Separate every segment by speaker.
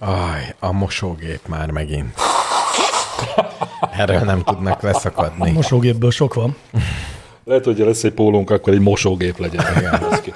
Speaker 1: Aj, a mosógép már megint. Erről nem tudnak
Speaker 2: A
Speaker 1: leszakadni.
Speaker 2: mosógépből sok van.
Speaker 3: Lehet, hogy lesz egy pólónk, akkor egy mosógép legyen. Az ki.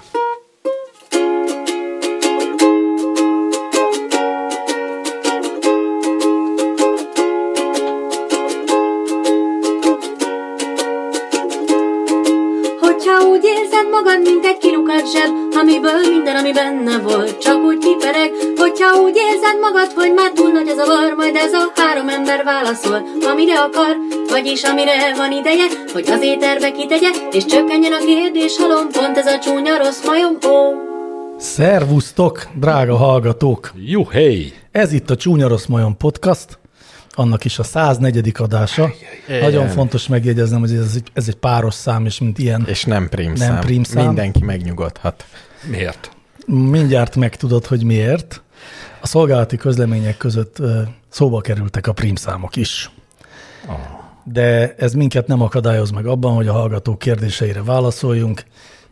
Speaker 4: Hogyha úgy érzed magad, mint egy kilukat zseb, amiből minden, ami benne volt, csak úgy kipereg. Hogyha úgy érzed magad, hogy már túl nagy az a var, majd ez a három ember válaszol, amire akar, vagyis amire van ideje, hogy az éterbe kitegye, és csökkenjen a kérdés halom, pont ez a csúnya rossz majom, ó.
Speaker 2: Szervusztok, drága hallgatók!
Speaker 3: Juhé!
Speaker 2: Ez itt a Csúnya Rossz Majom Podcast, annak is a 104. adása. Nagyon fontos megjegyeznem, hogy ez, egy- ez egy páros szám, és mint ilyen
Speaker 1: És nem prímszám.
Speaker 2: Nem prímszám.
Speaker 1: Mindenki megnyugodhat.
Speaker 3: Miért?
Speaker 2: mindjárt megtudod, hogy miért. A szolgálati közlemények között ö, szóba kerültek a prímszámok is.
Speaker 3: Ah.
Speaker 2: De ez minket nem akadályoz meg abban, hogy a hallgatók kérdéseire válaszoljunk.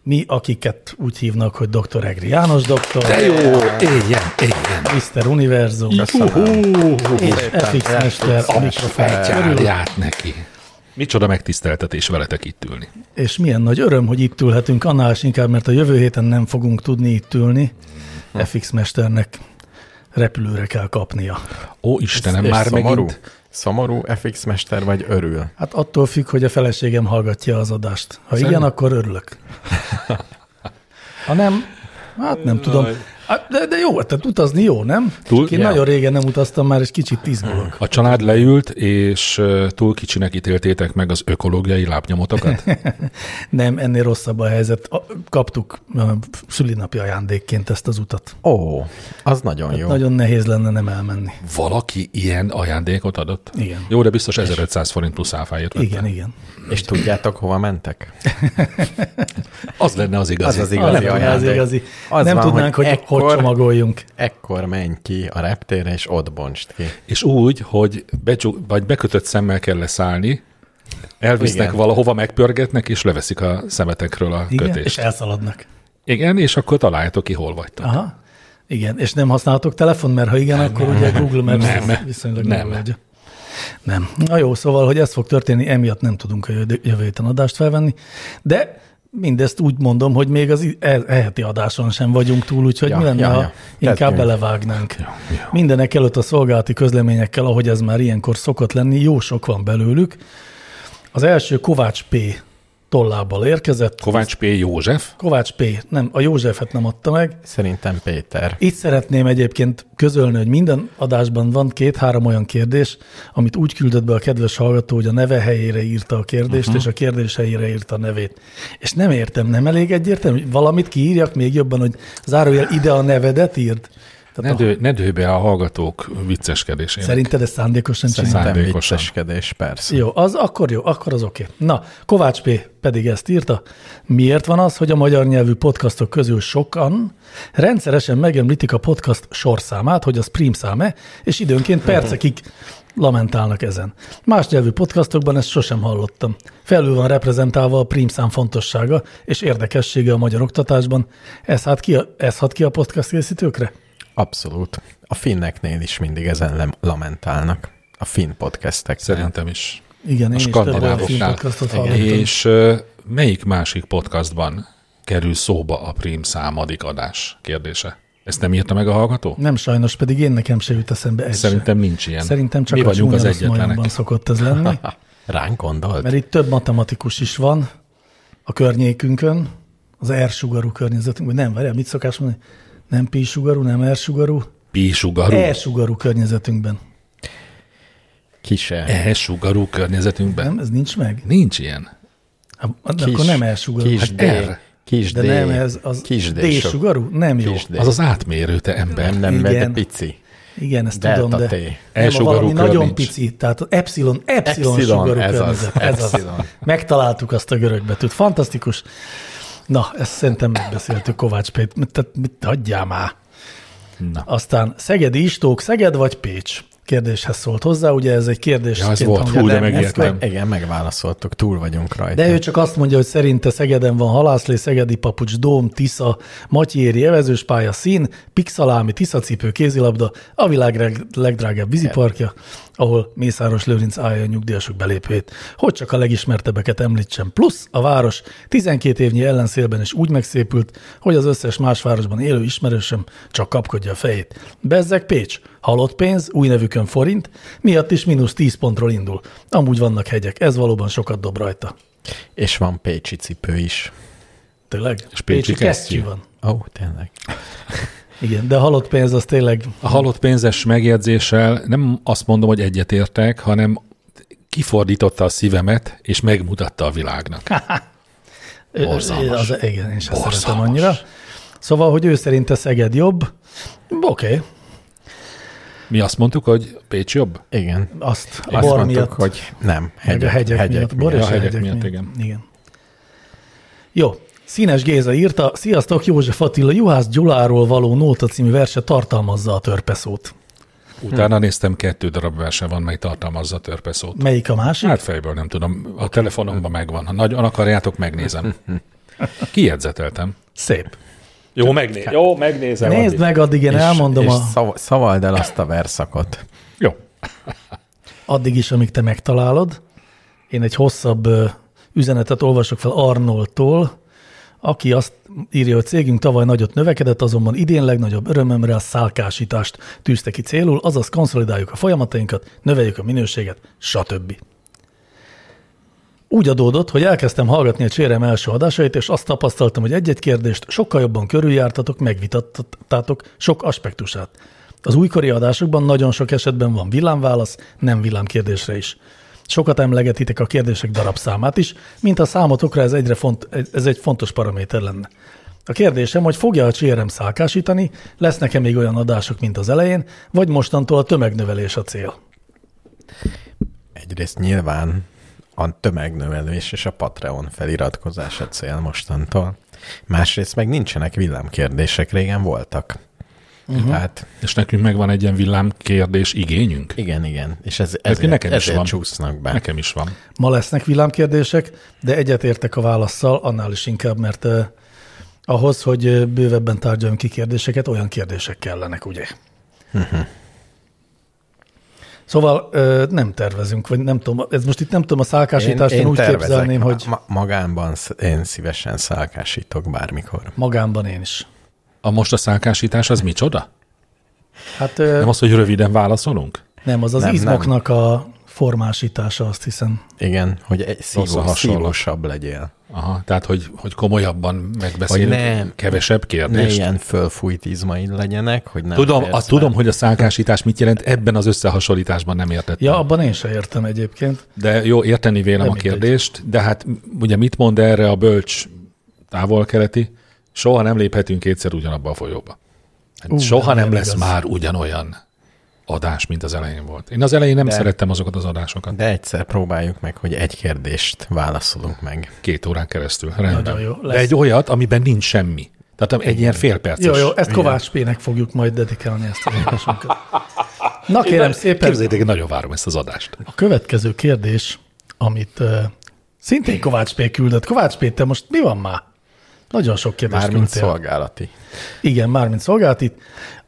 Speaker 2: Mi, akiket úgy hívnak, hogy dr. Egri János doktor,
Speaker 3: De jó! Éljen, éljen!
Speaker 2: Mr. Univerzum,
Speaker 3: Juhú!
Speaker 2: és FX Mester a mikrofon körül.
Speaker 3: Gyárját neki! Micsoda megtiszteltetés veletek itt ülni.
Speaker 2: És milyen nagy öröm, hogy itt ülhetünk, annál is inkább, mert a jövő héten nem fogunk tudni itt ülni.
Speaker 3: Hm.
Speaker 2: FX Mesternek repülőre kell kapnia.
Speaker 3: Ó, Istenem,
Speaker 1: És
Speaker 3: már
Speaker 1: szomorú?
Speaker 3: megint
Speaker 1: Szomorú FX mester vagy örül?
Speaker 2: Hát attól függ, hogy a feleségem hallgatja az adást. Ha igen, akkor örülök. Ha nem, hát nem tudom. Hát De, de jó, tehát utazni jó, nem?
Speaker 3: Túl-
Speaker 2: Csak én
Speaker 3: ja.
Speaker 2: nagyon régen nem utaztam már, és kicsit izgulok.
Speaker 3: A család leült, és ö, túl kicsinek ítéltétek meg az ökológiai lábnyomotokat?
Speaker 2: Nem, ennél rosszabb a helyzet. A- Kaptuk ö, szülinapi ajándékként ezt az utat.
Speaker 1: Ó, az nagyon jó.
Speaker 2: Nagyon nehéz lenne nem elmenni.
Speaker 3: Valaki ilyen ajándékot adott?
Speaker 2: Igen.
Speaker 3: Jó, de biztos 1500 forint plusz áfáért vette.
Speaker 2: Igen, igen.
Speaker 1: És tudjátok, hova mentek?
Speaker 3: Az lenne az
Speaker 1: Az
Speaker 3: igazi.
Speaker 1: az igazi
Speaker 2: nem, az
Speaker 1: ajándék.
Speaker 2: igazi.
Speaker 1: Az
Speaker 2: nem
Speaker 1: van,
Speaker 2: tudnánk, hogy hogy,
Speaker 1: ekkor,
Speaker 2: hogy csomagoljunk.
Speaker 1: Ekkor menj ki a reptérre, és ott bontsd ki.
Speaker 3: És úgy, hogy becsuk, vagy bekötött szemmel kell leszállni, elvisznek
Speaker 1: Igen.
Speaker 3: Igen. valahova, megpörgetnek, és leveszik a szemetekről a
Speaker 2: Igen,
Speaker 3: kötést.
Speaker 2: és elszaladnak.
Speaker 3: Igen, és akkor találjátok ki, hol vagytok.
Speaker 2: Aha. Igen, és nem használhatok telefon, mert ha igen, nem, akkor nem, ugye Google Maps
Speaker 3: Nem.
Speaker 2: nem, viszonylag
Speaker 3: Nem.
Speaker 2: nem megadja. Nem. Na jó, szóval, hogy ez fog történni, emiatt nem tudunk a jö- jövő héten adást felvenni, de mindezt úgy mondom, hogy még az i- e- e heti adáson sem vagyunk túl, úgyhogy
Speaker 1: Ja,
Speaker 2: mi lenne,
Speaker 1: ja,
Speaker 2: ja, ha
Speaker 1: ja.
Speaker 2: inkább
Speaker 1: Tettünk.
Speaker 2: belevágnánk. Mindenek előtt a szolgálati közleményekkel, ahogy ez már ilyenkor szokott lenni, jó sok van belőlük. Az első Kovács P. tollábbal érkezett.
Speaker 3: Kovács P. József,
Speaker 2: Kovács P. Nem, a Józsefet nem adta meg.
Speaker 1: Szerintem Péter.
Speaker 2: Itt szeretném egyébként közölni, hogy minden adásban van két-három olyan kérdés, amit úgy küldött be a kedves hallgató, hogy a neve helyére írta a kérdést, uh-huh. és a kérdés helyére írta a nevét. És nem értem, nem elég egyértelmű, hogy valamit kiírjak még jobban, hogy zárójel ide a nevedet írt.
Speaker 3: ne,
Speaker 2: Tehát a,
Speaker 3: dő, ne dő be a hallgatók vicceskedésének.
Speaker 2: szerinted ezt szándékosan csinálta?
Speaker 1: Nem
Speaker 3: Szándékosan.
Speaker 1: vicceskedés, persze.
Speaker 2: Jó, az akkor jó, akkor az oké. Okay. Na, Kovács P. pedig ezt írta. Miért van az, hogy a magyar nyelvű podcastok közül sokan rendszeresen megemlítik a podcast sorszámát, hogy az prímszáme, és időnként percekig lamentálnak ezen. Más nyelvű podcastokban ezt sosem hallottam. Felül van reprezentálva a prímszám fontossága és érdekessége a magyar oktatásban. Ez hát ki a, ez hat ki a podcast készítőkre?
Speaker 1: Abszolút. A finneknél is mindig ezen lem- lamentálnak. A finn podcastek.
Speaker 3: Szerintem is.
Speaker 2: Igen,
Speaker 3: a
Speaker 2: én is több olyan film
Speaker 3: skandinávoknál.
Speaker 2: podcastot
Speaker 3: Igen.
Speaker 2: hallottam.
Speaker 3: És ö, melyik másik podcastban kerül szóba a prím számadik adás kérdése? Ezt nem írta meg a hallgató?
Speaker 2: Nem sajnos, pedig én nekem se jut eszembe ez se.
Speaker 3: Szerintem nincs ilyen.
Speaker 2: Szerintem csak
Speaker 3: Mi
Speaker 2: a
Speaker 3: vagyunk az
Speaker 2: csúnya rossz
Speaker 3: egyetlenek.
Speaker 2: majomban szokott ez lenni,
Speaker 1: Ránk gondolt?
Speaker 2: mert itt több matematikus is van a környékünkön, az R-sugarú környezetünkben. Nem, várjál, mit szokás mondani? Nem P-sugarú, nem R-sugarú?
Speaker 3: P-sugarú,
Speaker 2: E-sugarú környezetünkben.
Speaker 1: Kise.
Speaker 3: E-sugarú környezetünkben.
Speaker 2: Nem, ez nincs meg?
Speaker 3: Nincs ilyen.
Speaker 2: Hát, akkor nem E-sugarú.
Speaker 1: Kis
Speaker 2: Hát
Speaker 1: D.
Speaker 3: R.
Speaker 1: Kis
Speaker 2: De
Speaker 1: D.
Speaker 2: nem ez, az
Speaker 1: kis D. sok-
Speaker 2: D-sugarú? Nem jó.
Speaker 1: Kis D.
Speaker 3: Az az átmérő, te ember.
Speaker 1: Nem, nem, de
Speaker 2: Igen.
Speaker 1: pici.
Speaker 2: Igen, ezt
Speaker 1: Delta
Speaker 2: tudom, de
Speaker 1: T.
Speaker 2: nem, a
Speaker 3: E-sugarú
Speaker 2: valami
Speaker 3: kör
Speaker 2: nagyon
Speaker 3: nincs.
Speaker 2: pici, tehát az epsilon, epsilon,
Speaker 1: Epsilon,
Speaker 2: sugarú
Speaker 1: ez az,
Speaker 2: környezet. ez az.
Speaker 1: epsilon.
Speaker 2: Megtaláltuk azt a görög betűt. Fantasztikus. Na, ezt szerintem megbeszéltük Kovács Pét, mit- tehát mit hagyjál már.
Speaker 3: Na.
Speaker 2: Aztán Szegedi Istók, Szeged vagy Pécs? kérdéshez szólt hozzá, ugye ez egy kérdés.
Speaker 3: Ja, ez volt. Hú, de
Speaker 1: ezt
Speaker 3: megijedtem.
Speaker 1: meg, igen, megválaszoltuk, túl vagyunk rajta.
Speaker 2: De ő csak azt mondja, hogy szerinte Szegeden van halászlé, Szegedi papucs, Dóm, Tisza, Matyéri, Evezős pálya, Szín, Pixalámi, Tiszacipő, Kézilabda, a világ reg- legdrágább víziparkja, ahol Mészáros Lőrinc állja a nyugdíjasok belépőjét. Hogy csak a legismertebbeket említsem. Plusz a város 12 évnyi ellenszélben is úgy megszépült, hogy az összes más városban élő ismerősöm csak kapkodja a fejét. Bezzeg Pécs, halott pénz, új nevükön forint, miatt is mínusz 10 pontról indul. Amúgy vannak hegyek, ez valóban sokat dob rajta.
Speaker 1: És van pécsi cipő is.
Speaker 2: Tényleg?
Speaker 3: És pécsi kesztyű.
Speaker 2: van.
Speaker 1: Ó, oh, tényleg.
Speaker 2: Igen, de halott pénz az tényleg,
Speaker 3: A halott pénzes megjegyzéssel nem azt mondom, hogy egyetértek, hanem kifordította a szívemet, és megmutatta a világnak.
Speaker 1: Hát.
Speaker 3: Borzalmas.
Speaker 2: Az, igen, én sem
Speaker 3: Borzalmas.
Speaker 2: szeretem annyira. Szóval, hogy ő szerinte Szeged jobb, oké, okay,
Speaker 3: Mi azt mondtuk, hogy Pécs jobb?
Speaker 1: Igen.
Speaker 2: azt a
Speaker 1: Azt
Speaker 2: bor
Speaker 1: mondtuk,
Speaker 2: miatt,
Speaker 1: hogy nem,
Speaker 2: hegyek, meg
Speaker 1: hegyek,
Speaker 2: a hegyek, hegyek miatt, bor
Speaker 3: miatt.
Speaker 2: és
Speaker 3: Ja,
Speaker 2: a hegyek, miatt,
Speaker 3: igen.
Speaker 2: igen. Jó, Színes Géza írta, Sziasztok, József Attila, Juhász Gyuláról való Nóta című verse tartalmazza a törpeszót.
Speaker 3: Utána néztem, kettő darab verse van, mely tartalmazza a törpeszót.
Speaker 2: Melyik a másik?
Speaker 3: Hát fejből nem tudom, a telefonomban megvan. Ha nagyon akarjátok, megnézem. Kijegyzeteltem.
Speaker 2: Szép.
Speaker 3: Jó, megné- jó megnézem.
Speaker 2: Nézd meg, addig én
Speaker 1: És-
Speaker 2: elmondom
Speaker 1: és
Speaker 2: a...
Speaker 1: szav- szavald el azt a verszakot.
Speaker 3: Jó.
Speaker 2: addig is, amíg te megtalálod. Én egy hosszabb ö, üzenetet olvasok fel Arnoldtól, aki azt írja, hogy cégünk tavaly nagyot növekedett, azonban idén legnagyobb örömömre a szálkásítást tűzte ki célul, azaz konszolidáljuk a folyamatainkat, növeljük a minőséget, stb. Úgy adódott, hogy elkezdtem hallgatni a csérem első adásait, és azt tapasztaltam, hogy egy-egy kérdést sokkal jobban körüljártatok, megvitattátok sok aspektusát. Az újkori adásokban nagyon sok esetben van villámválasz, nem villámkérdésre is. Sokat emlegetitek a kérdések darabszámát is, mint a számotokra ez, egyre font, ez egy fontos paraméter lenne. A kérdésem, hogy fogja a CRM szálkásítani, lesznek-e még olyan adások, mint az elején, vagy mostantól a tömegnövelés a cél?
Speaker 1: Egyrészt nyilván a tömegnövelés és a Patreon feliratkozás a cél mostantól. Másrészt meg nincsenek villámkérdések, régen voltak.
Speaker 2: Mhm.
Speaker 1: Uh-huh. Tehát
Speaker 3: És nekünk megvan egy ilyen villámkérdés igényünk?
Speaker 1: igen, igen, és ez, ezért,
Speaker 3: nekem is
Speaker 1: ezért
Speaker 3: van.
Speaker 1: csúsznak be.
Speaker 3: Nekem is van.
Speaker 2: Ma lesznek villámkérdések, de egyetértek a válaszsal, annál is inkább, mert eh, ahhoz, hogy eh, bővebben tárgyaljunk ki kérdéseket, olyan kérdések kellenek, ugye? Szóval eh, nem tervezünk, vagy nem tudom, ez most itt nem tudom, a szálkásítást én, én, úgy
Speaker 1: tervezek.
Speaker 2: képzelném, hogy
Speaker 1: Ma- magánban sz- én szívesen szálkásítok bármikor.
Speaker 2: magámban én is.
Speaker 3: A most a szálkásítás az micsoda?
Speaker 2: Hát eh,
Speaker 3: Nem az, hogy röviden válaszolunk?
Speaker 2: nem, az az
Speaker 1: nem,
Speaker 2: nem,
Speaker 1: nem.
Speaker 2: izmoknak nem. a formásítása, azt hiszem.
Speaker 1: Igen, hogy egy
Speaker 3: a
Speaker 1: szívó,
Speaker 3: hasonlat.
Speaker 1: szívósabb legyél.
Speaker 3: Aha, tehát, hogy, hogy komolyabban megbeszélünk,
Speaker 1: Hogy nem.
Speaker 3: kevesebb
Speaker 1: Ne
Speaker 3: kérdést.
Speaker 1: ilyen fölfújt izmaid legyenek, hogy nem
Speaker 3: Tudom,
Speaker 1: férsz
Speaker 3: a, tudom, hogy a szálkásítás mit jelent, ebben az összehasonlításban nem értettem.
Speaker 2: Ja, abban én se értem egyébként.
Speaker 3: De jó, érteni vélem
Speaker 2: Nem
Speaker 3: a
Speaker 2: mindegy.
Speaker 3: kérdést, de hát m- ugye mit mond erre a bölcs távol-keleti? Soha nem léphetünk kétszer ugyanabba a folyóba. Hát
Speaker 2: Ú,
Speaker 3: soha
Speaker 2: nem
Speaker 3: nem lesz
Speaker 2: igaz.
Speaker 3: már ugyanolyan adás, mint az elején volt. Én az elején nem
Speaker 1: De-
Speaker 3: szerettem azokat az adásokat.
Speaker 1: De egyszer próbáljuk meg, hogy egy kérdést válaszolunk meg.
Speaker 3: Két órán keresztül, rendben.
Speaker 2: Nagyon jó,
Speaker 3: de
Speaker 2: lesz.
Speaker 3: egy olyat, amiben nincs semmi. Tehát egy ilyen fél perces.
Speaker 2: Jó, jó, ezt Kovács P-nek fogjuk majd dedikálni ezt az adásunkat. Na kérem szépen,
Speaker 3: Képzeljétek, én nagyon várom ezt az adást.
Speaker 2: A következő kérdés, amit uh, szintén Kovács P. küldött. Kovács P., te most mi van már? Nagyon sok kérdést
Speaker 1: Mármint
Speaker 2: küldtél.
Speaker 1: szolgálati.
Speaker 2: Igen, mármint szolgált itt.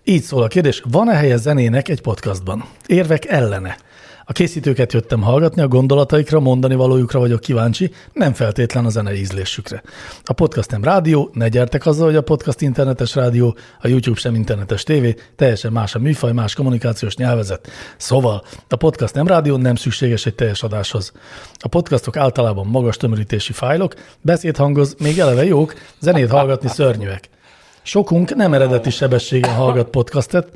Speaker 2: Így szól a kérdés, van-e helye zenének egy podcastban? Érvek ellene. A készítőket jöttem hallgatni, a gondolataikra, mondani valójukra vagyok kíváncsi, nem feltétlen a zenei ízlésükre. A podcast nem rádió, ne gyertek azzal, hogy a podcast internetes rádió, a YouTube sem internetes tévé, teljesen más a műfaj, más kommunikációs nyelvezet. Szóval, a podcast nem rádió, nem szükséges egy teljes adáshoz. A podcastok általában magas tömörítési fájlok, beszédhangoz, még eleve jók, zenét hallgatni szörnyűek. Sokunk nem eredeti sebességen hallgat podcastet,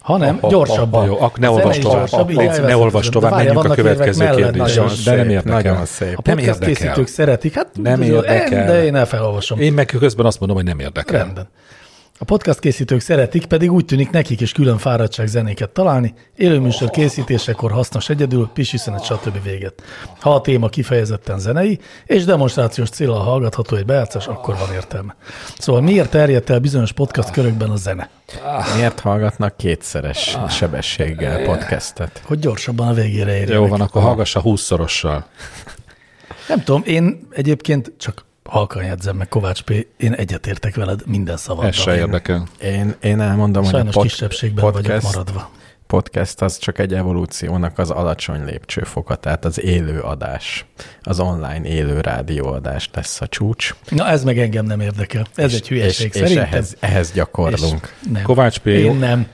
Speaker 2: hanem gyorsabban.
Speaker 3: Jó, ak, ne
Speaker 2: A zene
Speaker 3: olvasd
Speaker 2: is
Speaker 3: tovább.
Speaker 2: gyorsabb, így
Speaker 3: Légy- ne
Speaker 2: elveszed
Speaker 3: olvasd
Speaker 2: közben.
Speaker 3: tovább,
Speaker 2: De várjál,
Speaker 3: menjünk a
Speaker 2: vannak érvek
Speaker 3: következő
Speaker 2: mellett,
Speaker 3: kérdésre.
Speaker 2: nagyon
Speaker 3: De nem
Speaker 1: szép,
Speaker 3: érdekel.
Speaker 1: nagyon szép.
Speaker 2: A
Speaker 3: Nem
Speaker 2: podcast
Speaker 3: érdekel.
Speaker 2: készítők szeretik, hát
Speaker 3: Nem
Speaker 2: tudod,
Speaker 3: érdekel.
Speaker 2: én- de én elfelolvasom.
Speaker 3: Én meg közben azt mondom, hogy nem érdekel.
Speaker 2: Rendben. A podcast készítők szeretik, pedig úgy tűnik nekik is külön fáradtság zenéket találni, élőműsor készítésekor hasznos egyedül, pisiszenet, stb. véget. Ha a téma kifejezetten zenei, és demonstrációs célra hallgatható egy bejátszás, akkor van értelme. Szóval miért terjedt el bizonyos podcast körökben a zene?
Speaker 1: Miért hallgatnak kétszeres sebességgel podcastet?
Speaker 2: Hogy gyorsabban a végére érjenek.
Speaker 3: Jó van, akkor hallgassa húszszorossal.
Speaker 2: Nem tudom, én egyébként csak halkan jegyzem meg, Kovács P., én egyetértek veled minden szavaddal.
Speaker 3: Ez se érdekel.
Speaker 1: Én, én elmondom, hogy a
Speaker 2: Sajnos
Speaker 1: pod-
Speaker 2: kisebbségben vagyok maradva.
Speaker 1: podcast az csak egy evolúciónak az alacsony lépcsőfoka, tehát az élő adás, az online élő rádióadás lesz a csúcs.
Speaker 2: Na ez meg engem nem érdekel. Ez egy hülyeség
Speaker 1: és, és
Speaker 2: szerintem.
Speaker 1: ehhez, ehhez gyakorlunk.
Speaker 2: És nem.
Speaker 3: Kovács P.
Speaker 2: Én nem.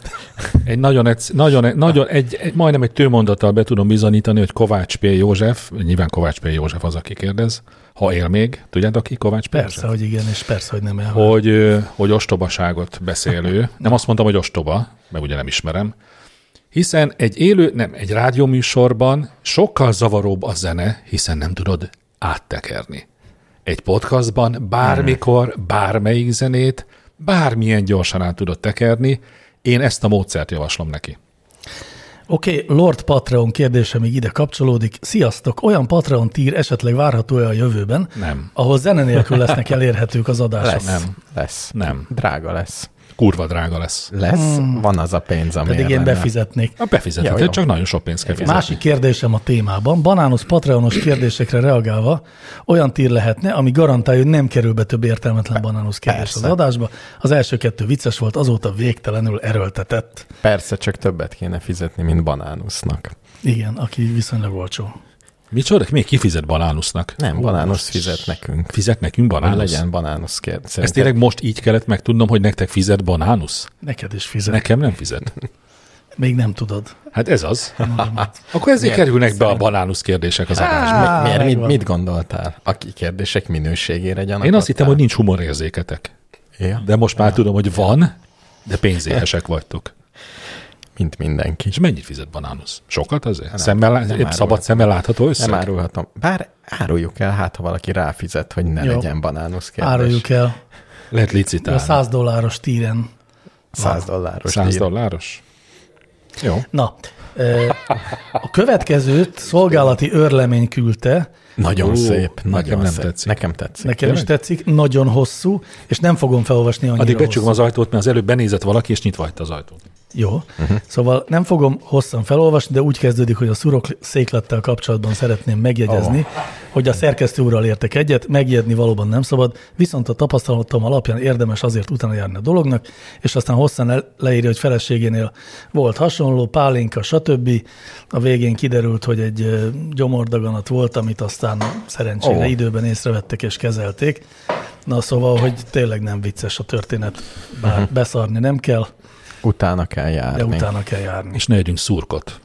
Speaker 3: Egy nagyon, egysz- nagyon, nagyon egy, egy, majdnem egy tőmondattal be tudom bizonyítani, hogy Kovács P. József, nyilván Kovács P. József az, aki kérdez, ha él még, tudjátok ki Kovács P.
Speaker 2: Persze,
Speaker 3: József?
Speaker 2: hogy igen, és persze, hogy nem elvált.
Speaker 3: Hogy, ö, hogy ostobaságot beszélő. Nem azt mondtam, hogy ostoba, mert ugye nem ismerem. Hiszen egy élő, nem, egy rádióműsorban sokkal zavaróbb a zene, hiszen nem tudod áttekerni. Egy podcastban bármikor,
Speaker 1: Hmm.
Speaker 3: bármelyik zenét, bármilyen gyorsan át tudod tekerni. Én ezt a módszert javaslom neki.
Speaker 2: Oké, okay, Lord Patreon kérdése még ide kapcsolódik. Sziasztok, olyan Patreon tír esetleg várható-e a jövőben?
Speaker 3: Nem.
Speaker 2: Ahol zene nélkül lesznek elérhetők az adások.
Speaker 1: Lesz,
Speaker 3: nem.
Speaker 1: lesz.
Speaker 3: Nem.
Speaker 1: Drága lesz.
Speaker 3: Kurva drága lesz.
Speaker 1: Lesz, van az a pénz, ami
Speaker 2: Pedig én befizetnék.
Speaker 3: A befizetett,
Speaker 1: Ja, jó.
Speaker 3: csak nagyon sok pénzt kell fizetni.
Speaker 2: Másik kérdésem a témában. Banános Patreonos kérdésekre reagálva olyan tír lehetne, ami garantálja, hogy nem kerül be több értelmetlen banános kérdés
Speaker 1: Persze.
Speaker 2: az adásba. Az első kettő vicces volt, azóta végtelenül erőltetett.
Speaker 1: Persze csak többet kéne fizetni, mint banánusznak.
Speaker 2: Igen, aki viszonylag olcsó.
Speaker 3: Micsoda? Még kifizet banánusznak?
Speaker 1: Nem, banánusz fizet nekünk.
Speaker 3: Fizet nekünk
Speaker 1: Már
Speaker 3: banánusz?
Speaker 1: legyen banánusz kérdés.
Speaker 3: Ezt tényleg most így kellett megtudnom, hogy nektek fizet banánusz?
Speaker 2: Neked is fizet. Ne.
Speaker 3: Nekem nem fizet.
Speaker 2: Még nem tudod.
Speaker 3: Hát ez az.
Speaker 2: Mondom, hát
Speaker 3: Akkor ezért kerülnek be a banánusz kérdések az adásba.
Speaker 1: Mi- Miért, mit,
Speaker 2: megvan.
Speaker 1: mit gondoltál? A kérdések minőségére gyanakodtál?
Speaker 3: Én azt hittem, hogy nincs humorérzéketek.
Speaker 1: Ja, de
Speaker 3: De most már tudom, hogy van, de pénzéhesek vagytok.
Speaker 1: mint mindenki.
Speaker 3: És mennyit fizet banánusz? Sokat azért? Szemmel, lá-
Speaker 1: árulhatom.
Speaker 3: szabad szemmel látható
Speaker 1: Nem
Speaker 3: összeg?
Speaker 1: árulhatom. Bár áruljuk el, hát ha valaki ráfizet, hogy ne
Speaker 2: Jó.
Speaker 1: Jó. legyen banánusz kérdés.
Speaker 2: Áruljuk el.
Speaker 3: Lehet
Speaker 2: A
Speaker 3: licitálni.
Speaker 2: 100 dolláros tíren. Ah,
Speaker 1: 100 dolláros
Speaker 3: 100
Speaker 1: díj.
Speaker 3: dolláros? Jó.
Speaker 2: Na, ö, a következőt szolgálati örlemény küldte,
Speaker 1: Nagyon
Speaker 3: Ú,
Speaker 1: Ú, szép,
Speaker 3: nekem
Speaker 1: nagyon
Speaker 3: nem
Speaker 1: szép.
Speaker 3: tetszik.
Speaker 1: Nekem tetszik.
Speaker 2: nekem is tetszik, nagyon hosszú, és nem fogom felolvasni annyira
Speaker 3: Addig becsukom
Speaker 2: hosszú.
Speaker 3: az ajtót, mert az előbb benézett valaki, és nyitva hagyta az ajtót.
Speaker 2: Jó. Uh-huh. Szóval nem fogom hosszan felolvasni, de úgy kezdődik, hogy a szurok széklettel kapcsolatban szeretném megjegyezni, oh. hogy a szerkesztő úrral értek egyet, megjedni valóban nem szabad, viszont a tapasztalatom alapján érdemes azért utána járni a dolognak, és aztán hosszan el- leírja, hogy feleségénél volt hasonló, pálinka, stb. A végén kiderült, hogy egy ö, gyomordaganat volt, amit aztán szerencsére oh.
Speaker 1: Ó.
Speaker 2: időben észrevettek és kezelték. Na szóval, hogy tényleg nem vicces a történet, bár uh-huh. beszarni nem kell,
Speaker 1: Utána kell járni.
Speaker 2: de utána kell járni.
Speaker 3: És ne együnk szurkot.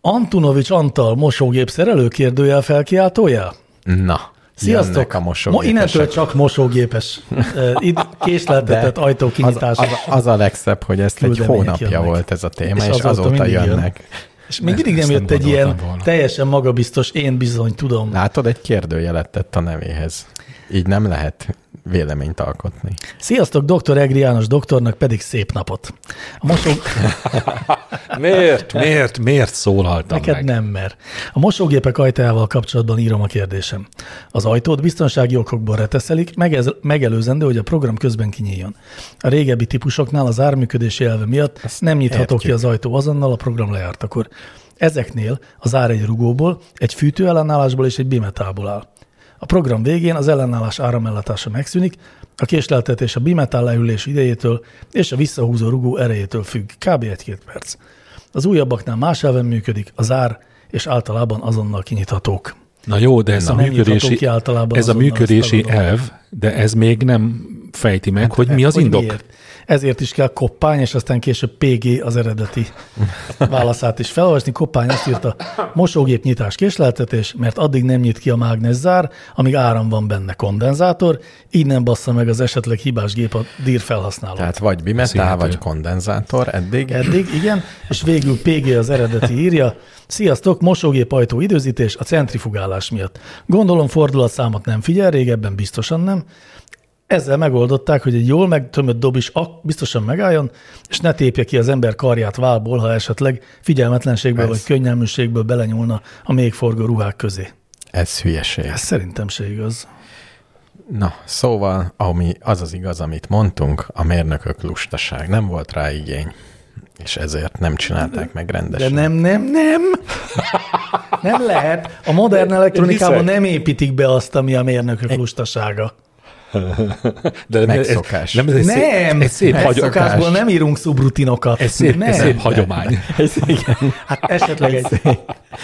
Speaker 2: Antunovics Antal mosógép szerelő kérdőjel felkiáltójel?
Speaker 1: Na, jönnek
Speaker 2: Sziasztok!
Speaker 1: a
Speaker 2: Ma innentől
Speaker 1: mosógépesek.
Speaker 2: csak mosógépes. Ö, Itt késleltetett
Speaker 1: az,
Speaker 2: ajtókinyitás.
Speaker 1: az, az a legszebb, hogy ezt egy
Speaker 2: Küldemények
Speaker 1: hónapja
Speaker 2: jönnek.
Speaker 1: volt ez a téma,
Speaker 2: És
Speaker 1: és, és
Speaker 2: azóta
Speaker 1: azóta
Speaker 2: mindig jön.
Speaker 1: jönnek.
Speaker 2: És még mindig
Speaker 3: Ezt
Speaker 2: nem
Speaker 3: nem
Speaker 2: jött egy ilyen
Speaker 3: gondoltam volna.
Speaker 2: teljesen magabiztos, én bizony tudom.
Speaker 1: Látod, egy kérdőjelet tett a nevéhez. Így nem lehet véleményt alkotni.
Speaker 2: Sziasztok, dr. Egri János doktornak pedig szép napot. A mosóg...
Speaker 3: Miért? Miért? Miért szólaltam
Speaker 2: Neked
Speaker 3: meg?
Speaker 2: nem mer. A mosógépek ajtajával kapcsolatban írom a kérdésem. Az ajtót biztonsági okokból reteszelik, megez- megelőzendő, hogy a program közben kinyíljon. A régebbi típusoknál az árműködési elve miatt Ezt nem nyitható ki
Speaker 1: értjük.
Speaker 2: az ajtó azonnal a program lejártakor. Ezeknél az ár egy rugóból, egy fűtő ellenállásból és egy bimetából áll. A program végén az ellenállás áramellátása megszűnik, a késleltetés a bimetál leülés idejétől és a visszahúzó rugó erejétől függ, kb. 1-2 perc. Az újabbaknál más elven működik, az ár, és általában azonnal kinyithatók.
Speaker 3: Na jó, de ez
Speaker 2: Na,
Speaker 3: a
Speaker 2: nem nyithatunk ki
Speaker 3: működési,
Speaker 2: általában
Speaker 3: ez a
Speaker 2: azonnal, ezt
Speaker 3: működési
Speaker 2: tagadom.
Speaker 3: elv, de ez még nem fejti meg, hogy mi az
Speaker 2: Hát Hogy
Speaker 3: indok.
Speaker 2: miért? Ezért is kell koppány, és aztán később PG az eredeti válaszát is felolvasni. Koppány azt írta, mosógép nyitás késleltetés, mert addig nem nyit ki a mágnezzár, amíg áram van benne kondenzátor, így nem bassza meg az esetleg hibás gép a dír felhasználó.
Speaker 1: Tehát vagy bimetál,
Speaker 3: Köszönhető.
Speaker 1: vagy kondenzátor eddig.
Speaker 2: Eddig, igen, és végül PG az eredeti írja. Sziasztok, mosógép ajtó időzítés a centrifugálás miatt. Gondolom fordulatszámot nem figyel, régebben biztosan nem. ezzel megoldották, hogy egy jól megtömött dob is ak- biztosan megálljon, és ne tépje ki az ember karját válból, ha esetleg figyelmetlenségből
Speaker 1: Persze.
Speaker 2: vagy könnyelműségből belenyúlna a még forgó ruhák közé.
Speaker 1: Ez hülyeség.
Speaker 2: Ez szerintem se igaz.
Speaker 1: Na, szóval, ami az az igaz, amit mondtunk, a mérnökök lustaság. Nem volt rá igény, és ezért nem csinálták meg
Speaker 2: De
Speaker 1: rendesen.
Speaker 2: nem, nem, nem! Nem lehet. A modern elektronikában nem építik be azt, ami a mérnökök lustasága.
Speaker 3: De
Speaker 1: Megszokás.
Speaker 3: Nem, ez egy
Speaker 2: Nem!
Speaker 3: Szép, egy szép, hagy,
Speaker 1: Megszokás.
Speaker 2: Megszokásból nem írunk szubrutinokat.
Speaker 3: egy szép,
Speaker 2: nem.
Speaker 3: egy szép hagyomány.
Speaker 1: Ez igen.
Speaker 2: Hát esetleg egy,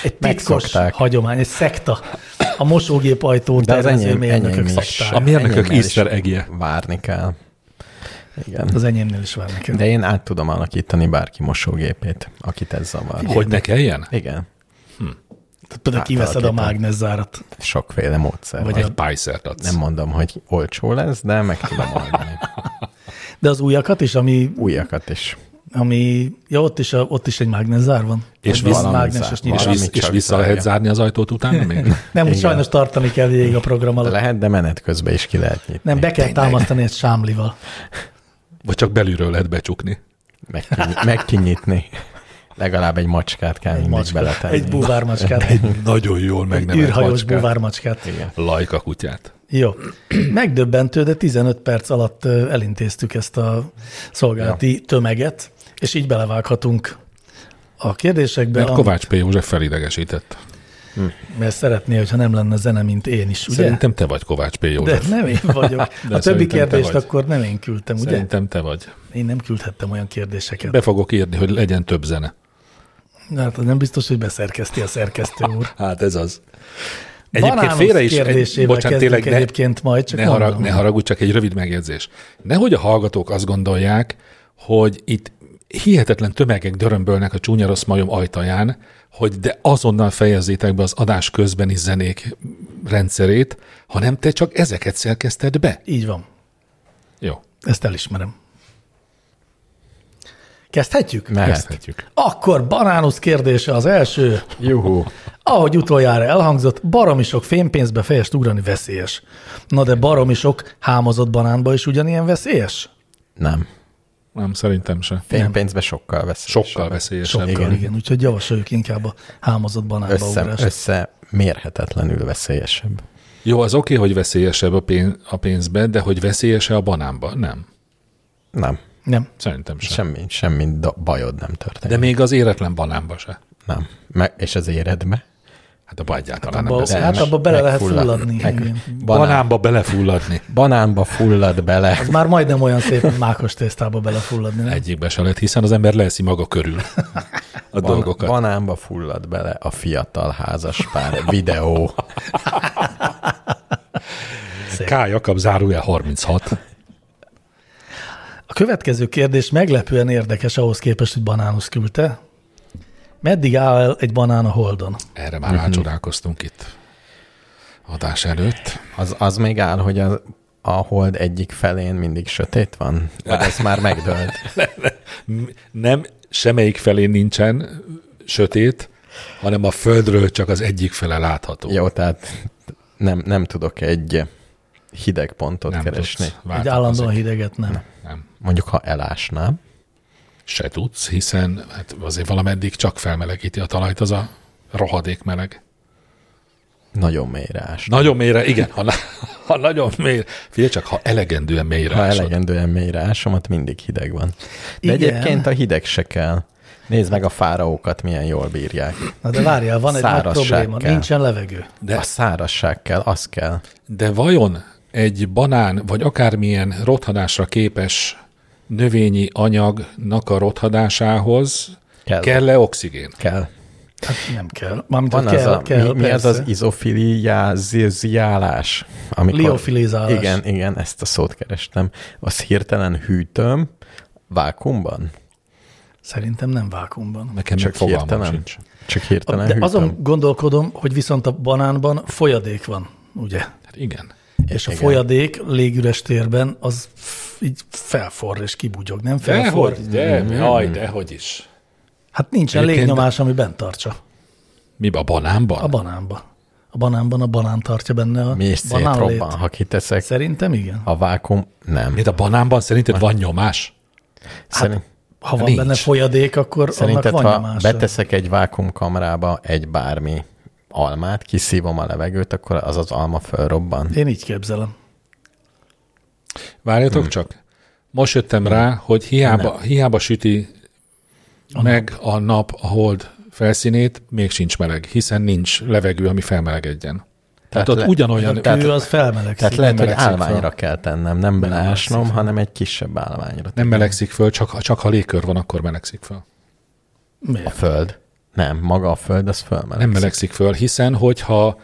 Speaker 2: egy titkos
Speaker 1: Megszokták.
Speaker 2: hagyomány, egy szekta. A mosógép ajtót
Speaker 1: De az
Speaker 2: tervező
Speaker 1: enyém, enyém
Speaker 2: mérnökök
Speaker 1: is.
Speaker 2: szokták.
Speaker 3: A mérnökök
Speaker 1: Enyémmel is
Speaker 3: easter egg-je.
Speaker 1: Várni kell. Igen.
Speaker 2: Az enyémnél is van nekem.
Speaker 1: De én át tudom alakítani bárki mosógépét, akit ez zavar.
Speaker 3: Hogy ne kelljen?
Speaker 1: Igen.
Speaker 2: Tehát Például kiveszed a
Speaker 1: átalakítom.
Speaker 2: mágnezzárat.
Speaker 1: Sokféle módszer
Speaker 2: Vagy
Speaker 1: Vagy
Speaker 2: a-
Speaker 1: van.
Speaker 3: Egy pájszert adsz.
Speaker 1: Nem mondom, hogy olcsó lesz, de meg tudom oldani.
Speaker 2: De az újakat is, ami,
Speaker 1: Újakat is.
Speaker 2: ami ja, ott is, a, ott is egy mágnezár van.
Speaker 3: És
Speaker 2: Vagy
Speaker 3: valami
Speaker 2: mágneses
Speaker 1: zár.
Speaker 3: és,
Speaker 2: nyitás.
Speaker 1: Valami
Speaker 3: visz,
Speaker 1: csak
Speaker 3: és vissza
Speaker 1: zárja.
Speaker 3: lehet zárni az ajtót utána még?
Speaker 2: Nem, úgy
Speaker 1: Igen.
Speaker 2: sajnos tartani kell végig a program alatt.
Speaker 1: Lehet, de menet közben is ki lehet nyitni.
Speaker 2: Nem, be kell támasztani egy sámlival.
Speaker 3: Vagy csak belülről lehet becsukni?
Speaker 1: Meg, kiny- meg kinyitni. Legalább egy macskát kell egy mindig
Speaker 2: macska.
Speaker 1: beletenni.
Speaker 2: Egy búvármacskát.
Speaker 3: Nagyon jól
Speaker 2: Egy
Speaker 3: megnemelt
Speaker 2: űrhajós
Speaker 3: macskát.
Speaker 2: búvármacskát.
Speaker 1: Igen.
Speaker 3: Lajka kutyát.
Speaker 2: Jó. Megdöbbentő, de 15 perc alatt ö, elintéztük ezt a szolgálati ja. tömeget, és így belevághatunk a kérdésekbe,
Speaker 3: Mert
Speaker 2: am-
Speaker 3: Kovács P. József felidegesített.
Speaker 2: mert szeretné, hogyha nem lenne zene, mint én is, ugye?
Speaker 3: Szerintem te vagy Kovács P.
Speaker 2: de
Speaker 3: József.
Speaker 2: nem én vagyok. A többi
Speaker 3: szerintem te
Speaker 2: kérdést
Speaker 3: vagy.
Speaker 2: akkor nem én küldtem, ugye?
Speaker 3: Szerintem te vagy.
Speaker 2: Én nem küldhettem olyan kérdéseket.
Speaker 3: Be fogok írni, hogy legyen több zene.
Speaker 2: De hát az nem biztos, hogy beszerkeszti a szerkesztő úr.
Speaker 3: Hát ez az.
Speaker 2: Banános kérdésével
Speaker 3: bocsánat,
Speaker 2: kezdünk
Speaker 3: tényleg ne,
Speaker 2: egyébként majd, csak
Speaker 3: ne, harag,
Speaker 2: mondom.
Speaker 3: ne haragudj, csak egy rövid megjegyzés. Nehogy a hallgatók azt gondolják, hogy itt hihetetlen tömegek dörömbölnek a csúnya rossz majom ajtaján, hogy de azonnal fejezzétek be az adás közbeni zenék rendszerét, hanem te csak ezeket szerkeszted be.
Speaker 2: Így van.
Speaker 3: Jó,
Speaker 2: Ezt elismerem. Kezdhetjük?
Speaker 1: Mehet.
Speaker 3: kezdhetjük.
Speaker 2: Akkor banánusz kérdése az első.
Speaker 1: Juhú.
Speaker 2: Ahogy utoljára elhangzott, baromi sok fémpénzbe fejest ugrani veszélyes. Na de baromi sok hámozott banánba is ugyanilyen veszélyes?
Speaker 1: Nem.
Speaker 3: Nem, szerintem se.
Speaker 1: Fénypénzbe sokkal vesz.
Speaker 3: Sokkal veszélyesebb.
Speaker 2: Sokkal, igen. igen. Úgyhogy javasoljuk inkább a hámozott banánba Összem,
Speaker 1: Össze,
Speaker 2: ugrást.
Speaker 1: össze mérhetetlenül veszélyesebb.
Speaker 3: Jó, az oké, okay, hogy veszélyesebb a, pénz, a pénzbe, de hogy veszélyese a banánba? Nem,
Speaker 1: Nem.
Speaker 2: Nem.
Speaker 3: szerintem se.
Speaker 1: Semmi, semmi da- bajod nem történik.
Speaker 3: De még az éretlen banánba se.
Speaker 1: Nem. Me- és az éredbe?
Speaker 3: Hát abba egyáltalán nem
Speaker 2: abba-
Speaker 3: beszél.
Speaker 2: hát
Speaker 1: meg-
Speaker 2: abba bele lehet
Speaker 1: megfullad-
Speaker 2: fulladni,
Speaker 1: Meg,
Speaker 2: igen.
Speaker 1: banán, banán.
Speaker 3: Banánba belefulladni.
Speaker 1: Banánba fullad bele.
Speaker 2: Ez már majdnem olyan szép, mint mákos tésztába belefulladni. Nem?
Speaker 3: Egyikbe se lett, hiszen az ember leszi maga körül a
Speaker 1: Ban-
Speaker 3: dolgokat.
Speaker 1: Banánba fullad bele a fiatal házas pár videó.
Speaker 3: K. Jakab zárója 36.
Speaker 2: A következő kérdés meglepően érdekes ahhoz képest, hogy banánusz küldte. Meddig áll el egy banán a holdon?
Speaker 3: Erre
Speaker 2: Mhm.
Speaker 3: már rácsodálkoztunk itt adás előtt.
Speaker 1: Az, az még áll, hogy a, a hold egyik felén mindig sötét van? Vagy ez már megdölt?
Speaker 3: Nem, semmelyik felé nincsen sötét, hanem a földről csak az egyik fele látható.
Speaker 1: Jó, tehát nem, nem tudok egy hideg pontot
Speaker 3: nem
Speaker 1: nem
Speaker 3: tudsz
Speaker 1: keresni. Tudsz.
Speaker 2: Egy
Speaker 3: változni.
Speaker 2: állandóan hideget nem.
Speaker 3: Nem.
Speaker 1: Mondjuk, ha elásnám.
Speaker 3: Se tudsz, hiszen hát azért valameddig csak felmelegíti a talajt az a rohadék meleg.
Speaker 1: Nagyon mélyre ásnám.
Speaker 3: Nagyon mélyre, igen, ha, ha nagyon mélyre. Figyelj csak, ha elegendően mélyre
Speaker 1: Ha
Speaker 3: ásod.
Speaker 1: elegendően mélyre ásom, ott mindig hideg van. De
Speaker 2: Igen.
Speaker 1: Igen. egyébként a hideg se kell. Nézd meg a fáraókat, milyen jól bírják.
Speaker 2: Na de várjál, van egy nagy
Speaker 1: Szárazság
Speaker 2: probléma.
Speaker 1: kell.
Speaker 2: Nincsen levegő.
Speaker 1: De
Speaker 3: De-
Speaker 1: a szárazság kell, az kell.
Speaker 3: De vajon egy banán, vagy akármilyen rothadásra képes növényi anyagnak a rothadásához
Speaker 1: Kell.
Speaker 3: kell-e oxigén?
Speaker 1: Kell.
Speaker 2: Hát nem kell. Mármint,
Speaker 1: Van
Speaker 2: hogy
Speaker 1: az
Speaker 2: kell,
Speaker 1: a,
Speaker 2: kell,
Speaker 1: mi, mi az
Speaker 2: persze.
Speaker 1: az izofiliázálás? Amikor,
Speaker 2: Liofilizálás.
Speaker 1: Igen, igen, ezt a szót kerestem. Az hirtelen hűtöm vákumban?
Speaker 2: Szerintem nem vákumban.
Speaker 3: Nekem csak
Speaker 1: Csak
Speaker 3: fogalmam
Speaker 1: hirtelen?
Speaker 3: sincs.
Speaker 1: Csak hirtelen
Speaker 2: De
Speaker 1: hűtöm.
Speaker 2: azon gondolkodom, hogy viszont a banánban folyadék van, ugye?
Speaker 3: Hát igen.
Speaker 2: És a
Speaker 1: Igen.
Speaker 2: folyadék légüres térben az f- így felforr és kibugyog, nem felforr?
Speaker 3: Dehogy, de, jaj, dehogy is.
Speaker 2: Hát nincsen
Speaker 3: Egyébként-
Speaker 2: légnyomás, ami bent tartsa
Speaker 3: Mi a banánban?
Speaker 2: a banánba. A banánban a banán tartja benne a
Speaker 1: Mi is
Speaker 2: banánlét.
Speaker 1: szétrobban, ha kiteszek.
Speaker 2: Szerintem igen.
Speaker 1: A vákum nem.
Speaker 2: Hát,
Speaker 3: Miért a banánban szerinted van nyomás?
Speaker 1: Szerint,
Speaker 2: Ha van
Speaker 3: Nincs.
Speaker 2: benne folyadék, akkor
Speaker 1: szerinted,
Speaker 2: annak
Speaker 1: ha
Speaker 2: van nyomása.
Speaker 1: beteszek egy vákumkamrába egy bármi almát, kiszívom a levegőt, akkor az az alma fölrobban.
Speaker 2: Én így képzelem.
Speaker 3: Várjatok hmm. csak. Most jöttem rá, hogy hiába, hiába süti a meg nap. a nap a hold felszínét, még sincs meleg, hiszen nincs levegő, ami felmelegedjen. Tehát,
Speaker 1: Tehát
Speaker 3: ott
Speaker 1: le-
Speaker 3: ugyanolyan...
Speaker 2: Tehát, ő az felmelegszik.
Speaker 1: Tehát lehet, hogy
Speaker 3: melegszik
Speaker 1: állványra
Speaker 3: fel.
Speaker 1: kell tennem, nem beleásnom,
Speaker 3: melegszik
Speaker 1: hanem egy kisebb állványra.
Speaker 3: Nem melegszik föl, csak, csak ha légkör van, akkor melegszik föl.
Speaker 1: A
Speaker 2: Miért?
Speaker 1: föld. Nem, maga a föld, az fölmelegszik.
Speaker 3: Nem melegszik föl, hiszen hogyha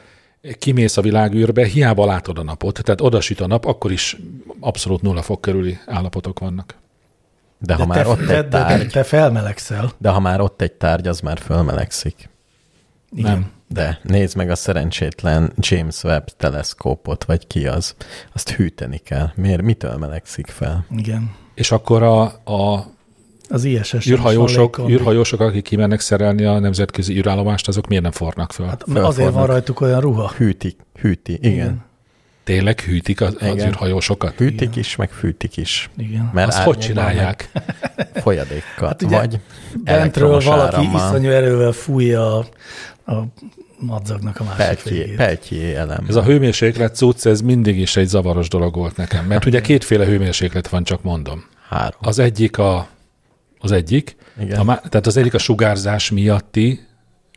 Speaker 3: kimész a világűrbe, hiába látod a napot, tehát odasüt a nap, akkor is abszolút nulla fok körüli állapotok vannak.
Speaker 1: De ha
Speaker 2: De
Speaker 1: már
Speaker 2: te,
Speaker 1: ott
Speaker 2: te,
Speaker 1: egy
Speaker 2: de, de
Speaker 1: tárgy,
Speaker 2: te felmelegszel.
Speaker 1: de ha már ott egy tárgy, az már fölmelegszik.
Speaker 2: Igen.
Speaker 3: Nem.
Speaker 1: De nézd meg a szerencsétlen James Webb teleszkópot, vagy ki az. Azt hűteni kell. Miért? Mitől melegszik fel?
Speaker 2: Igen.
Speaker 3: És akkor a, a
Speaker 2: Az ISS.
Speaker 3: űrhajósok,
Speaker 2: is van légkondi.
Speaker 3: űrhajósok, akik kimennek szerelni a nemzetközi űrállomást, azok miért nem fornak föl? Hát,
Speaker 2: Hát, mert azért van
Speaker 1: fölfordnak.
Speaker 2: rajtuk olyan ruha.
Speaker 1: Hűtik, hűti, igen. igen.
Speaker 3: Tényleg hűtik az, az
Speaker 1: Igen.
Speaker 3: űrhajósokat?
Speaker 1: Hűtik is, meg fűtik is.
Speaker 2: Igen.
Speaker 1: Mert
Speaker 3: Azt hogy
Speaker 1: árnyékban,
Speaker 3: csinálják?
Speaker 1: meg Folyadékkal. Hát
Speaker 2: ugye
Speaker 1: vagy
Speaker 2: Bentről
Speaker 1: elektromos
Speaker 2: valaki
Speaker 1: árammal.
Speaker 2: iszonyú erővel fújja a, a madzagnak a másik
Speaker 1: Peltjé,
Speaker 2: végét.
Speaker 1: peltjé elem.
Speaker 3: Ez a hőmérséklet cucc, ez mindig is egy zavaros dolog volt nekem, mert ugye kétféle hőmérséklet van, csak mondom.
Speaker 1: Három.
Speaker 3: Az egyik a az egyik,
Speaker 1: Igen.
Speaker 3: a má, tehát az egyik a sugárzás miatti,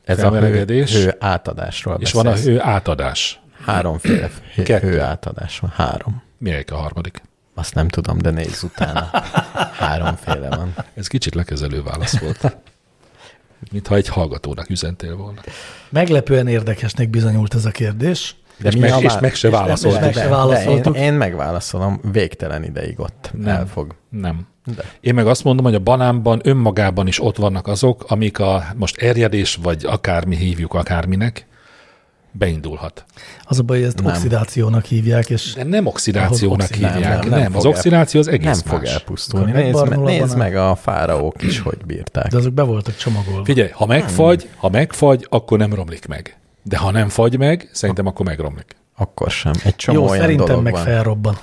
Speaker 1: Ez a hő,
Speaker 3: felmelegedés.
Speaker 1: hő átadásról
Speaker 3: és van a
Speaker 1: beszélsz.
Speaker 3: hő átadás.
Speaker 1: Háromféle hő,
Speaker 3: Kettő.
Speaker 1: hő átadás van. Három.
Speaker 3: Melyik a harmadik?
Speaker 1: Azt nem tudom, de nézz utána. Háromféle van.
Speaker 3: Ez kicsit lekezelő válasz volt. Mintha egy hallgatónak üzentél volna.
Speaker 2: Meglepően érdekesnek bizonyult ez a kérdés.
Speaker 1: De
Speaker 3: és,
Speaker 1: mi
Speaker 3: meg,
Speaker 1: a
Speaker 3: és
Speaker 1: vá-
Speaker 3: meg se
Speaker 1: és nem-
Speaker 3: válaszoltál.
Speaker 2: meg se válaszoltuk.
Speaker 1: De én, én megválaszolom, végtelen ideig ott nem.
Speaker 3: Nem.
Speaker 1: elfog.
Speaker 3: Nem.
Speaker 1: De.
Speaker 3: De. Én meg azt mondom, hogy a banánban önmagában is ott vannak azok, amik a most erjedés, vagy akármi hívjuk akárminek, beindulhat.
Speaker 2: Az a baj, hogy ezt
Speaker 1: Nem.
Speaker 2: oxidációnak hívják, és
Speaker 3: De nem oxidációnak
Speaker 2: Ahhoz oxidál-
Speaker 3: hívják. Nem,
Speaker 1: nem,
Speaker 3: nem,
Speaker 1: nem
Speaker 3: az
Speaker 1: fog el-
Speaker 3: oxidáció az egész
Speaker 1: nem
Speaker 3: más.
Speaker 1: fog elpusztulni.
Speaker 2: Akkor
Speaker 1: Nézd, me,
Speaker 2: megbarnul a
Speaker 1: nézd
Speaker 2: banán.
Speaker 1: meg a fáraók is, hogy bírták.
Speaker 2: de azok be voltak csomagolva.
Speaker 3: Figyelj, ha megfagy, ha megfagy, akkor nem romlik meg. De ha nem fagy meg, szerintem akkor megromlik.
Speaker 1: Akkor sem. Egy csomó
Speaker 2: Jó,
Speaker 1: olyan
Speaker 2: szerintem
Speaker 1: dolog
Speaker 2: meg
Speaker 1: van.
Speaker 2: felrobban.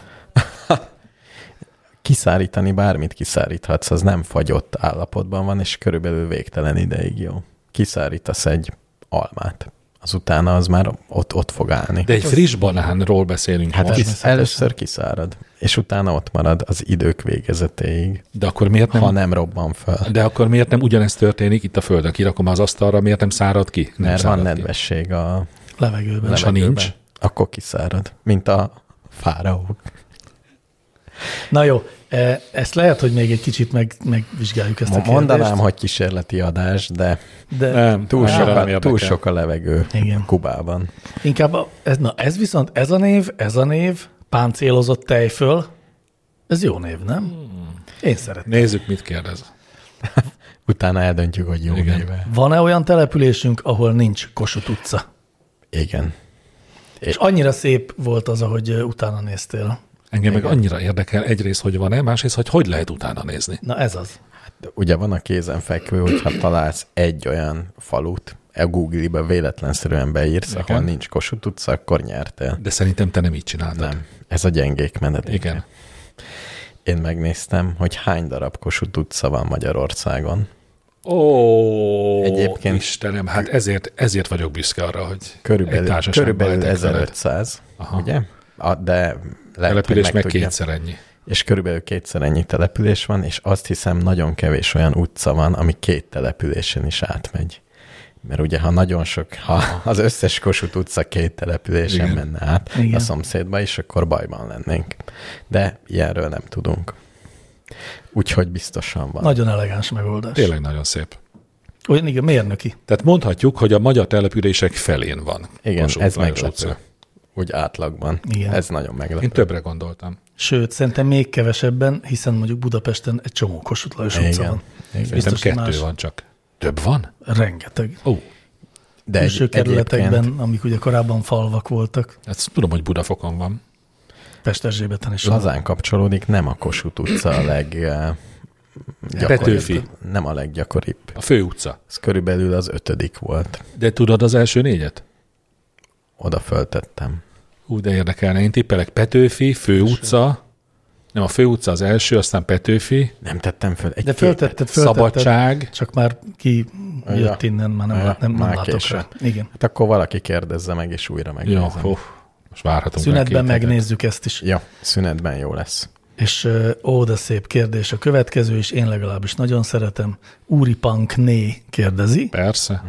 Speaker 1: Kiszárítani bármit kiszáríthatsz, az nem fagyott állapotban van, és körülbelül végtelen ideig jó. Kiszárítasz egy almát. Azután az már ott, ott fog állni.
Speaker 3: De egy friss banánról beszélünk hát
Speaker 1: Hát
Speaker 3: most,
Speaker 1: kisz, először kiszárad, és utána ott marad az idők végezetéig,
Speaker 3: de akkor miért
Speaker 1: nem. ha
Speaker 3: nem,
Speaker 1: nem robban föl.
Speaker 3: de akkor miért nem ugyanezt történik itt a Földön? Kirakom az asztalra, miért nem szárad ki? Nem
Speaker 1: Mert van
Speaker 3: szárad ki.
Speaker 1: nedvesség a
Speaker 2: Levegőben.
Speaker 3: És ha
Speaker 1: levegőben,
Speaker 3: nincs?
Speaker 1: Akkor kiszárad, mint a fáraók.
Speaker 2: Na jó, e, ezt lehet, hogy még egy kicsit meg, megvizsgáljuk ezt a
Speaker 1: Ma
Speaker 2: kérdést.
Speaker 1: mondanám, hogy kísérleti adás, de
Speaker 2: de
Speaker 3: Nem,
Speaker 1: túl,
Speaker 3: annyira
Speaker 1: sok
Speaker 3: nem
Speaker 1: a,
Speaker 3: érdekel.
Speaker 1: túl sok a levegő
Speaker 2: Igen.
Speaker 1: Kubában.
Speaker 2: Inkább, a, ez, na ez viszont, ez a név, ez a név, páncélozott tejföl, ez jó név, nem?
Speaker 1: Hmm.
Speaker 2: Én szeretem.
Speaker 3: Nézzük, mit kérdez.
Speaker 1: Utána eldöntjük, hogy jó
Speaker 3: Igen.
Speaker 1: néve.
Speaker 2: Van-e olyan településünk, ahol nincs Kossuth utca?
Speaker 1: Igen.
Speaker 2: És annyira szép volt az, ahogy ö, utána néztél.
Speaker 3: Engem meg annyira érdekel egyrészt, hogy van-e, másrészt, hogy hogy lehet utána nézni.
Speaker 2: Na ez az.
Speaker 1: De Ugye van a kézenfekvő, hogyha találsz egy olyan falut, a Google-be véletlenszerűen beírsz, Igen. ahol nincs Kossuth utca, akkor nyertél.
Speaker 3: De szerintem te nem így csináltad.
Speaker 1: Nem. Ez a gyengék menedék.
Speaker 3: Igen.
Speaker 1: Én megnéztem, hogy hány darab Kossuth utca van Magyarországon.
Speaker 3: Ó,
Speaker 1: Egyébként-
Speaker 3: Istenem, hát ezért, ezért vagyok büszke arra, hogy egy
Speaker 1: Körülbelül,
Speaker 3: társaságban
Speaker 1: körülbelül
Speaker 3: lehetek veled.
Speaker 1: 1500,
Speaker 3: Aha.
Speaker 1: ugye? A, de lehet, hogy
Speaker 3: Település
Speaker 1: meg,
Speaker 3: meg
Speaker 1: tudja.
Speaker 3: kétszer ennyi.
Speaker 1: És körülbelül kétszer ennyi település van, és azt hiszem nagyon kevés olyan utca van, ami két településen is átmegy. Mert ugye, ha nagyon sok, ha az összes Kossuth utca két településen Igen. menne át Igen. a
Speaker 2: Igen.
Speaker 1: szomszédba is, akkor bajban lennénk. De ilyenről nem tudunk. Úgyhogy biztosan van.
Speaker 2: Nagyon elegáns megoldás.
Speaker 3: Tényleg nagyon szép.
Speaker 2: Olyan, igen, mérnöki.
Speaker 3: Tehát mondhatjuk, hogy a magyar települések felén van.
Speaker 1: Igen,
Speaker 3: Kossuth
Speaker 1: ez
Speaker 3: Lajos
Speaker 1: meglepő.
Speaker 3: utca.
Speaker 1: Úgy átlagban. Igen.
Speaker 2: Igen.
Speaker 1: Ez nagyon meglepő.
Speaker 3: Én többre gondoltam.
Speaker 2: Sőt, szerintem még kevesebben, hiszen mondjuk Budapesten egy csomó Kossuth Lajos utca
Speaker 1: Igen.
Speaker 2: van.
Speaker 1: Igen.
Speaker 3: Szerintem
Speaker 2: Biztos, hogy
Speaker 3: kettő
Speaker 2: más.
Speaker 3: van csak. Több van?
Speaker 2: Rengeteg.
Speaker 3: Ó,
Speaker 1: De egy-
Speaker 2: Külső
Speaker 1: egyébként-
Speaker 2: kerületekben, amik ugye korábban falvak voltak,
Speaker 3: ezt hát tudom, hogy Budafokon van.
Speaker 2: Pesterzsébeten is. van.
Speaker 1: lazán kapcsolódik, nem a Kossuth utca a leg... eh, gyakoribb-
Speaker 3: Petőfi.
Speaker 1: Nem a leggyakoribb.
Speaker 3: A fő utca.
Speaker 1: Ez körülbelül az ötödik volt.
Speaker 3: De tudod az első négyet?
Speaker 1: oda föltettem.
Speaker 3: Ú, de érdekelne, én tippelek Petőfi, Főutca, nem a Főutca az első, aztán Petőfi,
Speaker 1: Nem tettem föl egy
Speaker 2: De föltetted, föltetted.
Speaker 3: Szabadság,
Speaker 2: Csak már ki jött
Speaker 1: Ja.
Speaker 2: innen, már nem,
Speaker 1: Ja,
Speaker 2: lát, nem, nem
Speaker 1: már
Speaker 2: látok
Speaker 1: késő.
Speaker 2: rá. Igen.
Speaker 1: Hát akkor valaki kérdezze meg, és újra
Speaker 3: jó,
Speaker 1: megnézem.
Speaker 3: hú, most várhatunk. rá
Speaker 2: Szünetben
Speaker 3: két hetet.
Speaker 2: megnézzük ezt is.
Speaker 1: Ja, szünetben jó lesz.
Speaker 2: És ö, ó, de szép kérdés a következő, és én legalábbis nagyon szeretem. Úri Punk né kérdezi.
Speaker 3: Persze.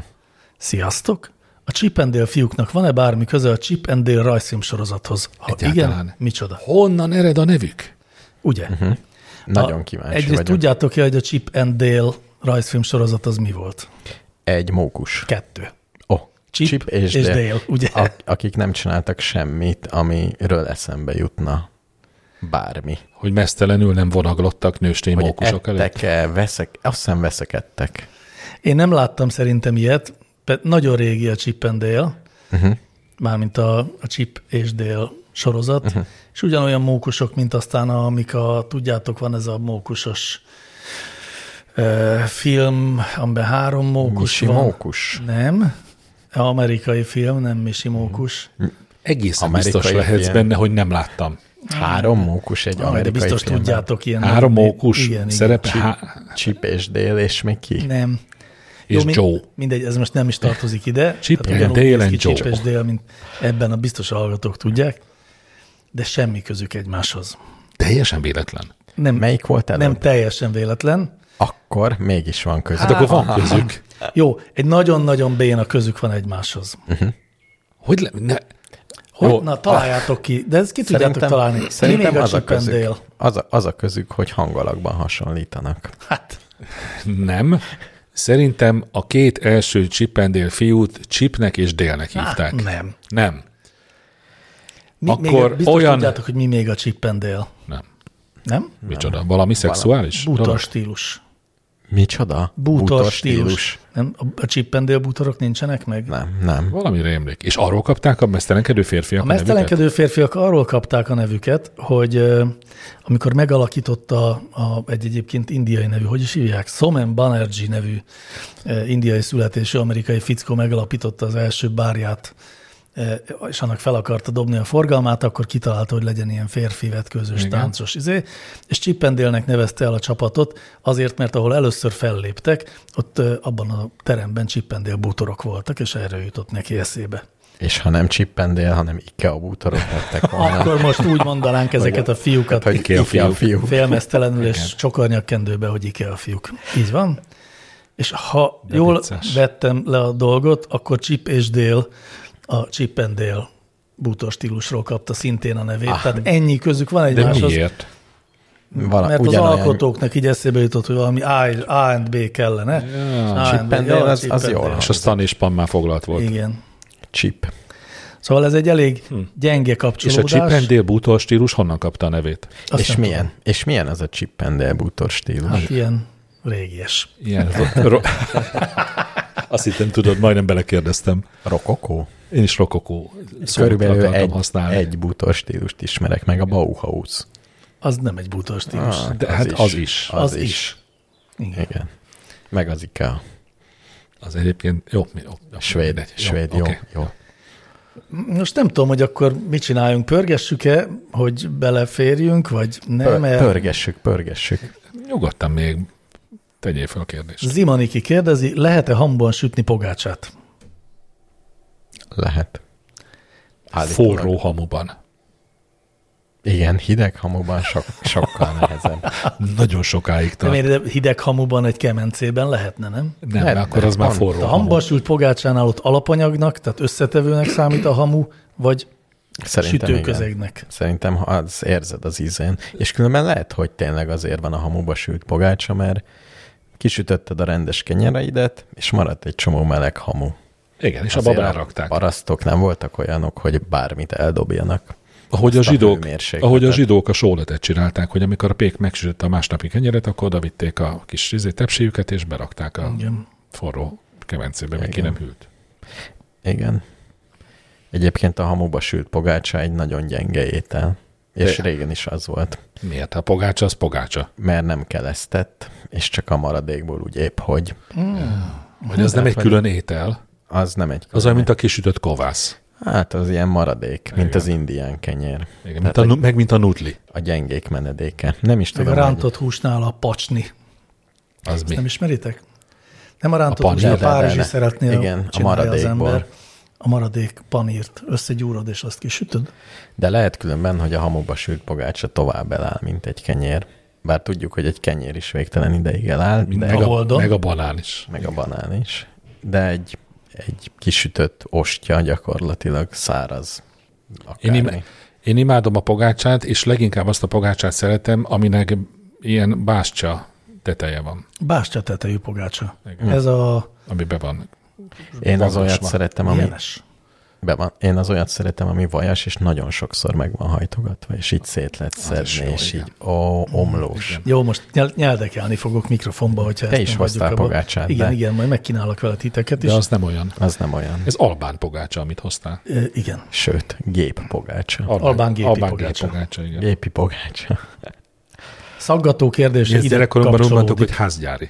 Speaker 2: Sziasztok! A Chip and Dale fiúknak van-e bármi köze a Chip and Dale rajzfilm sorozathoz? Ha
Speaker 3: Egyáltalán.
Speaker 2: igen, micsoda?
Speaker 3: Honnan ered a nevük?
Speaker 2: Ugye? Uh-huh.
Speaker 1: Mhm. Nagyon kíváncsi
Speaker 2: Egyrészt
Speaker 1: vagyok.
Speaker 2: tudjátok-e, hogy a Chip and Dale rajzfilm sorozat az mi volt?
Speaker 1: Egy mókus.
Speaker 2: Kettő.
Speaker 1: Oh,
Speaker 2: Chip és Dale, ugye?
Speaker 1: Ak- akik nem csináltak semmit, amiről eszembe jutna bármi.
Speaker 3: Hogy mesztelenül nem vonaglottak nőstény
Speaker 1: Hogy
Speaker 3: mókusok előtt.
Speaker 1: ettek-e, veszek, azt hiszem veszekedtek.
Speaker 2: Én nem láttam szerintem ilyet, pe- nagyon régi a Chip and Dale, uh-huh. mármint a, a Chip és Dale sorozat, uh-huh. és ugyanolyan mókusok, mint aztán, a, amik a, tudjátok, van ez a mókusos ö, film, amiben három mókus
Speaker 1: Misi
Speaker 2: van.
Speaker 1: mókus?
Speaker 2: Nem, amerikai film, nem Misi mókus.
Speaker 3: Egészen
Speaker 1: Amerikai
Speaker 3: biztos lehetsz
Speaker 1: ilyen.
Speaker 3: benne, hogy nem láttam.
Speaker 1: Három mókus egy
Speaker 2: Amerikai de
Speaker 1: amerikai
Speaker 2: biztos
Speaker 1: filmben.
Speaker 2: tudjátok ilyen.
Speaker 3: Három
Speaker 2: nem-
Speaker 3: mókus
Speaker 2: igen, igen.
Speaker 3: szerep, há-
Speaker 1: Chip és Dale, és még ki?
Speaker 2: Nem.
Speaker 3: És
Speaker 2: min-
Speaker 3: Joe.
Speaker 2: Mindegy, ez most nem is tartozik ide.
Speaker 3: Chip
Speaker 2: Tehát
Speaker 3: and
Speaker 2: ugyanúgy
Speaker 3: Dale
Speaker 2: néz ki
Speaker 3: and Joe.
Speaker 2: Chip és Dale, mint ebben a biztos hallgatók tudják, de semmi közük egymáshoz.
Speaker 3: teljesen véletlen.
Speaker 2: Nem,
Speaker 1: Melyik volt előbb?
Speaker 2: nem teljesen véletlen.
Speaker 1: Akkor mégis van között.
Speaker 3: Hát akkor
Speaker 2: Ah.
Speaker 3: van közük.
Speaker 2: Jó, egy nagyon-nagyon béna közük van egymáshoz.
Speaker 3: Hogy le, ne,
Speaker 2: Hogy,
Speaker 3: Jó.
Speaker 2: na, találjátok ki, de ezt ki tudjátok találni. Mi
Speaker 1: Szerintem
Speaker 2: még a
Speaker 1: az a,
Speaker 2: Chip and
Speaker 1: közük,
Speaker 2: Dale?
Speaker 1: az, a, az a közük, hogy hangalakban hasonlítanak.
Speaker 2: Hát,
Speaker 3: nem. Szerintem a két első csipendél fiút Chipnek és Délnek hívták.
Speaker 2: nem.
Speaker 3: Nem.
Speaker 2: Mi,
Speaker 3: Akkor
Speaker 2: még, biztos
Speaker 3: olyan-
Speaker 2: tudjátok, hogy mi még a Chip and Dale.
Speaker 3: Nem.
Speaker 2: Nem?
Speaker 3: Micsoda? Valami szexuális?
Speaker 2: Bútor
Speaker 3: dolog?
Speaker 2: stílus.
Speaker 1: Micsoda?
Speaker 2: Bútor
Speaker 1: Bútor
Speaker 2: stílus. Nem? A- A Chip and Dale bútorok nincsenek meg?
Speaker 1: Nem, nem.
Speaker 3: Valami rémlik. És arról kapták a mesztelenkedő férfiak
Speaker 2: A
Speaker 3: a, nevüket?
Speaker 2: mesztelenkedő férfiak arról kapták a nevüket, hogy ö, amikor megalakította a, egy egyébként indiai nevű, hogy is hívják, Somen Banerjee nevű ö, indiai születésű amerikai fickó megalapította az első bárját, ö, és annak fel akarta dobni a forgalmát, akkor kitalálta, hogy legyen ilyen férfi vetkőzős
Speaker 3: Igen.
Speaker 2: táncos izé, és Chippendélnek nevezte el a csapatot, azért, mert ahol először felléptek, ott ö, abban a teremben Chippendél bútorok voltak, és erről jutott neki eszébe.
Speaker 1: És ha nem csippendél, hanem IKEA bútorok lettek volna.
Speaker 2: Akkor most úgy mondanánk ezeket a fiúkat,
Speaker 1: hogy
Speaker 2: hogy
Speaker 1: IKEA, IKEA fiúk.
Speaker 2: félmeztelenül és csokornyakkendőbe, hogy IKEA fiúk. Így van. És ha De jól
Speaker 3: vicces.
Speaker 2: vettem le a dolgot, akkor Chip és Dél a Chip and Dale bútor stílusról kapta szintén a nevét. Ah, Tehát ennyi közük van
Speaker 3: De
Speaker 2: egymáshoz.
Speaker 3: miért?
Speaker 1: Vala,
Speaker 2: Mert ugyanolyan... az alkotóknak így eszébe jutott, hogy valami A, és- A and B kellene. Ja,
Speaker 1: Chip and Dale az- az jól
Speaker 3: És a Stan és Pan már foglalt volt.
Speaker 2: Igen.
Speaker 1: Chip.
Speaker 2: Szóval ez egy elég gyenge
Speaker 3: És a
Speaker 2: kapcsolódás.
Speaker 3: csipendél bútor stílus honnan kapta a nevét?
Speaker 2: Azt
Speaker 1: és
Speaker 2: nem
Speaker 1: milyen? És milyen az a csippendél bútor stílus?
Speaker 2: Hát ilyen régies.
Speaker 3: Ilyen. ro- Azt hittem, tudod, majdnem belekérdeztem.
Speaker 1: Rokokó?
Speaker 3: Én is rokokó szót
Speaker 1: Körülbelül
Speaker 3: akartam
Speaker 1: egy,
Speaker 3: használni.
Speaker 1: egy bútor stílust ismerek meg, a Bauhaus.
Speaker 2: Az nem egy bútor stílus. Ah,
Speaker 3: De hát az is.
Speaker 1: Az,
Speaker 2: Az
Speaker 1: is.
Speaker 2: is. Igen.
Speaker 1: Igen. Meg az IKEA.
Speaker 3: Az egyébként jó. mi- jó, jó
Speaker 1: Svéd,
Speaker 3: mindegy.
Speaker 1: svéd, jó,
Speaker 3: oké.
Speaker 1: jó.
Speaker 2: Most nem tudom, hogy akkor mit csináljunk, pörgessük-e, hogy beleférjünk, vagy nem,
Speaker 1: Pör,
Speaker 2: mert
Speaker 1: pörgessük, pörgessük.
Speaker 3: Nyugodtan még tegyél fel a kérdést.
Speaker 2: Zimaniki kérdezi, lehet-e hamban sütni pogácsát?
Speaker 1: Lehet. Állítólag.
Speaker 3: Forró hamuban.
Speaker 1: Igen, hideg hamuban sok, sokkal nehezebb.
Speaker 3: Nagyon sokáig
Speaker 2: De
Speaker 3: tart.
Speaker 2: miért de hideg hamuban egy kemencében lehetne, nem?
Speaker 3: Nem,
Speaker 1: Nem,
Speaker 3: akkor az
Speaker 1: nem,
Speaker 3: már
Speaker 1: van.
Speaker 3: forró
Speaker 2: A
Speaker 3: hamu.
Speaker 2: hamban sült pogácsánál ott alapanyagnak, tehát összetevőnek számít a hamu, vagy
Speaker 1: Szerintem igen.
Speaker 2: sütőközegnek?
Speaker 1: Szerintem ha az érzed az ízén. És különben lehet, hogy tényleg azért van a hamuba sült pogácsa, mert kisütötted a rendes kenyereidet, és maradt egy csomó meleg hamu.
Speaker 3: Igen, és a
Speaker 1: Azért
Speaker 3: babára rakták.
Speaker 1: parasztok nem voltak olyanok, hogy bármit eldobjanak.
Speaker 3: Ahogy a,
Speaker 1: Azt a
Speaker 3: zsidók,
Speaker 1: hőmérsékletet.
Speaker 3: ahogy a zsidók a sóletet csinálták, hogy amikor a pék megsütötte a másnapi kenyeret, akkor oda vitték a kis izé, tepsiüket, és berakták a
Speaker 2: Igen.
Speaker 3: forró kemencébe, még ki
Speaker 1: Igen.
Speaker 3: nem hűlt.
Speaker 1: Igen. Egyébként a hamuba sült pogácsa egy nagyon gyenge étel. És
Speaker 3: De-
Speaker 1: régen is az volt,
Speaker 3: Miért? Hát A pogácsa az pogácsa.
Speaker 1: mert nem kelesztett, és csak a maradékból úgy épp, hogy
Speaker 2: Hát
Speaker 3: Vagy az nem egy külön étel,
Speaker 1: az nem egy
Speaker 3: az olyan, mint a kisütött kovász.
Speaker 1: Hát az ilyen maradék, Igen. mint
Speaker 3: Igen.
Speaker 1: az indián kenyér.
Speaker 3: Igen,
Speaker 1: Tehát
Speaker 3: mint a, nu- meg mint a nudli.
Speaker 1: A gyengék menedéke. Nem is
Speaker 2: Meg
Speaker 1: tudom,
Speaker 2: a
Speaker 1: hogy
Speaker 2: rántott húsnál a pacsni.
Speaker 3: Az
Speaker 2: Ezt
Speaker 3: mi?
Speaker 2: nem ismeritek? Nem a rántott
Speaker 3: A
Speaker 2: a húsnál, a
Speaker 1: panír, de,
Speaker 2: párizsi
Speaker 1: de, de.
Speaker 2: szeretnél
Speaker 1: Igen, a
Speaker 2: csinálja az
Speaker 1: maradékból.
Speaker 2: ember. A maradék panírt összegyúrod, és azt kisütöd.
Speaker 1: De lehet különben, hogy a hamukba sült pogácsa tovább eláll, mint egy kenyér. Bár tudjuk, hogy egy kenyér is végtelen ideig eláll, de
Speaker 3: meg,
Speaker 1: meg a,
Speaker 2: oldal.
Speaker 3: meg a banán is.
Speaker 1: meg a banán is. De egy, egy kisütött ostya gyakorlatilag száraz.
Speaker 3: Én,
Speaker 1: Akármi.
Speaker 3: im- én imádom a pogácsát, és leginkább azt a pogácsát szeretem, aminek ilyen bástya teteje van,
Speaker 2: Bástya tetejű pogácsa.
Speaker 3: Igen.
Speaker 2: Ez a
Speaker 3: amiben van.
Speaker 1: Én az olyat
Speaker 3: Vagosva.
Speaker 1: szeretem, ami
Speaker 2: jeles.
Speaker 1: be van, én az olyat szeretem, ami vajas, és nagyon sokszor meg van hajtogatva, és így szét lehet
Speaker 3: is
Speaker 1: szedni,
Speaker 3: jó,
Speaker 1: és
Speaker 3: igen.
Speaker 1: így ó, omlós.
Speaker 3: Igen.
Speaker 2: Jó, most nyel- nyeldekelni fogok mikrofonba, hogyha
Speaker 1: Te
Speaker 2: ezt
Speaker 1: is
Speaker 2: nem hagyjuk
Speaker 1: hoztál
Speaker 2: abba.
Speaker 1: pogácsát,
Speaker 2: Igen,
Speaker 1: de-
Speaker 2: igen, majd megkínálok vele titeket is.
Speaker 3: De az nem olyan.
Speaker 1: Az nem olyan.
Speaker 3: Ez albán pogácsa, amit hoztál.
Speaker 2: Ö, Igen.
Speaker 1: Sőt, gép pogácsa.
Speaker 2: Albán gépi
Speaker 3: albán
Speaker 2: pogácsa.
Speaker 3: gépi pogácsa igen. Gépi.
Speaker 1: Gépi pogácsa.
Speaker 2: Szaggató kérdés,
Speaker 3: Ezt
Speaker 2: ide
Speaker 3: gyerekkoromban úgy mondtuk,
Speaker 2: kapcsolódik.
Speaker 3: hogy házgyári.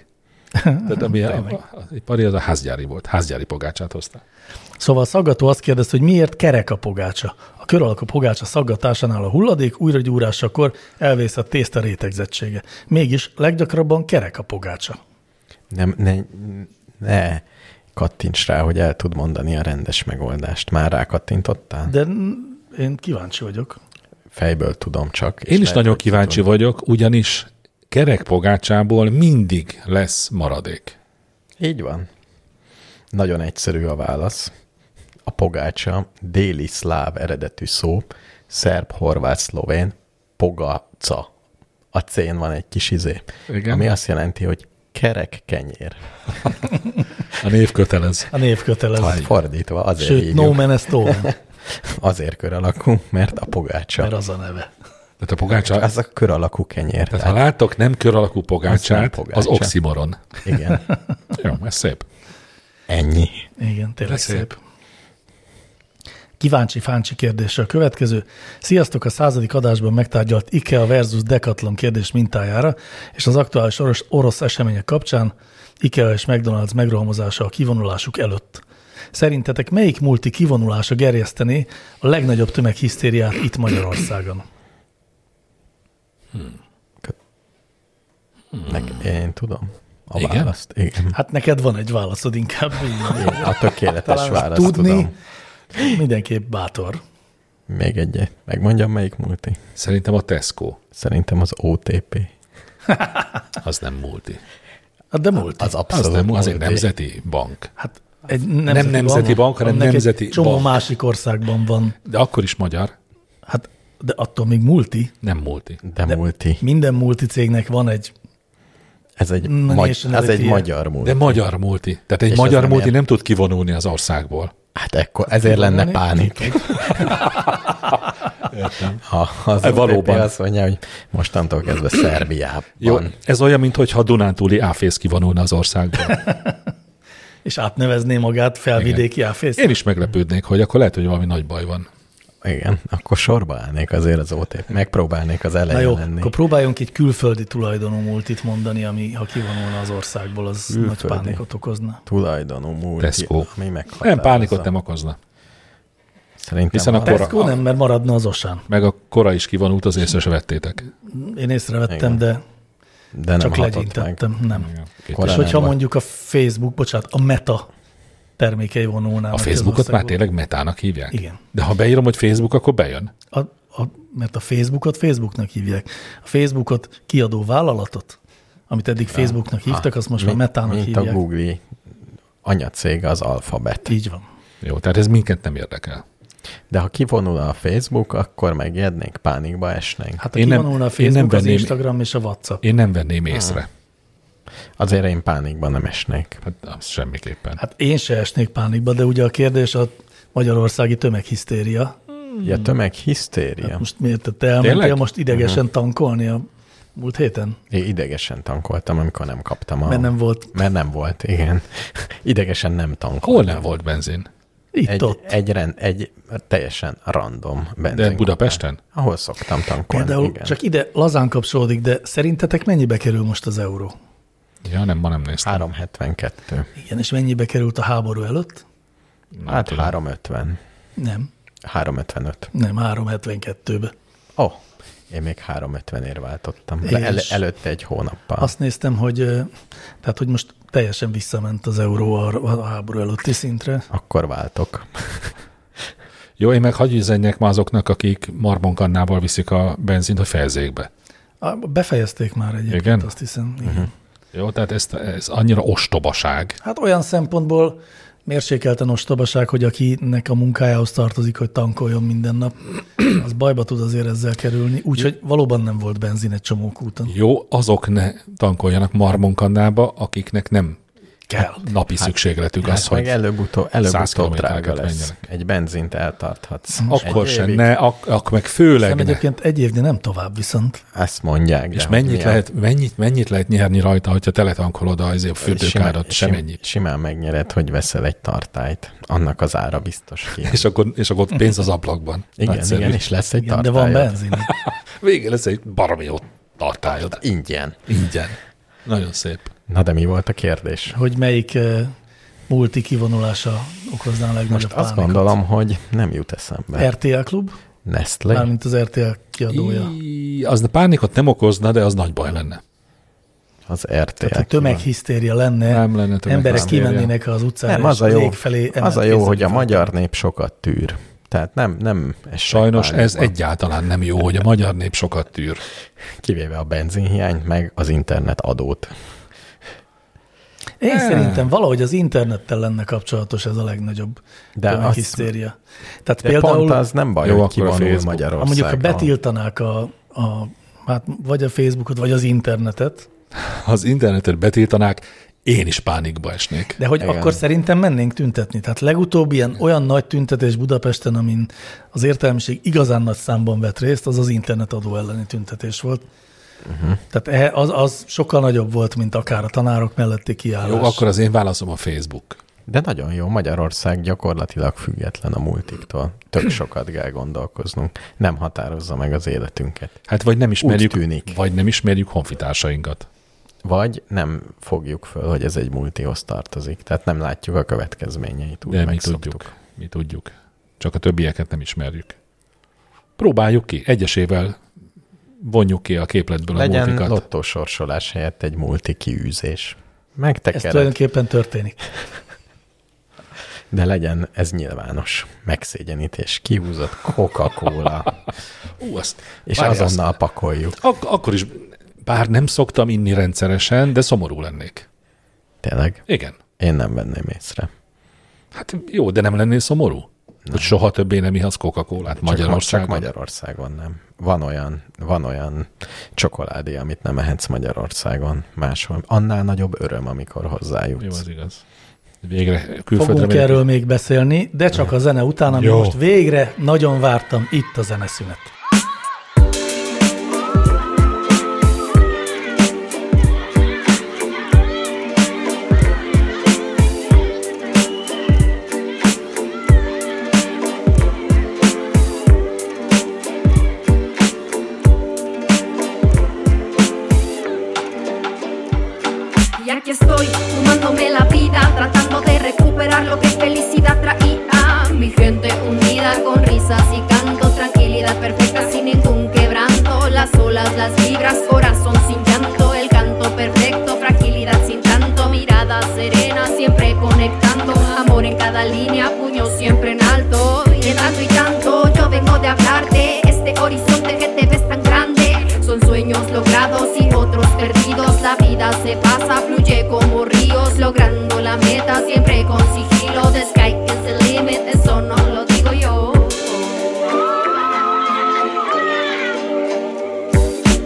Speaker 3: Tehát ami a, a, a, egy pari az a házgyári volt, házgyári pogácsát hozta.
Speaker 2: Szóval a szaggató azt kérdezte, hogy miért kerek a pogácsa. A kör alakú pogácsa szaggatásánál a hulladék újragyúrásakor elvész a tészta rétegzettsége. Mégis leggyakrabban kerek a pogácsa.
Speaker 1: Nem, ne, ne kattints rá, hogy el tud mondani a rendes megoldást. Már rá kattintottál?
Speaker 2: De n- én kíváncsi vagyok.
Speaker 1: Fejből tudom csak. és
Speaker 3: Én is
Speaker 1: lehet,
Speaker 3: nagyon
Speaker 1: hogy
Speaker 3: kíváncsi
Speaker 1: tudom.
Speaker 3: vagyok, ugyanis kerek pogácsából mindig lesz maradék.
Speaker 1: Így van. Nagyon egyszerű a válasz. A pogácsa déli szláv eredetű szó, szerb, horvát, szlovén, pogaca. A cén van egy kis izé,
Speaker 3: Igen.
Speaker 1: ami azt jelenti, hogy kerek kenyér.
Speaker 3: A név kötelez.
Speaker 2: A név
Speaker 1: Hát
Speaker 2: kötelező.
Speaker 1: fordítva, azért Sőt,
Speaker 2: Sőt, no
Speaker 1: hívjuk,
Speaker 2: man is no man,
Speaker 1: azért kör alakú, mert a pogácsa.
Speaker 2: mert az a neve.
Speaker 3: Tehát a pogácsa,
Speaker 1: Az a kör alakú kenyér.
Speaker 3: tehát ha láttok nem kör alakú pogácsát, az,
Speaker 1: pogácsa.
Speaker 3: az oximoron.
Speaker 1: Igen,
Speaker 3: Jó, ez szép.
Speaker 1: ennyi.
Speaker 2: Igen, tényleg
Speaker 3: De
Speaker 2: szép.
Speaker 3: szép.
Speaker 2: szép. Kíváncsi fáncsi kérdésre a következő. Sziasztok a századik adásban megtárgyalt IKEA versus Decathlon kérdés mintájára, és az aktuális orosz, orosz események kapcsán IKEA és McDonald's megrohamozása a kivonulásuk előtt. Szerintetek melyik multi kivonulása gerjesztené a legnagyobb tömeghisztériát itt Magyarországon?
Speaker 1: Meg én tudom a
Speaker 3: Mm. Igen?
Speaker 1: választ. Igen.
Speaker 2: Hát neked van egy válaszod inkább. így van.
Speaker 1: Én a tökéletes
Speaker 2: Talán azt
Speaker 1: választ tudni. tudom.
Speaker 2: mindenképp bátor.
Speaker 1: Még egyet. Megmondjam, melyik multi?
Speaker 3: Szerintem a Tesco,
Speaker 1: Szerintem az OTP.
Speaker 3: az nem multi.
Speaker 2: Hát de multi.
Speaker 1: Az abszolút
Speaker 3: Az, nem, az egy
Speaker 1: multi.
Speaker 3: nemzeti bank.
Speaker 2: Hát egy nemzeti
Speaker 3: Nem nemzeti bank, hanem
Speaker 2: aminek egy
Speaker 3: nemzeti
Speaker 2: csomó
Speaker 3: bank.
Speaker 2: másik országban van.
Speaker 3: De akkor is magyar,
Speaker 2: Hát, de attól még multi.
Speaker 3: nem multi.
Speaker 1: De, de multi.
Speaker 2: Minden multi cégnek van egy,
Speaker 1: Ez egy,
Speaker 2: Na,
Speaker 1: magy-
Speaker 2: National
Speaker 1: ez egy
Speaker 2: Tier.
Speaker 1: magyar multi.
Speaker 3: De
Speaker 1: De
Speaker 3: magyar multi. Tehát egy
Speaker 1: És az
Speaker 3: magyar
Speaker 1: nem
Speaker 3: multi
Speaker 1: ilyen.
Speaker 3: nem tud kivonulni az országból.
Speaker 1: hát ekkor, ezért lenne pánik. Ha az
Speaker 3: E,
Speaker 1: OTP
Speaker 3: valóban.
Speaker 1: azt mondja, hogy mostantól kezdve Szerbiában.
Speaker 3: Jó, ez olyan, mintha Dunántúli áfész kivonulna az országból.
Speaker 2: és átnevezné magát felvidéki áfész.
Speaker 3: Én is meglepődnék, hogy akkor lehet, hogy valami nagy baj van.
Speaker 1: Igen, akkor sorba állnék azért az OTP. Megpróbálnék az elején
Speaker 2: Na jó,
Speaker 1: lenni.
Speaker 2: akkor próbáljunk egy külföldi tulajdonú multit mondani, ami ha kivonulna az országból, az
Speaker 1: Külföldi.
Speaker 2: nagy pánikot okozna.
Speaker 1: Tulajdonú multi,
Speaker 3: Tesco.
Speaker 1: ami
Speaker 3: Nem,
Speaker 1: meghatározza.
Speaker 3: pánikot nem okozna.
Speaker 1: Szerintem
Speaker 3: Hiszen
Speaker 1: a-
Speaker 3: akkor- Kora-
Speaker 2: Tesco nem, mert maradna az osán.
Speaker 3: Meg a kora is kivonult, az észre se vettétek.
Speaker 2: Én észrevettem,
Speaker 1: Igen.
Speaker 2: de
Speaker 1: de nem
Speaker 2: csak
Speaker 1: hatott
Speaker 2: legyintettem. Nem.
Speaker 3: Igen.
Speaker 1: Kora-
Speaker 2: És
Speaker 1: nem
Speaker 2: hogyha
Speaker 1: volt.
Speaker 2: mondjuk a Facebook, bocsánat, a Meta termékei vonulnának.
Speaker 3: A
Speaker 2: az
Speaker 3: Facebookot már
Speaker 2: országból.
Speaker 3: tényleg metának hívják?
Speaker 2: Igen.
Speaker 3: De ha beírom, hogy Facebook, akkor bejön.
Speaker 2: A, a, mert a Facebookot Facebooknak hívják. A Facebookot kiadó vállalatot, amit eddig Facebooknak hívtak, azt most már
Speaker 1: Mint-
Speaker 2: Metának
Speaker 1: mint
Speaker 2: hívják.
Speaker 1: a Google anyacég az alfabet.
Speaker 2: Így van.
Speaker 3: Jó, tehát ez minket nem érdekel.
Speaker 1: De ha kivonul a Facebook, akkor megijednénk, pánikba esnénk.
Speaker 2: Hát ha
Speaker 3: Én nem-
Speaker 2: kivonulna a
Speaker 3: én
Speaker 2: Facebook,
Speaker 3: nem
Speaker 2: az
Speaker 3: venném-
Speaker 2: Instagram és a WhatsApp.
Speaker 3: Én nem
Speaker 1: Ah.
Speaker 3: venném észre.
Speaker 1: Azért én pánikba nem esnék.
Speaker 3: Hát az semmiképpen.
Speaker 2: Hát én se esnék pánikba, de ugye a kérdés a magyarországi tömeghisztéria.
Speaker 1: Ja, tömeghisztéria. Hát
Speaker 2: Hmm. Most miért te elmentél
Speaker 3: Tényleg?
Speaker 2: most idegesen tankolni a múlt héten?
Speaker 1: Én idegesen tankoltam, amikor nem kaptam a...
Speaker 2: Mert nem volt
Speaker 1: Mert nem volt, igen. idegesen nem
Speaker 3: Hol
Speaker 1: tankoltam.
Speaker 3: nem volt benzin?
Speaker 1: Egy,
Speaker 2: itt-ott.
Speaker 1: egy, rend, egy teljesen random
Speaker 3: De
Speaker 1: benzinkút.
Speaker 3: Budapesten?
Speaker 1: Ahol szoktam tankolni,
Speaker 2: Például
Speaker 1: igen.
Speaker 2: csak ide lazán kapcsolódik, de szerintetek mennyibe kerül most az euró?
Speaker 3: Ja, nem, ma nem néztem.
Speaker 1: 372.
Speaker 2: Igen, és mennyibe került a háború előtt?
Speaker 1: hát 350.
Speaker 2: Nem,
Speaker 1: 355.
Speaker 2: nem, 372-be.
Speaker 1: Ó, oh, én még 350-ért váltottam.
Speaker 2: És-
Speaker 1: De el, előtte egy hónappal. Azt...
Speaker 2: Azt néztem, hogy, ö, tehát, hogy most teljesen visszament az euró a, a háború előtti szintre.
Speaker 1: Akkor váltok.
Speaker 3: Jó, én meg hagyj üzenjek már azoknak, akik marmonkannával viszik a benzint, hogy fejezzék be.
Speaker 2: Á, Befejezték már egyébként,
Speaker 3: Igen?
Speaker 2: azt hiszem.
Speaker 1: Mhm.
Speaker 2: Igen.
Speaker 3: Jó, tehát ez, ez annyira ostobaság.
Speaker 2: Hát olyan szempontból mérsékelten ostobaság, hogy akinek a munkájához tartozik, hogy tankoljon minden nap, az bajba tud azért ezzel kerülni. Úgyhogy valóban nem volt benzin egy csomó kúton.
Speaker 3: Jó, azok ne tankoljanak marmonkannába, akiknek nem kell. napi hát, szükségletük
Speaker 1: Hát
Speaker 3: az, hogy
Speaker 1: meg előbb-utóbb,
Speaker 3: 100
Speaker 1: előbb-utóbb
Speaker 3: kilométereket
Speaker 1: drága lesz.
Speaker 3: menjenek. Hm.
Speaker 1: Egy benzint eltarthatsz.
Speaker 3: akkor
Speaker 1: egy
Speaker 3: sem,
Speaker 1: évig.
Speaker 3: ne, ak, ak meg főleg
Speaker 2: Nem
Speaker 3: ne.
Speaker 2: egyébként egy évnél nem tovább viszont.
Speaker 1: Ezt mondják. de
Speaker 3: És
Speaker 1: hogy
Speaker 3: mennyit
Speaker 1: milyen-
Speaker 3: lehet, mennyit, mennyit lehet nyerni rajta, hogyha teletankolod a izé, fürdőkádat,
Speaker 1: simán,
Speaker 3: semennyit.
Speaker 1: simán megnyered, hogy veszel egy tartályt. Annak az ára biztos ki.
Speaker 3: És akkor, és akkor ott pénz az ablakban.
Speaker 1: Igen,
Speaker 3: Nagyszerű.
Speaker 1: igen, és lesz egy
Speaker 2: Igen,
Speaker 1: igen,
Speaker 2: de van benzin.
Speaker 3: Végén lesz egy baromi jó tartályod.
Speaker 1: Ingyen.
Speaker 3: Ingyen. Nagyon szép.
Speaker 1: Na de mi volt a kérdés?
Speaker 2: Hogy melyik eh, multi kivonulása okozná a legnagyobb
Speaker 1: Most azt
Speaker 2: pánikot.
Speaker 1: gondolom, hogy nem jut eszembe. Er-
Speaker 2: RTL klub,
Speaker 1: Nestlé?
Speaker 2: mármint az RTL kiadója.
Speaker 3: Í, az a pánikot nem okozna, de az nagy baj lenne.
Speaker 1: Az RTL.
Speaker 2: Tehát, hogy tömeghisztéria lenne,
Speaker 3: Nem lenne
Speaker 2: E, emberek
Speaker 3: tömeghisztéria.
Speaker 2: kimennének az utcára,
Speaker 1: Nem,
Speaker 2: és
Speaker 1: az a jó,
Speaker 2: lég felé
Speaker 1: az a
Speaker 2: emelt
Speaker 1: jó
Speaker 2: kézzel
Speaker 1: hogy a
Speaker 2: fel.
Speaker 1: magyar nép sokat tűr. Tehát nem, nem esnek
Speaker 3: Sajnos ez
Speaker 1: pánikba.
Speaker 3: egyáltalán nem jó, hogy a magyar nép sokat tűr.
Speaker 1: Kivéve a benzinhiányt, meg az internet adót.
Speaker 2: Én
Speaker 3: Nem.
Speaker 2: szerintem valahogy az internettel lenne kapcsolatos ez a legnagyobb
Speaker 1: De
Speaker 2: de
Speaker 1: azt-
Speaker 2: hisztéria. Tehát
Speaker 1: De
Speaker 2: például,
Speaker 1: pont az nem baj,
Speaker 3: Jó,
Speaker 1: jó, hogy
Speaker 3: akkor a
Speaker 1: kivonul
Speaker 3: Facebook.
Speaker 2: ha
Speaker 1: Magyarországon.
Speaker 2: mondjuk ha betiltanák a, a hát vagy a Facebookot, vagy az internetet,
Speaker 3: Ha az internetet betiltanák, én is pánikba esnék.
Speaker 2: de hogy Igen.
Speaker 1: Igen.
Speaker 2: akkor szerintem mennénk tüntetni. Tehát legutóbb ilyen olyan nagy tüntetés Budapesten, amin az értelmiség igazán nagy számban vett részt, az az internetadó elleni tüntetés volt.
Speaker 3: Mhm.
Speaker 2: Uh-huh. Tehát e- az, az sokkal nagyobb volt, mint akár a tanárok melletti kiállás.
Speaker 3: Jó, akkor az én válaszom a Facebook.
Speaker 1: De nagyon jó, Magyarország gyakorlatilag független a multiktól. Tök sokat kell gondolkoznunk. Nem határozza meg az életünket.
Speaker 3: Hát vagy nem ismerjük,
Speaker 1: tűnik.
Speaker 3: vagy nem ismerjük honfitársainkat.
Speaker 1: Vagy nem fogjuk föl, hogy ez egy multihoz tartozik. Tehát nem látjuk a következményeit. Úgy
Speaker 3: De mi
Speaker 1: megszoktuk.
Speaker 3: tudjuk. Mi tudjuk. Csak a többieket nem ismerjük. Próbáljuk ki. Egyesével vonjuk ki a képletből a
Speaker 1: Legyen
Speaker 3: multikat.
Speaker 1: lottósorsolás helyett egy multi kiűzés.
Speaker 2: Ez
Speaker 1: Megtekered,
Speaker 2: tulajdonképpen történik.
Speaker 1: de legyen ez nyilvános. Megszégyenítés, kihúzott Coca-Cola,
Speaker 3: Ú, azt,
Speaker 1: és
Speaker 3: várj, azt-
Speaker 1: azonnal pakoljuk.
Speaker 3: Ak- akkor is, bár nem szoktam inni rendszeresen, de szomorú lennék.
Speaker 1: Tényleg,
Speaker 3: Igen.
Speaker 1: én nem venném észre.
Speaker 3: Hát jó, de nem lennél szomorú? Nem. Hogy soha többé nem ihatsz Coca-Colát Magyarországon.
Speaker 1: Csak, csak Magyarországon nem. Van olyan, van olyan csokoládé, amit nem ehetsz Magyarországon máshol. Annál nagyobb öröm, amikor hozzájutsz.
Speaker 3: Jó, az igaz. Végre külföldre
Speaker 2: Fogunk
Speaker 3: megyek.
Speaker 2: erről még beszélni, de csak a zene után, ami
Speaker 3: Jó.
Speaker 2: most végre nagyon vártam, itt a zeneszünet.
Speaker 4: Y aquí estoy, fumándome la vida, tratando de recuperar lo que felicidad traía. Mi gente unida con risas y canto, tranquilidad perfecta sin ningún quebranto. Las olas, las vibras, corazón sin llanto, el canto perfecto, fragilidad sin tanto, mirada serena, siempre conectando. Amor en cada línea, puño siempre en alto. Y en tanto y tanto, yo vengo de hablarte, este horizonte que te ves tan grande. Son sueños logrados y otros perdidos. La vida se pasa, fluye como ríos, logrando la meta siempre con sigilo. The sky is the limit, eso no lo digo yo.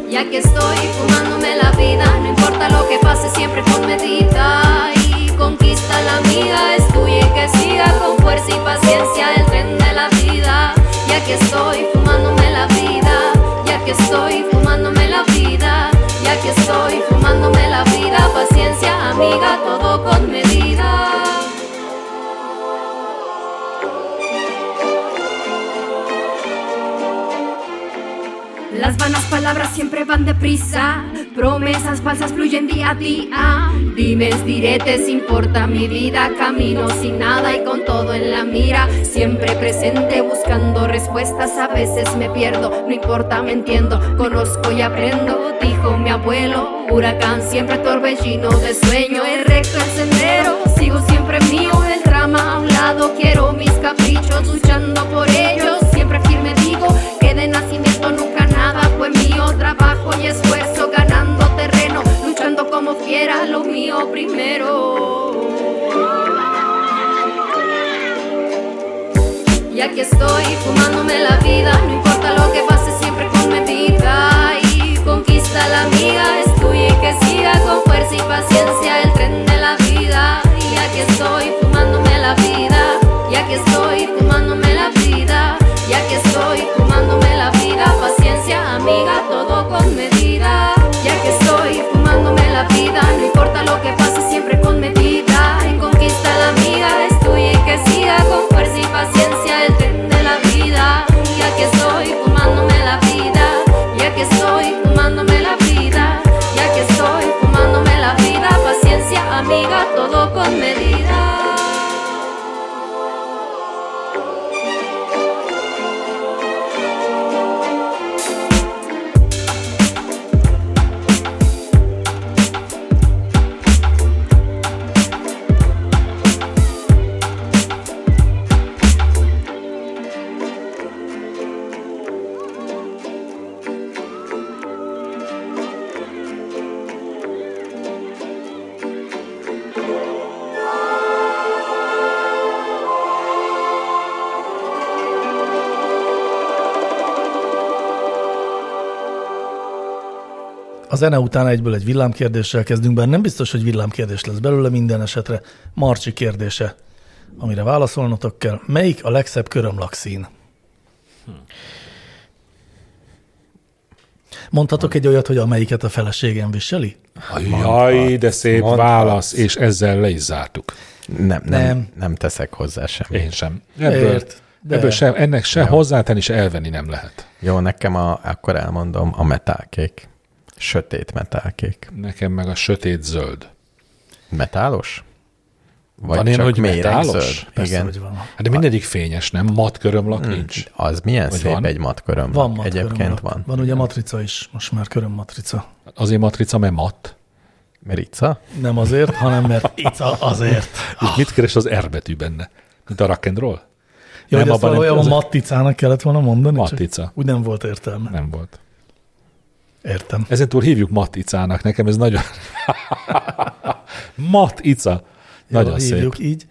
Speaker 4: Y aquí estoy fumándome la vida, no importa lo que pase, siempre con medida. Y conquista la vida, es tuya y que siga con fuerza y paciencia el tren de la vida. Y aquí estoy fumándome la vida, y aquí estoy fumándome la vida, y aquí estoy fumándome la vida. Paciencia, amiga, todo con medida. Las vanas palabras siempre van deprisa, Promesas falsas fluyen día a día. Dimes, diretes, importa mi vida. Camino sin nada y con todo en la mira. Siempre presente buscando respuestas. A veces me pierdo, no importa, me entiendo. Conozco y aprendo, dijo mi abuelo. Huracán, siempre torbellino de sueño. Es recto el sendero, sigo siempre mío. El drama a un lado, quiero mis caprichos. Luchando por ellos, siempre firme digo que de nacimiento nunca nada fue mío. Trabajo y esfuerzo ganando terreno, luchando como fiera lo mío primero. Y aquí estoy fumándome la vida, no importa lo que pase siempre con medida y conquista la amiga, es tuya y que siga con fuerza y paciencia el tren de la vida. Y aquí estoy fumándome la vida, y aquí estoy fumándome la vida, y aquí estoy fumándome la vida, paciencia amiga, todo con medida. Y aquí estoy fumándome la vida, no importa lo que pase siempre con medida y conquista la amiga, es tuya y que siga con fuerza y paciencia el tren de la vida. Y aquí estoy fumándome la vida, y aquí estoy fumándome la vida, y aquí estoy fumándome la vida, paciencia amiga, todo con medida.
Speaker 2: A zene után egyből egy villámkérdéssel kezdünk, bár nem biztos, hogy villámkérdés lesz belőle minden esetre. Marcsi kérdése, amire válaszolnotok kell. Melyik a legszebb körömlakszín? Mondhatok egy olyat, hogy amelyiket a feleségem viseli?
Speaker 3: Jaj, de szép
Speaker 1: Mondhatsz.
Speaker 3: válasz, és ezzel le is zártuk.
Speaker 1: Nem, nem,
Speaker 2: Nem.
Speaker 1: nem, nem teszek hozzá semmit.
Speaker 3: Én sem. Ebből,
Speaker 2: Ért, de-
Speaker 3: ebből sem, ennek se hozzátenni, se elvenni nem lehet.
Speaker 1: Jó, nekem a, akkor elmondom, a metálkék. Sötét metálkék.
Speaker 3: Nekem meg a sötét zöld.
Speaker 1: Metálos? Vagy
Speaker 3: Van ilyen, hogy metálos?
Speaker 1: méregzöld?
Speaker 2: Persze,
Speaker 1: Igen.
Speaker 2: hogy van.
Speaker 3: Hát de mindegyik fényes, nem? Mat körömlak nincs.
Speaker 1: Az milyen
Speaker 3: Vagy
Speaker 1: szép
Speaker 3: van?
Speaker 1: egy matköröm.
Speaker 2: Van mat
Speaker 1: Egyébként
Speaker 2: körömlak.
Speaker 1: van.
Speaker 2: Van ugye matrica is, most már körömmatrica.
Speaker 3: Azért matrica, mert mat.
Speaker 1: Rica?
Speaker 2: Nem azért, hanem mert ica azért.
Speaker 3: És mit keres az R betű benne? Mint a rock and roll?
Speaker 2: Jó,
Speaker 3: Nem,
Speaker 2: nem, ezt
Speaker 3: abban nem
Speaker 2: valójában
Speaker 3: között.
Speaker 2: Matticának kellett volna mondani. csak
Speaker 3: Mattica.
Speaker 2: Úgy nem volt értelme.
Speaker 3: Nem volt.
Speaker 2: Értem.
Speaker 3: Ezen túl hívjuk Maticának, nekem ez nagyon... Matica. Nagyon
Speaker 2: Jól
Speaker 3: szép.
Speaker 2: hívjuk így.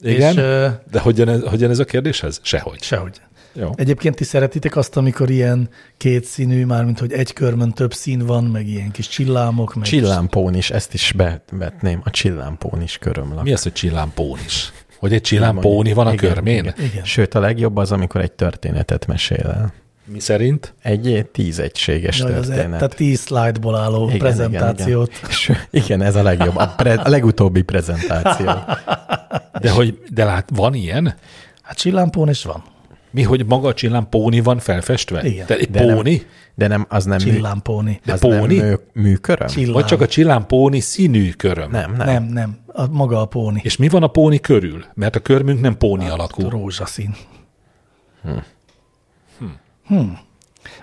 Speaker 3: Igen?
Speaker 2: És, ö,
Speaker 3: De hogyan ez, hogyan ez a kérdéshez? Sehogy.
Speaker 2: sehogy.
Speaker 3: Jó.
Speaker 2: Egyébként ti szeretitek azt, amikor ilyen kétszínű, mármint hogy egy körmön több szín van, meg ilyen kis csillámok, meg
Speaker 1: Csillámpón is, ezt is bevetném, a csillámpón is körömlak.
Speaker 3: Mi az, hogy csillámpón is? Hogy egy csillámpóni van a
Speaker 1: Igen,
Speaker 3: körmén?
Speaker 1: Igen.
Speaker 2: Igen.
Speaker 1: Igen. Sőt, a legjobb az, amikor egy történetet mesél el.
Speaker 3: Mi szerint?
Speaker 1: Egy tíz egységes
Speaker 2: Jaj, az, e-
Speaker 1: történet.
Speaker 2: tehát 10 slide-ból álló igen, prezentációt.
Speaker 1: Igen, igen. És- igen, ez a legjobb. A, pre, a legutóbbi prezentáció.
Speaker 3: De, hogy, de lát, van ilyen?
Speaker 2: Hát csillámpón is van.
Speaker 3: Mi, hogy maga a csillámpóni van felfestve?
Speaker 2: Igen.
Speaker 3: De,
Speaker 1: De
Speaker 3: póni?
Speaker 1: Nem, de nem, az nem, mű,
Speaker 2: Csillámpóni. Hát
Speaker 1: az nem
Speaker 3: póni?
Speaker 1: mű, műköröm?
Speaker 2: Csillám.
Speaker 3: Vagy csak a csillámpóni színű köröm?
Speaker 1: Nem, nem.
Speaker 2: Nem, nem. A, maga a póni.
Speaker 3: És mi van a póni körül? Mert a körmünk nem póni alakú.
Speaker 2: Rózsaszín. Hm. Hm.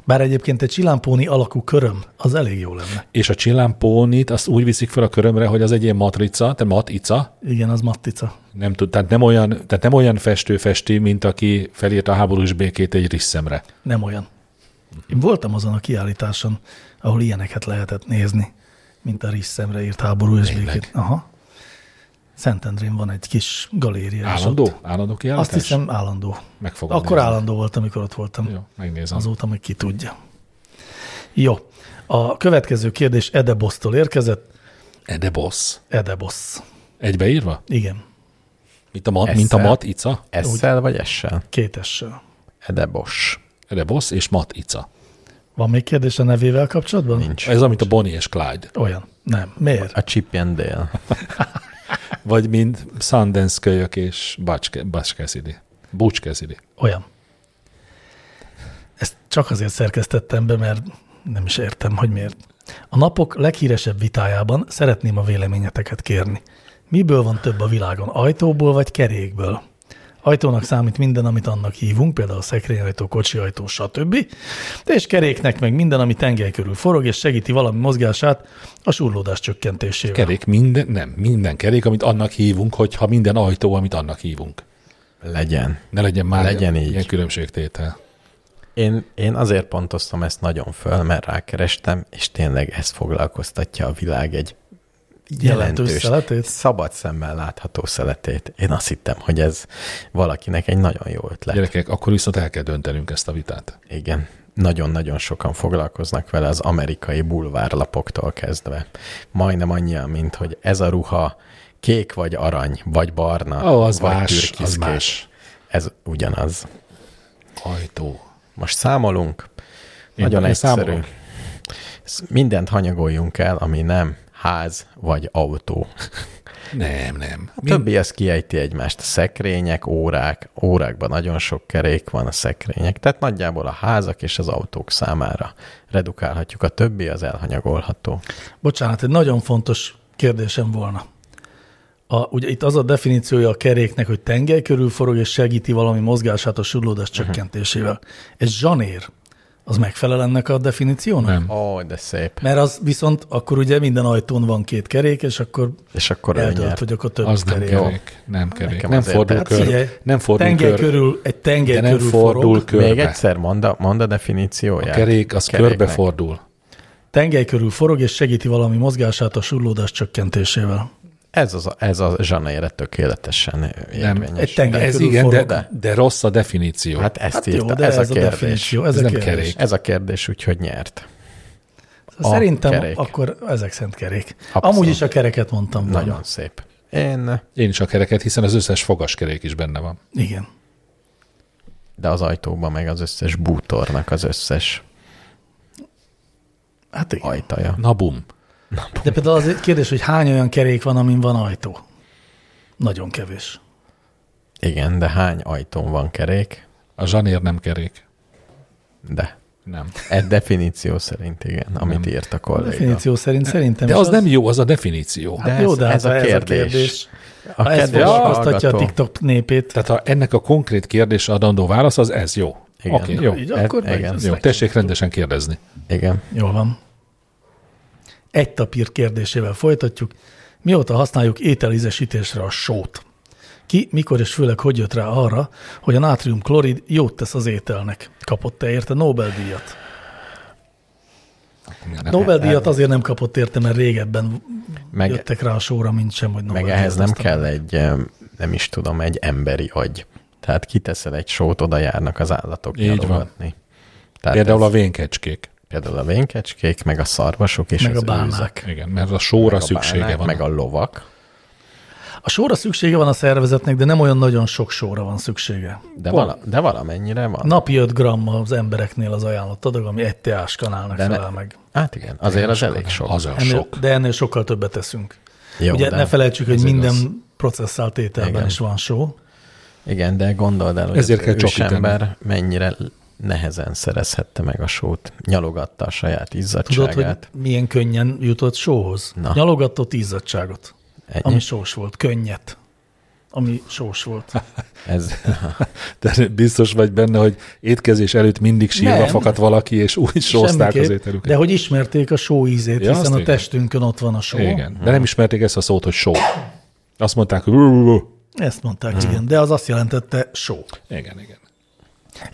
Speaker 2: Bár egyébként egy csillámpóni alakú köröm, az elég jó lenne.
Speaker 3: És a csillámpónit azt úgy viszik fel a körömre, hogy az egy ilyen matrica, tehát matica,
Speaker 2: Igen, az mattica.
Speaker 3: nem tud, tehát nem olyan, tehát nem olyan festő festi, mint aki felírt a háborús békét egy risszemre.
Speaker 2: Nem olyan. Én voltam azon a kiállításon, ahol ilyeneket lehetett nézni, mint a Risszemre írt háború és
Speaker 3: Tényleg?
Speaker 2: békét. Aha. Szentendrén van egy kis galéria. és
Speaker 3: Állandó?
Speaker 2: Ott.
Speaker 3: Állandó kiállítás?
Speaker 2: Azt hiszem állandó.
Speaker 3: Meg fogom
Speaker 2: Akkor
Speaker 3: nézni.
Speaker 2: állandó volt, amikor ott voltam.
Speaker 3: Jó, megnézem.
Speaker 2: Azóta meg ki tudja. Jó. A következő kérdés Edebosztól érkezett.
Speaker 3: Edebosz.
Speaker 2: Edebosz.
Speaker 3: E Egybeírva?
Speaker 2: Igen,
Speaker 3: Mint a, mat,
Speaker 1: Esszel.
Speaker 3: mint a mat ica?
Speaker 1: Esszel vagy E, essel?
Speaker 2: kétessel.
Speaker 1: Edebos.
Speaker 3: Edebosz E és mat ica.
Speaker 2: Van még kérdés a nevével kapcsolatban?
Speaker 1: Nincs.
Speaker 3: Ez amit a Bonnie és Clyde.
Speaker 2: Olyan. Nem. Miért?
Speaker 1: A Chip and Dale.
Speaker 3: Vagy mint Sundance kölyök és Butch, Butch Cassidy. Butch Cassidy.
Speaker 2: Olyan. Ezt csak azért szerkesztettem be, mert nem is értem, hogy miért. A napok leghíresebb vitájában szeretném a véleményeteket kérni. Miből van több a világon, ajtóból vagy kerékből? Ajtónak számít minden, amit annak hívunk, például szekrényajtó, kocsiajtó, stb. És keréknek meg minden, ami tengely körül forog, és segíti valami mozgását a surlódás csökkentésével.
Speaker 3: Kerék minden, nem, minden kerék, amit annak hívunk, hogyha minden ajtó, amit annak hívunk.
Speaker 1: Legyen.
Speaker 3: Ne legyen már
Speaker 1: Legyen
Speaker 3: ilyen,
Speaker 1: így.
Speaker 3: ilyen különbségtétel.
Speaker 1: Én, én azért pontoztam ezt nagyon föl, mert rákerestem, és tényleg ez foglalkoztatja a világ egy
Speaker 2: Jelentős
Speaker 1: jelentős,
Speaker 2: szeletét?
Speaker 1: szabad szemmel látható szeletét. Én azt hittem, hogy ez valakinek egy nagyon jó ötlet.
Speaker 3: Gyerekek, akkor viszont el kell döntenünk ezt a vitát.
Speaker 1: Igen. Nagyon-nagyon sokan foglalkoznak vele az amerikai bulvárlapoktól kezdve. Majdnem annyian, mint hogy ez a ruha kék vagy arany, vagy barna,
Speaker 3: Ó, az
Speaker 1: vagy
Speaker 3: más, az
Speaker 1: türkiszkék.
Speaker 3: más.
Speaker 1: Ez ugyanaz.
Speaker 3: Ajtó.
Speaker 1: Most számolunk.
Speaker 3: Én-
Speaker 1: Nagyon
Speaker 3: én
Speaker 1: egyszerű.
Speaker 3: számolok.
Speaker 1: Ezt Mindent hanyagoljunk el, ami nem ház vagy autó.
Speaker 3: Nem, nem.
Speaker 1: A többi az kiejti egymást. A szekrények, órák, órákban nagyon sok kerék van a szekrények. Tehát nagyjából a házak és az autók számára redukálhatjuk. A többi az elhanyagolható.
Speaker 2: Bocsánat, egy nagyon fontos kérdésem volna. A, ugye itt az a definíciója a keréknek, hogy tengely körül forog és segíti valami mozgását a surlódás
Speaker 3: Mhm.
Speaker 2: csökkentésével. Ez zsanér. Az megfelel ennek a definíciónak?
Speaker 3: Nem.
Speaker 1: Ó, oh, de szép.
Speaker 2: Mert az viszont akkor ugye minden ajtón van két kerék, és akkor
Speaker 1: És akkor ő
Speaker 2: eldölt,
Speaker 1: nyer.
Speaker 2: hogy akkor több
Speaker 3: Az nem
Speaker 2: kerék.
Speaker 3: kerék. Nem kerék.
Speaker 1: Nekem
Speaker 3: Nem
Speaker 1: azért
Speaker 3: fordul,
Speaker 1: tetszett.
Speaker 2: Hát figyelj,
Speaker 3: kör, nem fordul
Speaker 2: tengely
Speaker 3: kör.
Speaker 2: körül, egy tengely
Speaker 3: De nem
Speaker 2: körül
Speaker 3: fordul
Speaker 2: forog,
Speaker 3: körbe.
Speaker 1: Még egyszer mond a, mond a
Speaker 3: A
Speaker 1: definícióját.
Speaker 3: kerék az
Speaker 1: Keréknek.
Speaker 3: körbe fordul.
Speaker 2: tengely körül forog, és segíti valami mozgását a surlódás csökkentésével.
Speaker 1: Ez, az, a- ez a zsanére tökéletesen érvényes.
Speaker 2: Egy tengely
Speaker 3: Ez
Speaker 2: körül
Speaker 3: igen,
Speaker 2: forog.
Speaker 3: de, de rossz a definíció.
Speaker 1: Hát ezt
Speaker 2: Hát
Speaker 1: hát írta.
Speaker 2: jó, de
Speaker 1: ez,
Speaker 2: ez
Speaker 1: a
Speaker 2: a
Speaker 1: kérdés.
Speaker 2: definíció, ez
Speaker 3: Ez
Speaker 2: a
Speaker 3: nem
Speaker 2: kérdés.
Speaker 3: kerék.
Speaker 1: ez a kérdés, úgyhogy nyert.
Speaker 2: A Szerintem
Speaker 1: kerék.
Speaker 2: kerék. akkor ezek szent kerék.
Speaker 1: Abszolút.
Speaker 2: Abszolút. Amúgy is a kereket mondtam. volna.
Speaker 1: Nagyon szép. Én,
Speaker 3: Én is a kereket, hiszen az összes fogaskerék is benne van.
Speaker 2: Igen.
Speaker 1: de az ajtóban meg az összes bútornak az összes
Speaker 2: Hát igen. Aj.
Speaker 1: ajtaja.
Speaker 3: Na bum.
Speaker 2: De például az egy kérdés, hogy hány olyan kerék van, amin van ajtó? Nagyon kevés.
Speaker 1: Igen, de hány ajtón van kerék?
Speaker 3: A zsanér nem kerék.
Speaker 1: De.
Speaker 3: Nem.
Speaker 1: Egy definíció szerint igen, amit
Speaker 3: Nem.
Speaker 1: írt a
Speaker 2: A
Speaker 1: kolléga.
Speaker 2: definíció szerint szerintem
Speaker 3: De
Speaker 2: is
Speaker 3: az nem jó, az a definíció.
Speaker 1: De
Speaker 2: jó,
Speaker 1: ez-
Speaker 2: de hát
Speaker 1: ez a
Speaker 2: ha ez a
Speaker 1: kérdés.
Speaker 2: kérdés.
Speaker 1: A
Speaker 2: Ha ez
Speaker 1: kedves
Speaker 2: foglalkoztatja a
Speaker 1: hallgató.
Speaker 2: TikTok népét,
Speaker 3: Tehát ha ennek a konkrét kérdésre adandó válasz, az ez jó.
Speaker 1: Igen.
Speaker 3: Oké, jó.
Speaker 2: így
Speaker 1: Ez-
Speaker 2: akkor meg
Speaker 1: igen,
Speaker 2: ezt
Speaker 3: Jó,
Speaker 2: neki-
Speaker 3: tessék rendesen kérdezni.
Speaker 1: Igen.
Speaker 2: Jól van. Egy tapír kérdésével folytatjuk. Mióta használjuk ételízesítésre a sót? Ki, mikor és főleg hogy jött rá arra, hogy a nátriumklorid jót tesz az ételnek? Kapott-e érte Nobel-díjat? Nobel-díjat azért nem kapott érte, mert régebben
Speaker 1: Meg,
Speaker 2: jöttek rá a sóra, mint sem, hogy
Speaker 1: meg
Speaker 2: Nobel-díjat.
Speaker 1: ehhez nem
Speaker 2: osztanak.
Speaker 1: kell egy, em, nem is tudom, egy emberi agy. Tehát kiteszel egy sót, oda járnak az állatok
Speaker 3: Így van.
Speaker 1: nyalogatni. Tehát
Speaker 3: Például
Speaker 1: ez,
Speaker 3: a vénkecskék.
Speaker 1: például a vénkecskék, meg a szarvasok és
Speaker 2: Meg
Speaker 1: az
Speaker 2: a bálnák.
Speaker 1: őzek.
Speaker 3: Igen, mert a sóra szüksége
Speaker 1: bálnák,
Speaker 3: van.
Speaker 1: Meg a lovak.
Speaker 2: A sóra szüksége van a szervezetnek, de nem olyan nagyon sok sóra van szüksége.
Speaker 1: De,
Speaker 3: Pont.
Speaker 1: vala, de valamennyire van.
Speaker 2: Napi 5 g az embereknél az ajánlott adag, ami egy teás kanálnak
Speaker 1: De ne-
Speaker 2: felel meg.
Speaker 1: Hát igen, azért az elég sok.
Speaker 3: Az a
Speaker 2: Ennél,
Speaker 3: sok.
Speaker 2: de ennél sokkal többet teszünk.
Speaker 1: Jó,
Speaker 2: Jó, Ugye
Speaker 1: de-
Speaker 2: ne felejtsük, hogy
Speaker 3: ez
Speaker 2: minden
Speaker 3: igaz.
Speaker 2: processzált ételben
Speaker 1: Igen.
Speaker 2: is van só.
Speaker 1: Igen, de gondold el, hogy
Speaker 3: Ezért
Speaker 1: az
Speaker 3: kell csokítani.
Speaker 1: ember mennyire nehezen szerezhette meg a sót, nyalogatta a saját
Speaker 2: Tudod, hogy
Speaker 1: izzadságát.
Speaker 2: milyen könnyen jutott sóhoz?
Speaker 1: Na.
Speaker 2: Na. Nyalogatott izzadságot,
Speaker 1: Ennyi?
Speaker 2: ami sós volt, könnyet, ami sós volt.
Speaker 1: Ez,
Speaker 3: De biztos vagy benne, hogy étkezés előtt mindig sírva
Speaker 2: Nem.
Speaker 3: fakadt valaki, és úgy sózták az
Speaker 2: Semmiképp,
Speaker 3: ételüket.
Speaker 2: De hogy ismerték a só ízét,
Speaker 3: Ja,
Speaker 2: ja,
Speaker 3: azt
Speaker 2: hiszen a
Speaker 3: igen.
Speaker 2: testünkön ott van a só.
Speaker 3: Igen, de nem ismerték ezt a szót, hogy só. Azt mondták, hogy... Igen,
Speaker 2: Ezt mondták, hmm. igen, de az azt jelentette só.
Speaker 3: igen.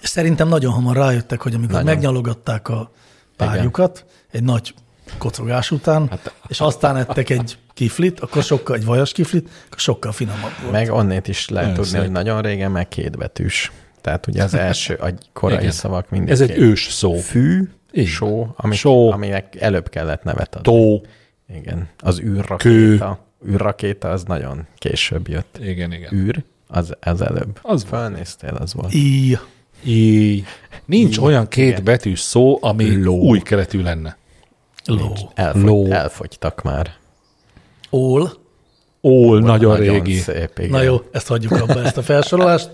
Speaker 2: És szerintem nagyon hamar rájöttek, hogy amikor nagyon. megnyalogatták a párjukat egy nagy kocogás után, hát, és aztán ettek egy kiflit, akkor sokkal, egy vajas kiflit, akkor sokkal finomabb volt.
Speaker 1: meg onnét is lehet
Speaker 3: Nagyon
Speaker 1: tudni,
Speaker 3: szép.
Speaker 1: hogy nagyon régen meg kétbetűs. Tehát ugye az első, a korai
Speaker 3: Igen.
Speaker 1: igen. szavak mindig
Speaker 3: Ez egy
Speaker 1: két.
Speaker 3: ős szó.
Speaker 1: Fű,
Speaker 3: Igen.
Speaker 1: só, ami,
Speaker 3: Só.
Speaker 1: aminek előbb kellett nevet adni.
Speaker 3: Tó.
Speaker 1: Igen, az űrrakéta. űrrakéta az nagyon később jött.
Speaker 3: Igen, igen.
Speaker 1: Űr, az, az előbb.
Speaker 3: Az volt.
Speaker 1: Felnéztél, az volt.
Speaker 2: Így.
Speaker 3: I. Nincs olyan két betű szó, ami
Speaker 1: Ló.
Speaker 3: új keletű lenne.
Speaker 2: Ló.
Speaker 1: Elfogy,
Speaker 3: Ló.
Speaker 1: elfogytak már.
Speaker 2: Ól.
Speaker 3: Ól,
Speaker 1: Nagyon
Speaker 3: nagyon, régi.
Speaker 1: Szép, igen.
Speaker 2: Na jó, ezt hagyjuk abba, ezt a felsorolást.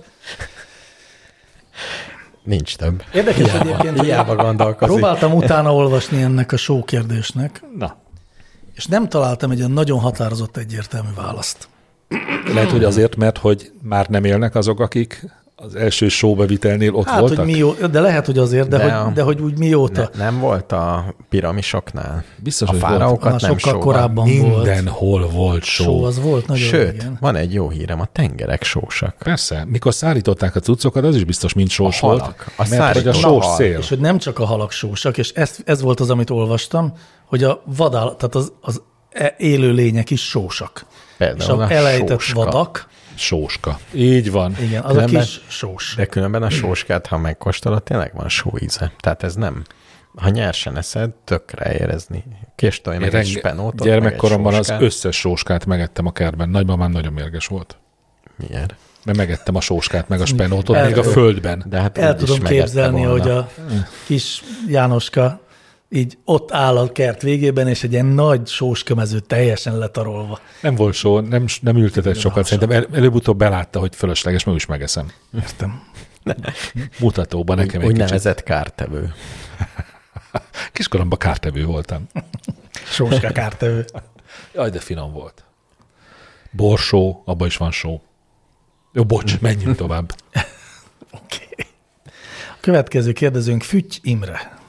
Speaker 1: Nincs több.
Speaker 2: Érdekes egyébként,
Speaker 1: Hiába,
Speaker 2: hogy
Speaker 1: hiába gondolkozik.
Speaker 2: próbáltam utána olvasni ennek a show kérdésnek,
Speaker 3: Na,
Speaker 2: és nem találtam egy ilyen nagyon határozott egyértelmű választ.
Speaker 3: lehet, hogy azért, mert hogy már nem élnek azok, akik az első showbevitelnél ott
Speaker 2: Hát,
Speaker 3: voltak?
Speaker 2: hogy mió, de lehet, hogy azért, de,
Speaker 1: De
Speaker 2: de,
Speaker 1: a-
Speaker 2: hogy, de hogy úgy mióta.
Speaker 1: Ne, nem volt a piramisoknál?
Speaker 3: Biztos,
Speaker 1: a
Speaker 3: hogy
Speaker 1: fáraókat
Speaker 2: Annál
Speaker 1: nem
Speaker 2: sokkal
Speaker 1: sóban.
Speaker 2: korábban volt.
Speaker 3: Mindenhol volt show.
Speaker 2: Show az volt nagyon
Speaker 1: Sőt,
Speaker 2: régen.
Speaker 1: van egy jó hírem, a tengerek sósak.
Speaker 3: Persze, mikor szállították a cuccokat, az is biztos mind sós
Speaker 1: A halak.
Speaker 3: volt,
Speaker 1: A
Speaker 3: mert hogy a
Speaker 1: szállító
Speaker 3: sós
Speaker 1: hal.
Speaker 3: szél.
Speaker 2: És hogy nem csak a halak sósak, és ez, ez volt az, amit olvastam, hogy a vadállat, tehát az, az e- élő lények is sósak.
Speaker 1: Például
Speaker 2: és a
Speaker 1: a
Speaker 2: elejtett
Speaker 1: sóska.
Speaker 2: vadak,
Speaker 3: Sóska. Így van.
Speaker 2: igen, az
Speaker 1: Különben-
Speaker 2: a kis sós.
Speaker 1: De különben a sóskát, ha megkóstolod, tényleg van só íze. Tehát ez nem. Ha nyersen eszed, tökre érezni. Késtolj meg egy
Speaker 3: Renge-
Speaker 1: spenótot,
Speaker 3: Gyermekkoromban
Speaker 1: meg
Speaker 3: az
Speaker 1: egy sóskát.
Speaker 3: összes sóskát megettem a kertben. Nagymamám nagyon mérges volt.
Speaker 1: Miért?
Speaker 3: Mert megettem a sóskát, meg a spenótot,
Speaker 2: El-
Speaker 3: még a földben.
Speaker 1: De hát
Speaker 2: El
Speaker 1: úgy is
Speaker 2: tudom
Speaker 1: megette
Speaker 2: képzelni,
Speaker 1: volna. Hm.
Speaker 2: hogy a kis Jánoska így ott áll a kert végében, és egy ilyen nagy sóskemező teljesen letarolva.
Speaker 3: Nem volt só, nem, nem ültetett sokat. Szerintem el, előbb-utóbb belátta, hogy fölösleges, meg is megeszem.
Speaker 2: Értem.
Speaker 3: Mutatóban nekem egy kicsit.
Speaker 1: Úgynevezett kártevő.
Speaker 3: Kiskoromban kártevő voltam.
Speaker 2: Sóska kártevő.
Speaker 3: Jaj, de finom volt. Borsó, abban is van só. Jó, bocs, menjünk tovább.
Speaker 2: Oké. Okay. Következő kérdezőnk Füty Imre.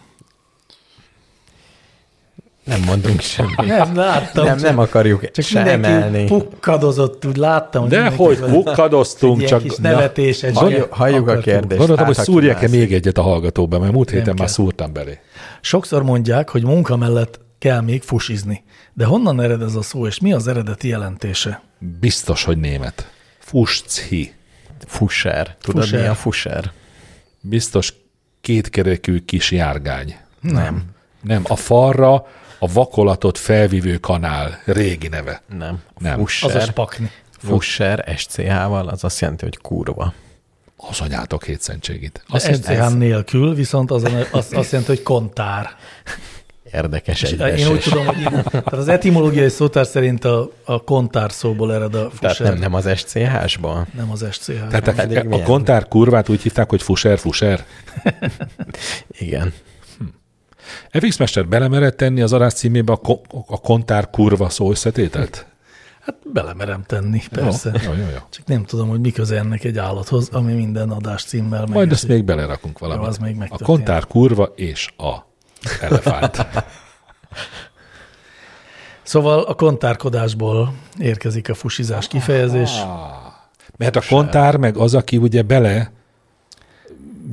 Speaker 1: Nem mondunk semmit.
Speaker 2: Nem, láttam.
Speaker 1: Nem, nem akarjuk
Speaker 2: Csak
Speaker 1: csak se
Speaker 2: mindenki
Speaker 1: emelni.
Speaker 2: pukkadozott, úgy láttam, hogy
Speaker 3: De
Speaker 2: mindenki
Speaker 3: hogy
Speaker 2: van. Egy
Speaker 3: bukkadoztunk,
Speaker 2: ilyen
Speaker 3: csak...
Speaker 2: kis nevetés, egy
Speaker 1: Halljuk, halljuk a
Speaker 2: akartunk.
Speaker 1: kérdést.
Speaker 3: Gondoltam, hogy
Speaker 1: Áthakimás.
Speaker 3: szúrjak-e még egyet a hallgatóba, mert múlt héten
Speaker 2: kell.
Speaker 3: már szúrtam belé.
Speaker 2: Sokszor mondják, hogy munka mellett kell még fusizni. De honnan ered ez a szó, és mi az eredeti jelentése?
Speaker 3: Biztos, hogy német. Fuschi.
Speaker 1: Fusser. Tudod,
Speaker 2: Fusser.
Speaker 1: Fusser. mi a fusser?
Speaker 3: Biztos kétkerekű kis járgány.
Speaker 2: Nem.
Speaker 3: Nem, a farra a vakolatot felvívő kanál régi neve.
Speaker 1: Nem.
Speaker 3: Nem.
Speaker 2: Az a
Speaker 1: Fusser.
Speaker 2: spakni.
Speaker 1: Fusser SCH-val, az azt jelenti, hogy kurva.
Speaker 3: Az anyátok hétszentségét.
Speaker 2: A
Speaker 3: Azt hiszem,
Speaker 2: SCH nélkül, viszont az, a- az azt jelenti, hogy kontár. eh,
Speaker 1: Érdekes
Speaker 2: Én úgy
Speaker 1: egyesés.
Speaker 2: tudom, hogy így- tehát az etimológiai szótár szerint a, a kontár szóból ered a
Speaker 1: Tehát
Speaker 2: fuser,
Speaker 1: nem, nem az SCH-sból?
Speaker 2: nem az SCH. Tehát
Speaker 3: tehát
Speaker 1: Pedig
Speaker 3: a, a
Speaker 1: milyen?
Speaker 3: kontár kurvát úgy hívták, hogy fuser, fuser.
Speaker 1: Igen.
Speaker 3: FX Mester belemerett tenni az arász címébe a, ko- a kontár kurva szó összetételt?
Speaker 2: hát belemerem tenni, persze.
Speaker 3: Jó, jó, jó.
Speaker 2: Csak nem tudom, hogy mi köze ennek egy állathoz, ami minden adás címmel megy.
Speaker 3: Majd ezt még belerakunk valamit.
Speaker 2: Jó, az még
Speaker 3: a
Speaker 2: megtörtént. Hát
Speaker 3: kontár kurva és a elefánt.
Speaker 2: Szóval a kontárkodásból érkezik a fusizás kifejezés.
Speaker 3: Mert a kontár meg az, aki ugye bele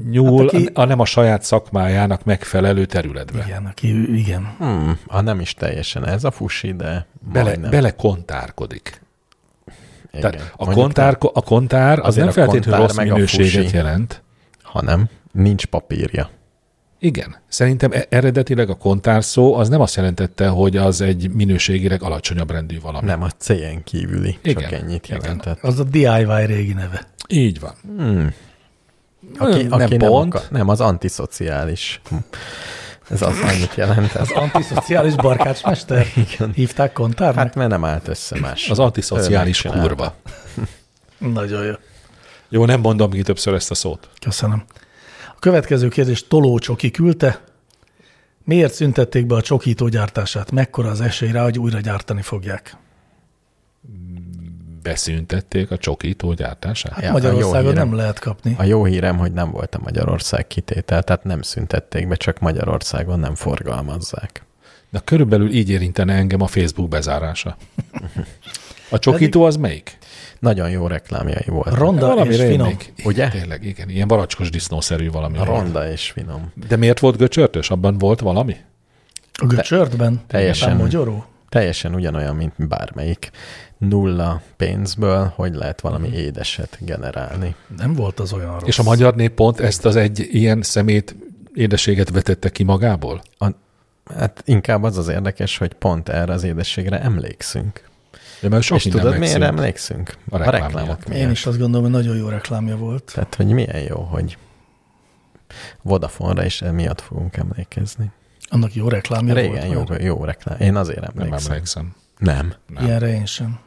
Speaker 3: nyúl
Speaker 2: Hát
Speaker 3: hát
Speaker 2: aki-
Speaker 3: aki... a nem a saját szakmájának megfelelő területbe.
Speaker 2: Igen, aki, igen.
Speaker 1: Hmm, a nem is teljesen ez a fusi, de
Speaker 3: Bele,
Speaker 1: majdnem.
Speaker 3: bele kontárkodik.
Speaker 1: Igen.
Speaker 3: Tehát a,
Speaker 1: Mondjuk
Speaker 3: kontár, a kontár az
Speaker 1: Azért
Speaker 3: nem
Speaker 1: a
Speaker 3: feltétlenül
Speaker 1: kontár
Speaker 3: rossz
Speaker 1: meg a
Speaker 3: minőséget
Speaker 1: fusi.
Speaker 3: jelent.
Speaker 1: hanem nincs papírja.
Speaker 3: Igen. Szerintem e- eredetileg a kontár szó az nem azt jelentette, hogy az egy minőségileg alacsonyabb rendű valami.
Speaker 1: Nem a cégen kívüli,
Speaker 3: Igen,
Speaker 1: csak ennyit
Speaker 3: igen.
Speaker 1: jelentett.
Speaker 2: Az a DIY régi neve.
Speaker 3: Így van.
Speaker 1: Aki,
Speaker 3: Nem
Speaker 1: aki
Speaker 3: pont.
Speaker 1: Nem, akar, nem, az antiszociális. Ez az annyit jelentett.
Speaker 2: Antiszociális barkácsmester? Igen. Hívták kontárnak?
Speaker 1: Hát mert nem állt össze más.
Speaker 3: Az antiszociális
Speaker 1: Ő megcsinálta.
Speaker 3: kurva.
Speaker 2: Nagyon jó.
Speaker 3: Jó, nem mondom ki többször ezt a szót.
Speaker 2: Köszönöm. A következő kérdés Toló Csoki küldte. Miért szüntették be a csokító gyártását? Mekkora az esély rá, hogy újra gyártani fogják?
Speaker 3: Beszüntették a csokító gyártását.
Speaker 1: Ja, a jó
Speaker 2: Hát Magyarországon
Speaker 1: hírem.
Speaker 2: nem lehet kapni.
Speaker 1: A jó hírem, hogy nem volt a Magyarország kitétel, tehát nem szüntették be, csak Magyarországon nem forgalmazzák.
Speaker 3: Na körülbelül így érintene engem a Facebook bezárása. A csokító az melyik? Hát
Speaker 1: Nagyon jó reklámjai voltak.
Speaker 2: Ronda és
Speaker 3: rémlik.
Speaker 2: finom.
Speaker 3: Igen,
Speaker 1: Ugye?
Speaker 3: Tényleg, igen. Ilyen baracskos disznószerű valami.
Speaker 1: Ronda és finom.
Speaker 3: De miért volt göcsörtös? Abban volt valami?
Speaker 2: A göcsörtben?
Speaker 1: teljesen.
Speaker 2: Nem magyaró?
Speaker 1: Teljesen ugyanolyan, mint bármelyik. Nulla pénzből hogy lehet valami édeset generálni.
Speaker 2: Nem volt az olyan rossz.
Speaker 3: És a magyar nép pont ezt az egy ilyen szemét édeséget vetette ki magából?
Speaker 1: A, hát inkább az az érdekes, hogy pont erre az édességre emlékszünk.
Speaker 3: De mert sok
Speaker 1: és tudod,
Speaker 3: minden
Speaker 1: miért
Speaker 3: megszűnt.
Speaker 1: emlékszünk?
Speaker 3: A reklám miatt.
Speaker 1: reklámok miatt.
Speaker 2: Én is azt gondolom, hogy nagyon jó reklámja volt.
Speaker 1: Tehát, hogy milyen jó, hogy Vodafone-ra is emiatt fogunk emlékezni.
Speaker 2: Annak jó reklámja
Speaker 1: Régen jó,
Speaker 2: volt. már.
Speaker 1: jó reklám. Én azért
Speaker 3: Nem
Speaker 1: emlékszem.
Speaker 3: emlékszem.
Speaker 1: Nem.
Speaker 3: Nem.
Speaker 2: Ilyenre én sem.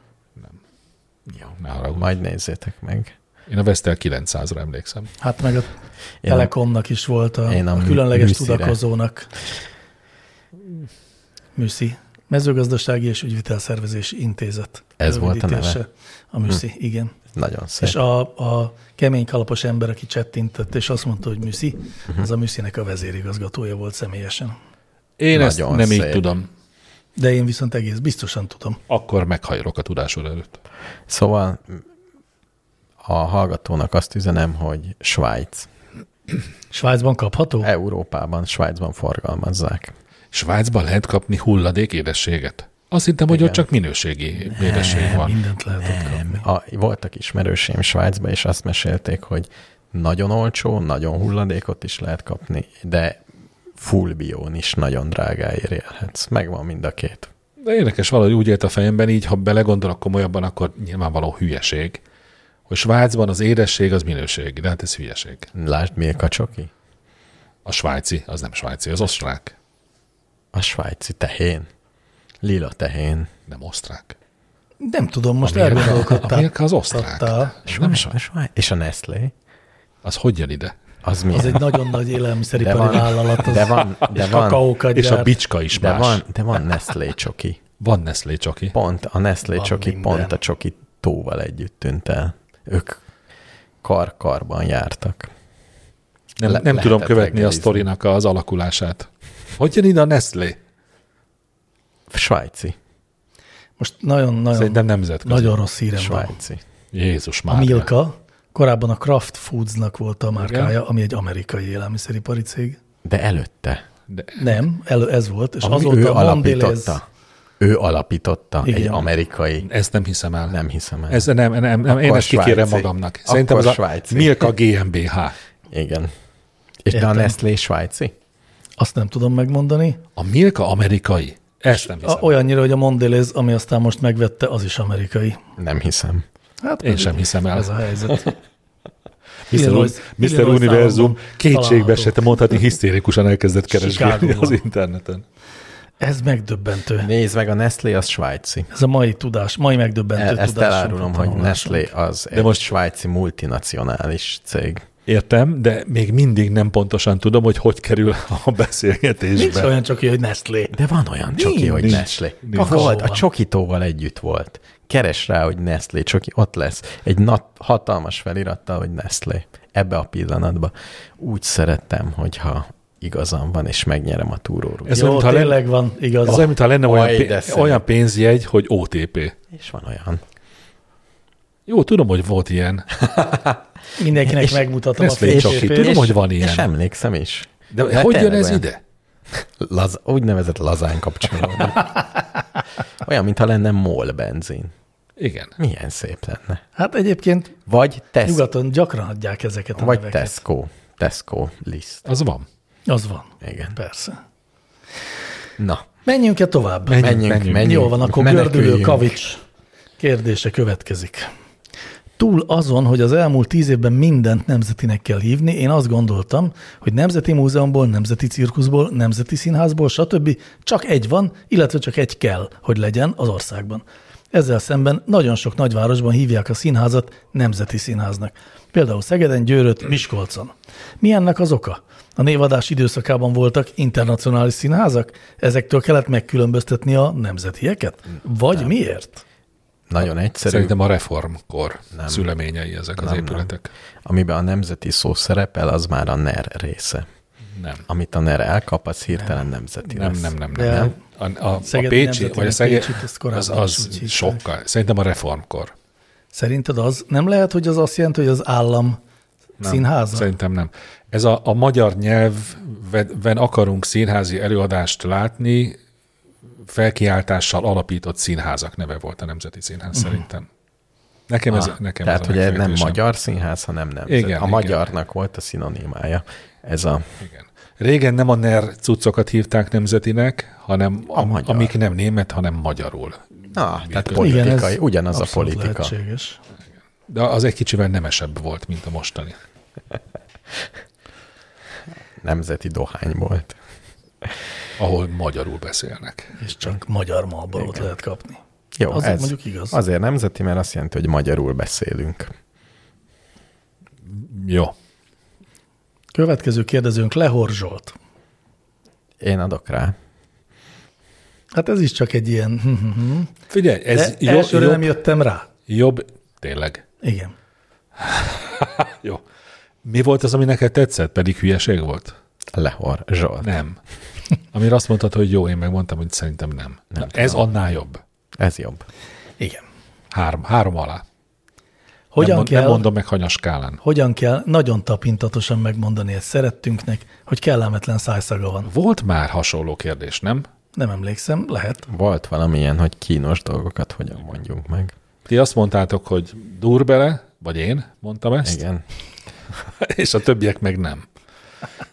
Speaker 3: Jó, ne haragudj.
Speaker 1: Majd nézzétek meg.
Speaker 3: Én a Vestel 900-ra emlékszem.
Speaker 2: Hát meg a
Speaker 1: Én a-
Speaker 2: Telekomnak is volt a,
Speaker 1: én
Speaker 2: a,
Speaker 1: a
Speaker 2: a különleges
Speaker 1: műszire.
Speaker 2: tudakozónak. Műszi. Mezőgazdasági és Ügyvitelszervezési Intézet.
Speaker 1: Ez volt a neve?
Speaker 2: rövidítése. A műszi, hm. igen.
Speaker 1: Nagyon szép.
Speaker 2: És a, a kemény kalapos ember, aki csettintett, és azt mondta, hogy műszi,
Speaker 1: Hm.
Speaker 2: az a műszinek a vezérigazgatója volt személyesen.
Speaker 3: Én ezt
Speaker 1: Nagyon
Speaker 3: nem így
Speaker 1: szép.
Speaker 3: tudom.
Speaker 2: De én viszont egész biztosan tudom.
Speaker 3: Akkor meghajlok a tudásod előtt.
Speaker 1: Szóval a hallgatónak azt üzenem, hogy Svájc.
Speaker 2: Svájcban kapható?
Speaker 1: Európában, Svájcban forgalmazzák.
Speaker 3: Svájcban lehet kapni hulladék édességet. Azt hittem, hogy ott
Speaker 1: Igen.
Speaker 3: csak minőségi édesség van.
Speaker 2: Mindent lehet ott kapni.
Speaker 1: A, voltak ismerőseim Svájcban, és azt mesélték, hogy nagyon olcsó, nagyon hulladékot is lehet kapni, de full bión is nagyon drágáért élhetsz. Megvan mind a két.
Speaker 3: De érdekes, valahogy úgy élt a fejemben, így ha belegondolok komolyabban, akkor nyilvánvaló hülyeség, hogy Svájcban az édesség az minőségi, de hát ez hülyeség.
Speaker 1: Lásd Milka Csoki,
Speaker 3: A svájci, az nem svájci, az osztrák,
Speaker 1: a svájci tehén, lila tehén.
Speaker 3: nem osztrák.
Speaker 2: Nem tudom, most
Speaker 3: Milka- a
Speaker 2: elgondolkodtál.
Speaker 3: Milka az osztrák.
Speaker 2: Adtál.
Speaker 3: Nem
Speaker 1: Svájc,
Speaker 3: svájci.
Speaker 1: Svájc. És a Nestlé,
Speaker 3: Az hogy jön ide?
Speaker 1: az mi?
Speaker 2: Az egy nagyon nagy élelmiszeripari
Speaker 1: De van-
Speaker 2: vállalat. Az,
Speaker 1: de van- de
Speaker 2: és
Speaker 1: van.
Speaker 2: kakaókat
Speaker 3: És a
Speaker 2: gyárt.
Speaker 3: bicska is
Speaker 1: De
Speaker 3: más.
Speaker 1: van, de van Nestlé Csoki.
Speaker 3: Van Nestlé csoki.
Speaker 1: Pont a Nestlé
Speaker 2: Van
Speaker 1: csoki,
Speaker 2: minden.
Speaker 1: pont a csoki tóval együtt tűnt el. Ők kar-karban jártak.
Speaker 3: Nem,
Speaker 1: Le-
Speaker 3: nem tudom
Speaker 1: lehetett
Speaker 3: követni a
Speaker 1: reggelizni.
Speaker 3: sztorinak az alakulását. Hogy jön ide a Nestlé?
Speaker 1: Svájci.
Speaker 2: Most nagyon-nagyon
Speaker 3: Szerintem nemzetközi.
Speaker 2: nagyon rossz hírem van.
Speaker 1: Svájci.
Speaker 3: Jézus már.
Speaker 2: A
Speaker 1: Hát,
Speaker 2: Milka korábban a Kraft Foodsnak volt a márkája, ami egy amerikai élelmiszeripari cég.
Speaker 1: De előtte.
Speaker 3: De
Speaker 2: Nem, elő ez volt, és
Speaker 1: Ami ő
Speaker 2: azóta a Mondelez...
Speaker 1: alapította. Ő alapította
Speaker 2: Igen.
Speaker 1: egy amerikai.
Speaker 3: ezt nem hiszem el.
Speaker 1: Nem hiszem el.
Speaker 3: Ez nem, nem, nem én
Speaker 1: Akkor
Speaker 3: ezt kikérem
Speaker 1: svájci.
Speaker 3: magamnak.
Speaker 1: Akkor
Speaker 3: Szerintem az a
Speaker 1: svájci.
Speaker 3: Milka GmbH.
Speaker 1: Igen. És de a
Speaker 2: Értem.
Speaker 1: Nestlé svájci?
Speaker 2: Azt nem tudom megmondani.
Speaker 3: A Milka amerikai. Ezt nem hiszem.
Speaker 2: A, olyannyira, hogy a Mondelez, ami aztán most megvette, az is amerikai.
Speaker 1: Nem hiszem.
Speaker 2: Hát
Speaker 3: Én sem hiszem el.
Speaker 2: Ez a helyzet.
Speaker 3: Mr.
Speaker 2: Illinois-
Speaker 3: Un- Mr.
Speaker 2: Illinois
Speaker 3: Univerzum
Speaker 2: államban
Speaker 3: kétségbe
Speaker 2: található.
Speaker 3: esett, mondhatni hisztérikusan elkezdett keresgélni
Speaker 2: Chicagóban.
Speaker 3: az interneten.
Speaker 2: Ez megdöbbentő.
Speaker 1: Nézd meg, a Nestlé az svájci.
Speaker 2: Ez a mai tudás, mai megdöbbentő
Speaker 1: El,
Speaker 2: tudás.
Speaker 1: E, ezt elárulom, hogy
Speaker 2: tanulásunk.
Speaker 1: Nestlé az egy
Speaker 3: most-
Speaker 1: most... svájci multinacionális cég.
Speaker 3: Értem, de még mindig nem pontosan tudom, hogy hogy kerül a
Speaker 2: Nincs
Speaker 3: beszélgetésbe.
Speaker 2: olyan csak, hogy Nestlé.
Speaker 1: De van olyan csoki,
Speaker 2: Nincs.
Speaker 1: hogy
Speaker 3: Nincs.
Speaker 1: Nestlé.
Speaker 3: Nincs.
Speaker 1: Volt, a
Speaker 2: Van.
Speaker 1: csokitóval együtt volt. Keres rá, hogy Nestlé csoki, ott lesz. Egy nap hatalmas felirattal, hogy Nestlé. Ebbe a pillanatba úgy szerettem, hogyha igazam van, és megnyerem a túrórút.
Speaker 3: Ez
Speaker 2: Ez Jó,
Speaker 3: olyan, mint ha
Speaker 2: tényleg van, igaz.
Speaker 3: Az olyan, mintha lenne olyan,
Speaker 1: Aj, de
Speaker 3: pé-
Speaker 1: szép.
Speaker 3: olyan pénzjegy, hogy OTP.
Speaker 1: És van olyan.
Speaker 3: Jó, tudom, hogy volt ilyen.
Speaker 2: Mindenkinek
Speaker 1: és-
Speaker 2: megmutatom a
Speaker 3: Nestlé
Speaker 2: fényképét.
Speaker 3: csak itt, tudom, hogy van ilyen.
Speaker 1: És emlékszem is. Hát
Speaker 3: De, hogy jön
Speaker 1: tényleg
Speaker 3: ez
Speaker 1: olyan.
Speaker 3: ide?
Speaker 1: Laz, úgynevezett lazán kapcsolódó. olyan, mintha lenne mol benzin.
Speaker 3: Igen.
Speaker 1: Milyen szép lenne.
Speaker 2: Hát egyébként
Speaker 1: Vagy, tesz,
Speaker 2: nyugaton gyakran adják ezeket a
Speaker 1: vagy
Speaker 2: neveket.
Speaker 1: Tesco. Tesco liszt.
Speaker 3: Az van.
Speaker 2: Az van,
Speaker 1: Igen.
Speaker 2: persze.
Speaker 1: Na,
Speaker 2: Menjünk-e tovább?
Speaker 1: menjünk, menjünk. menjünk.
Speaker 2: Jól van, akkor gördülő
Speaker 1: Meneküljünk.
Speaker 2: kavics kérdése következik. Túl azon, hogy az elmúlt tíz évben mindent nemzetinek kell hívni, én azt gondoltam, hogy nemzeti múzeumból, nemzeti cirkuszból, nemzeti színházból, stb. csak egy van, illetve csak egy kell, hogy legyen az országban. Ezzel szemben nagyon sok nagyvárosban hívják a színházat nemzeti színháznak. Például Szegeden, Győröt, Miskolcon. Mi ennek az oka? A névadás időszakában voltak internacionális színházak? Ezektől kellett megkülönböztetni a nemzetieket? Vagy nem. miért?
Speaker 1: Nagyon egyszerű.
Speaker 3: Szerintem a reformkor nem. szüleményei ezek az nem, épületek.
Speaker 1: Amiben a nemzeti szó szerepel, az már a NER része.
Speaker 3: Nem.
Speaker 1: Amit a NER elkap, az hirtelen nemzeti
Speaker 3: Nem,
Speaker 1: lesz.
Speaker 3: nem, nem,
Speaker 2: De-
Speaker 3: nem. nem. A, a, a
Speaker 2: Szegedi
Speaker 3: Pécsi,
Speaker 2: Nemzetinek
Speaker 3: vagy a Szeged,
Speaker 2: Pécsit, azt korábban
Speaker 3: az,
Speaker 2: is úgy
Speaker 3: az
Speaker 2: hívták.
Speaker 3: sokkal. Szerintem a reformkor.
Speaker 2: Szerinted az nem lehet, hogy az azt jelenti, hogy az állam nem. színháza?
Speaker 3: Szerintem nem. Ez a, a magyar nyelvben akarunk színházi előadást látni, felkiáltással alapított színházak neve volt a Nemzeti Színház szerintem. Nekem ez,
Speaker 1: Mhm. Ah,
Speaker 3: nekem
Speaker 1: Tehát,
Speaker 3: ez a
Speaker 1: hogy ez nem
Speaker 3: megfejtésem.
Speaker 1: magyar színház, hanem nem.
Speaker 3: Igen,
Speaker 1: a
Speaker 3: igen.
Speaker 1: magyarnak volt a szinonimája. Ez a,
Speaker 3: Igen. Régen nem a NER cuccokat hívták nemzetinek, hanem a, a
Speaker 1: magyar.
Speaker 3: amik nem német, hanem magyarul.
Speaker 1: na, tehát
Speaker 3: Igen,
Speaker 1: politikai, Igen, ugyanaz a
Speaker 2: abszolút
Speaker 1: politika.
Speaker 2: Lehetséges.
Speaker 3: De az egy kicsivel nemesebb volt, mint a mostani.
Speaker 1: Nemzeti dohány volt.
Speaker 3: ahol magyarul beszélnek.
Speaker 2: És csak magyar malbarót lehet kapni.
Speaker 1: Jó,
Speaker 2: Az
Speaker 1: ez
Speaker 2: mondjuk igaz.
Speaker 1: Azért nemzeti, mert azt jelenti, hogy magyarul beszélünk.
Speaker 3: Jó.
Speaker 2: Következő kérdezőnk Lehor Zsolt.
Speaker 1: Én adok rá.
Speaker 2: Hát ez is csak egy ilyen... hm,
Speaker 3: Figyelj, ez
Speaker 2: Ez
Speaker 3: jó,
Speaker 2: elsőre
Speaker 3: jobb,
Speaker 2: nem jöttem rá.
Speaker 3: jobb, tényleg.
Speaker 2: Igen.
Speaker 3: Jó. Mi volt az, ami neked tetszett, pedig hülyeség volt?
Speaker 1: Lehor Zsolt.
Speaker 3: Nem. Amire azt mondtad, hogy jó, én megmondtam, hogy szerintem nem. nem Na, ez annál jobb.
Speaker 1: Ez jobb.
Speaker 2: Igen.
Speaker 3: Három, három alá. nem,
Speaker 2: Hogyan
Speaker 3: mond-
Speaker 2: kell...
Speaker 3: nem mondom meg hanyas skálán.
Speaker 2: hogyan kell nagyon tapintatosan megmondani egy szerettünknek, hogy kellemetlen szájszaga van.
Speaker 3: Volt már hasonló kérdés, nem?
Speaker 2: Nem emlékszem, lehet.
Speaker 1: Volt valamilyen, hogy kínos dolgokat hogyan mondjunk meg.
Speaker 3: Ti azt mondtátok, hogy dur bele, vagy én mondtam ezt, Igen.
Speaker 1: Igen.
Speaker 3: és a többiek meg nem.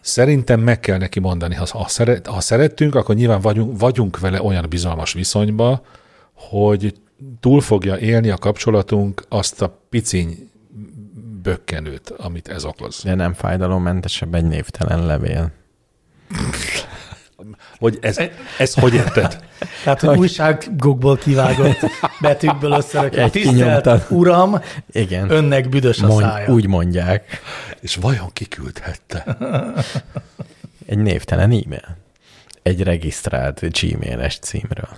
Speaker 3: Szerintem meg kell neki mondani, ha, ha, szeret, ha szerettünk, akkor nyilván vagyunk, vagyunk vele olyan bizalmas viszonyba, hogy túl fogja élni a kapcsolatunk azt a piciny bökkenőt, amit ez okoz.
Speaker 1: De nem fájdalommentesebb egy névtelen levél.
Speaker 3: Hogy ez, ez hogy érted?
Speaker 2: Tehát, hogy újságokból kivágott betűkből összerakott.
Speaker 1: Egy
Speaker 2: Tisztelt
Speaker 1: kinyomtat.
Speaker 2: Uram,
Speaker 1: Igen.
Speaker 2: önnek büdös a
Speaker 1: Mond,
Speaker 2: szája.
Speaker 1: úgy mondják.
Speaker 3: És vajon kiküldhette?
Speaker 1: Egy névtelen e-mail. Egy regisztrált gmail-es címről,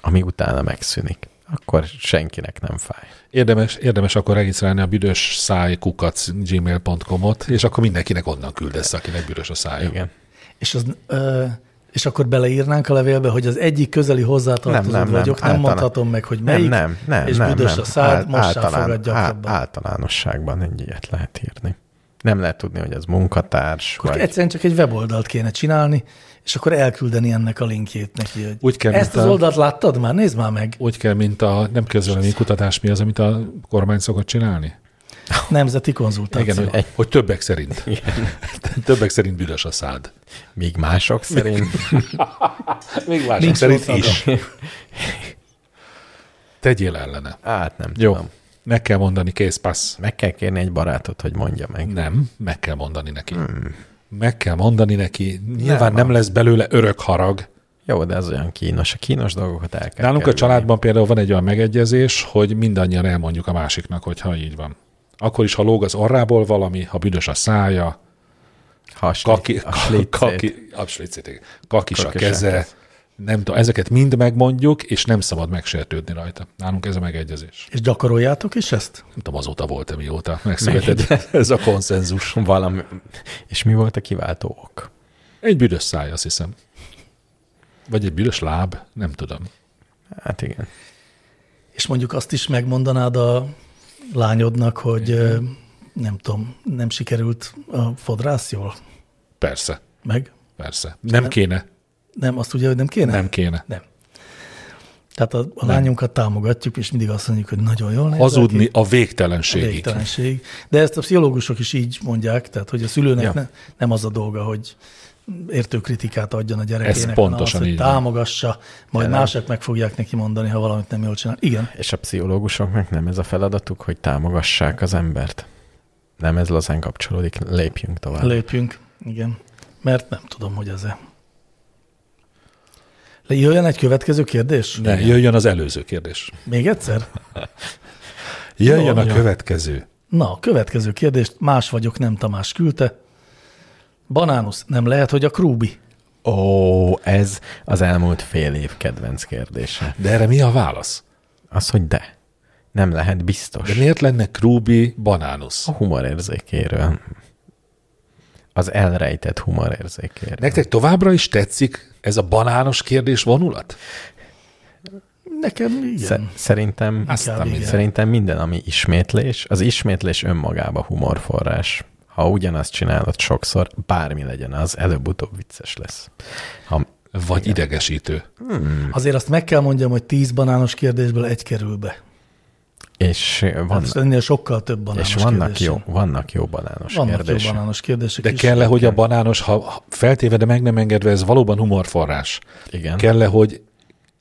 Speaker 1: ami utána megszűnik. Akkor senkinek nem fáj.
Speaker 3: Érdemes, érdemes akkor regisztrálni a büdös szájkukac gmail.com-ot, és akkor mindenkinek onnan küldesz, akinek büdös a szája.
Speaker 1: Igen.
Speaker 2: És, az, ö, és akkor beleírnánk a levélbe, hogy az egyik közeli hozzátartozód
Speaker 1: Nem, nem, nem.
Speaker 2: vagyok, nem
Speaker 1: Általán-
Speaker 2: mondhatom meg, hogy melyik,
Speaker 1: nem, nem, nem,
Speaker 2: és
Speaker 1: nem,
Speaker 2: büdös
Speaker 1: nem.
Speaker 2: a szád,
Speaker 1: Ál-
Speaker 2: mossá
Speaker 1: általán-
Speaker 2: fogad gyakrabban.
Speaker 1: á- Általánosságban egy ilyet lehet írni. Nem lehet tudni, hogy ez munkatárs,
Speaker 2: Akkor
Speaker 1: vagy...
Speaker 2: egyszerűen csak egy weboldalt kéne csinálni, és akkor elküldeni ennek a linkjét neki. Hogy
Speaker 3: Úgy kell,
Speaker 2: Ezt
Speaker 3: mint
Speaker 2: az
Speaker 3: a-
Speaker 2: oldalt láttad már? Nézd már meg.
Speaker 3: Úgy kell, mint a nem közvélemény kutatás, mi az, amit a kormány szokott csinálni?
Speaker 2: Nemzeti konzultáció.
Speaker 3: Igen, hogy, Szóval. hogy többek szerint. többek szerint büdös a szád.
Speaker 1: Míg mások szerint
Speaker 3: Hát Még mások
Speaker 2: Nincs
Speaker 3: szerint
Speaker 2: rossz
Speaker 3: is. Tegyél ellene.
Speaker 1: át nem
Speaker 3: Jó.
Speaker 1: tudom.
Speaker 3: Meg kell mondani, kész, passz.
Speaker 1: Meg kell kérni egy barátot, hogy mondja meg.
Speaker 3: Nem, meg kell mondani neki. Hmm. Meg kell mondani neki. Nyilván nem, nem lesz belőle örök harag,
Speaker 1: Jó, de ez olyan kínos. A kínos dolgokat el kell
Speaker 3: Nálunk a
Speaker 1: kerülni.
Speaker 3: családban például van egy olyan megegyezés, hogy mindannyian elmondjuk a másiknak, hogyha így van. Akkor is, ha lóg az orrából valami, ha büdös a szája,
Speaker 1: Ha sli-
Speaker 3: kaki,
Speaker 1: a slicét.
Speaker 3: kaki, a slicét, igen. kakis a
Speaker 1: Kakis a
Speaker 3: keze,
Speaker 1: keze.
Speaker 3: nem tudom, ezeket mind megmondjuk, és nem szabad megsértődni rajta. Nálunk ez a megegyezés.
Speaker 2: És gyakoroljátok is ezt?
Speaker 3: Nem tudom, azóta volt-e mióta megszületett ez a konszenzus.
Speaker 1: Valami... És mi volt a kiváltó ok?
Speaker 3: Egy büdös száj, azt hiszem. Vagy egy büdös láb, nem tudom.
Speaker 1: Hát igen.
Speaker 2: És mondjuk azt is megmondanád a lányodnak, hogy ö, nem tudom, nem sikerült a fodrász jól?
Speaker 3: Persze,
Speaker 2: Meg?
Speaker 3: persze. Nem kéne,
Speaker 2: Nem, azt ugye, hogy nem kéne?
Speaker 3: nem kéne.
Speaker 2: Nem. Tehát a, a lányunkat támogatjuk, és mindig azt mondjuk, hogy nagyon jól nézel
Speaker 3: Hazudni
Speaker 2: ki.
Speaker 3: a végtelenségig.
Speaker 2: Végtelenség. De ezt a pszichológusok is így mondják, tehát hogy a szülőnek
Speaker 3: Ja.
Speaker 2: ja. ne, nem az a dolga, hogy értő kritikát adjon a gyerekének,
Speaker 3: pontosan így
Speaker 2: hanem az, hogy
Speaker 3: van.
Speaker 2: támogassa, majd mások meg fogják neki mondani, ha valamit nem jól csinál. Igen.
Speaker 1: És a pszichológusoknak nem ez a feladatuk, hogy támogassák az embert? Nem ez lazán kapcsolódik, lépjünk tovább. Lép.
Speaker 2: Lépjünk, igen. Mert nem tudom, hogy ez-e. Le- Jöjjön egy következő kérdés?
Speaker 3: Ne, jöjjön az előző kérdés.
Speaker 2: Még egyszer?
Speaker 3: Jöjjön
Speaker 2: Jó,
Speaker 3: a
Speaker 2: jó.
Speaker 3: következő.
Speaker 2: Na, a következő kérdést más vagyok, nem Tamás küldte. Banánusz, nem lehet, hogy a Krúbi?
Speaker 1: Ó, ez az elmúlt fél év kedvenc kérdése.
Speaker 3: De erre mi a válasz?
Speaker 1: Az, hogy de. Nem lehet biztos.
Speaker 3: De miért lenne Krúbi banánusz?
Speaker 1: A humorérzékéről. Az elrejtett humorérzékéről.
Speaker 3: Nektek továbbra is tetszik ez a banános kérdés vonulat?
Speaker 2: Nekem igen.
Speaker 1: Sze- szerintem,
Speaker 3: Azt a
Speaker 1: Amit
Speaker 3: Igen.
Speaker 1: Szerintem minden, ami ismétlés, az ismétlés önmagába humorforrás. Ha ugyanazt csinálod sokszor, bármi legyen az, előbb-utóbb vicces lesz. Ha,
Speaker 3: Vagy Igen. idegesítő?
Speaker 2: Azért azt meg kell mondjam, hogy tíz banános kérdésből egy kerül be.
Speaker 1: és van,
Speaker 3: Hát,
Speaker 2: Vannak. Ennél sokkal több banános
Speaker 1: és vannak
Speaker 2: kérdés.
Speaker 1: jó, vannak jó banános
Speaker 2: Vannak
Speaker 1: kérdések.
Speaker 2: jó banános kérdések
Speaker 3: De
Speaker 2: is.
Speaker 3: kell-e, hogy a banános, ha- ha feltéve, de meg nem engedve, ez valóban humorforrás?
Speaker 1: Igen.
Speaker 3: Kell-e, hogy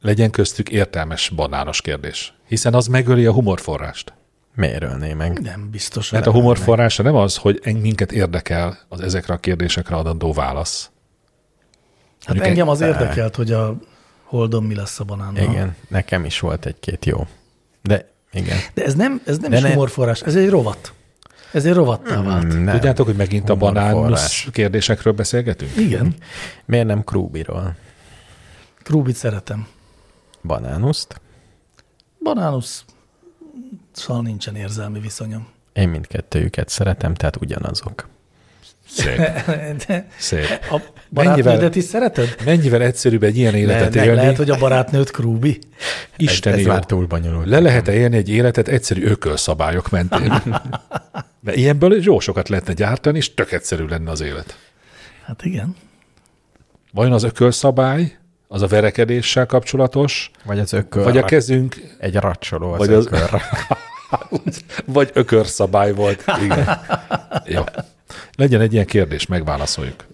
Speaker 3: legyen köztük értelmes banános kérdés? Hiszen az megöli a humorforrást.
Speaker 1: Miért ölné meg?
Speaker 2: Nem biztos.
Speaker 1: Hát
Speaker 3: Mert a humor forrása nem az, hogy en- minket érdekel az ezekre a kérdésekre adandó válasz.
Speaker 2: hát
Speaker 3: mondjuk
Speaker 2: engem az
Speaker 1: egy-
Speaker 2: érdekelt, hogy a holdon mi lesz a banánnal.
Speaker 1: Igen, nekem is volt egy-két jó. De igen,
Speaker 2: De ez nem, ez nem
Speaker 1: De
Speaker 2: is
Speaker 1: ne- Mm.
Speaker 2: humorforrás, ez egy rovat. ezért rovattá vált.
Speaker 1: Nem.
Speaker 3: Hát, Tudjátok, hogy megint a
Speaker 1: Humorforrás.
Speaker 3: banánus kérdésekről beszélgetünk?
Speaker 2: Igen,
Speaker 1: Miért nem Krúbiról?
Speaker 2: Krúbit szeretem.
Speaker 1: Banánuszt?
Speaker 2: Banánusz, szóval nincsen érzelmi viszonyom.
Speaker 1: Én mindkettőjüket szeretem, tehát ugyanazok.
Speaker 3: Szép.
Speaker 2: De
Speaker 3: Szép.
Speaker 2: a barátnődet is szereted?
Speaker 3: Mennyivel egyszerűbb egy ilyen
Speaker 2: Ne,
Speaker 3: életet
Speaker 2: ne,
Speaker 3: élni?
Speaker 2: lehet, hogy a barátnőd Krúbi.
Speaker 3: Isteni
Speaker 1: ez, ez
Speaker 3: jó.
Speaker 1: már túl bonyolult.
Speaker 3: Le lehet -e élni egy életet egyszerű ökölszabályok mentén? Mert ilyenből jó sokat lehetne gyártani, és tök egyszerű lenne az élet.
Speaker 2: Hát igen.
Speaker 3: Vajon az ökölszabály, az a verekedéssel kapcsolatos,
Speaker 1: Vagy az ökör.
Speaker 3: vagy a kezünk,
Speaker 1: Egy racsoló az
Speaker 3: vagy
Speaker 1: vagy
Speaker 3: az-
Speaker 1: ökör. Az...
Speaker 3: vagy ökörszabály volt. Igen. Jó. Legyen egy ilyen kérdés, megválaszoljuk.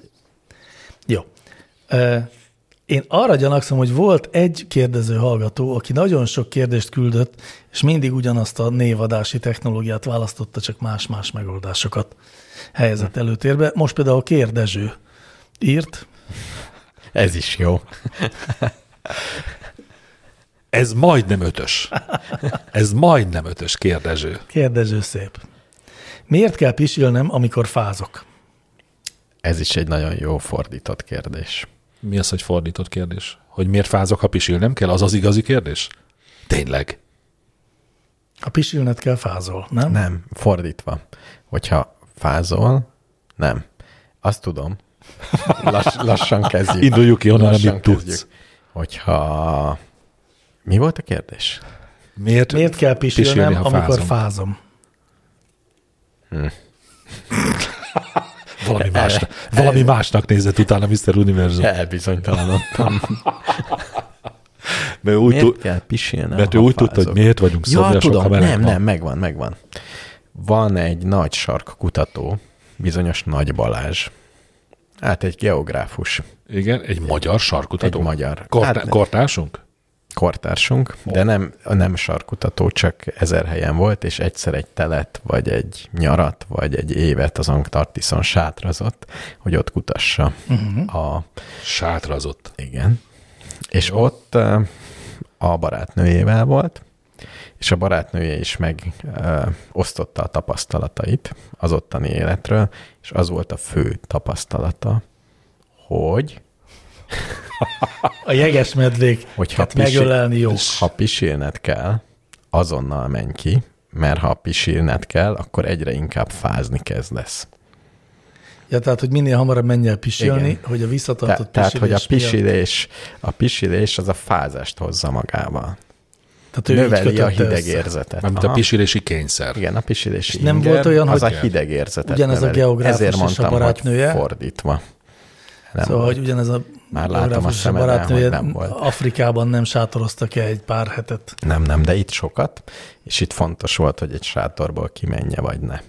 Speaker 2: Jó. Ö, Én arra gyanakszom, hogy volt egy kérdező hallgató, aki nagyon sok kérdést küldött, és mindig ugyanazt a névadási technológiát választotta, csak más-más megoldásokat
Speaker 3: Hm.
Speaker 2: helyezett előtérbe. Most például a kérdező írt,
Speaker 1: Ez is jó.
Speaker 3: Ez majdnem ötös. Ez majdnem ötös kérdező.
Speaker 2: kérdező szép. Miért kell pisilnem, amikor fázok?
Speaker 1: Ez is egy nagyon jó fordított kérdés.
Speaker 3: Mi az, hogy fordított kérdés? Hogy miért fázok, ha pisilnem kell? Az az igazi kérdés? Tényleg.
Speaker 2: Ha pisilned kell, fázol, nem?
Speaker 1: Nem, fordítva. Hogyha fázol, nem. Azt tudom. Lass, lassan kezdjük.
Speaker 3: Induljuk ki onnan,
Speaker 1: Lassan
Speaker 3: amit tudsz.
Speaker 1: kezdjük. Hogyha... Mi volt a kérdés?
Speaker 3: Miért,
Speaker 2: Miért kell pisilnem,
Speaker 3: Pisilni, ha
Speaker 2: amikor
Speaker 3: fázom.
Speaker 2: fázom?
Speaker 3: Valami, más, valami másnak nézett utána Mr. Univerzum.
Speaker 1: Elbizonytalanodtam.
Speaker 3: Mert, úgy
Speaker 1: Miért
Speaker 3: tud,
Speaker 1: kell pisilnem,
Speaker 3: mert ő
Speaker 1: ha
Speaker 3: úgy tudta, hogy
Speaker 1: fázok?
Speaker 3: miért vagyunk
Speaker 1: Ja,
Speaker 3: szomjasok, ha
Speaker 1: tudom,
Speaker 3: meleg
Speaker 1: nem,
Speaker 3: van.
Speaker 1: nem, megvan, megvan. Van egy nagy sarkkutató, bizonyos Nagy Balázs. Hát egy geográfus
Speaker 3: Igen, egy magyar sarkutató.
Speaker 1: Egy magyar.
Speaker 3: Kortá-
Speaker 1: Hát-
Speaker 3: kortársunk?
Speaker 1: kortársunk, de nem, nem sarkutató, csak ezer helyen volt, és egyszer egy telet, vagy egy nyarat, vagy egy évet az Antarktiszon sátrazott, hogy ott kutassa uh-huh. a...
Speaker 3: Sátrazott.
Speaker 1: Igen. És ott ö, a barátnőjével volt, és a barátnője is megosztotta a tapasztalatait az ottani életről, és az volt a fő tapasztalata, hogy
Speaker 2: A jeges medvék,
Speaker 1: Hogyha
Speaker 2: hát
Speaker 1: pisil-
Speaker 2: megölelni jó.
Speaker 1: ha pisilned kell, azonnal menj ki, mert ha pisilned kell, akkor egyre inkább fázni kezdesz.
Speaker 2: Ja, tehát, hogy minél hamarabb menj el pisilni,
Speaker 1: Igen.
Speaker 2: hogy a
Speaker 1: Te,
Speaker 2: visszatartott
Speaker 1: tehát, hogy
Speaker 2: pisilés
Speaker 1: a
Speaker 2: miatt-
Speaker 1: pisilés, a pisilés az a fázást hozza magával.
Speaker 2: tehát ő így
Speaker 1: Növeli a
Speaker 2: kötötte
Speaker 1: hideg
Speaker 2: össze.
Speaker 1: érzetet.
Speaker 3: Mármint a
Speaker 1: Aha.
Speaker 3: pisilési kényszer.
Speaker 1: Igen, a pisilési
Speaker 2: És nem
Speaker 1: inger,
Speaker 2: volt olyan,
Speaker 1: az
Speaker 2: hogy
Speaker 1: a hideg érzetet
Speaker 2: ugyanez a
Speaker 1: növeli.
Speaker 2: geográfus
Speaker 1: Ezért
Speaker 2: és a
Speaker 1: mondtam,
Speaker 2: barátnője?
Speaker 1: Hogy fordítva. Nem
Speaker 2: Szóval,
Speaker 1: volt.
Speaker 2: hogy ugyanez a
Speaker 1: Már látom a
Speaker 2: geográfus
Speaker 1: szemeden,
Speaker 2: barátnője
Speaker 1: hogy nem volt.
Speaker 2: Afrikában nem sátoroztak el egy pár hetet.
Speaker 1: Nem, nem, de itt sokat, és itt fontos volt, hogy egy sátorból kimenje, vagy ne.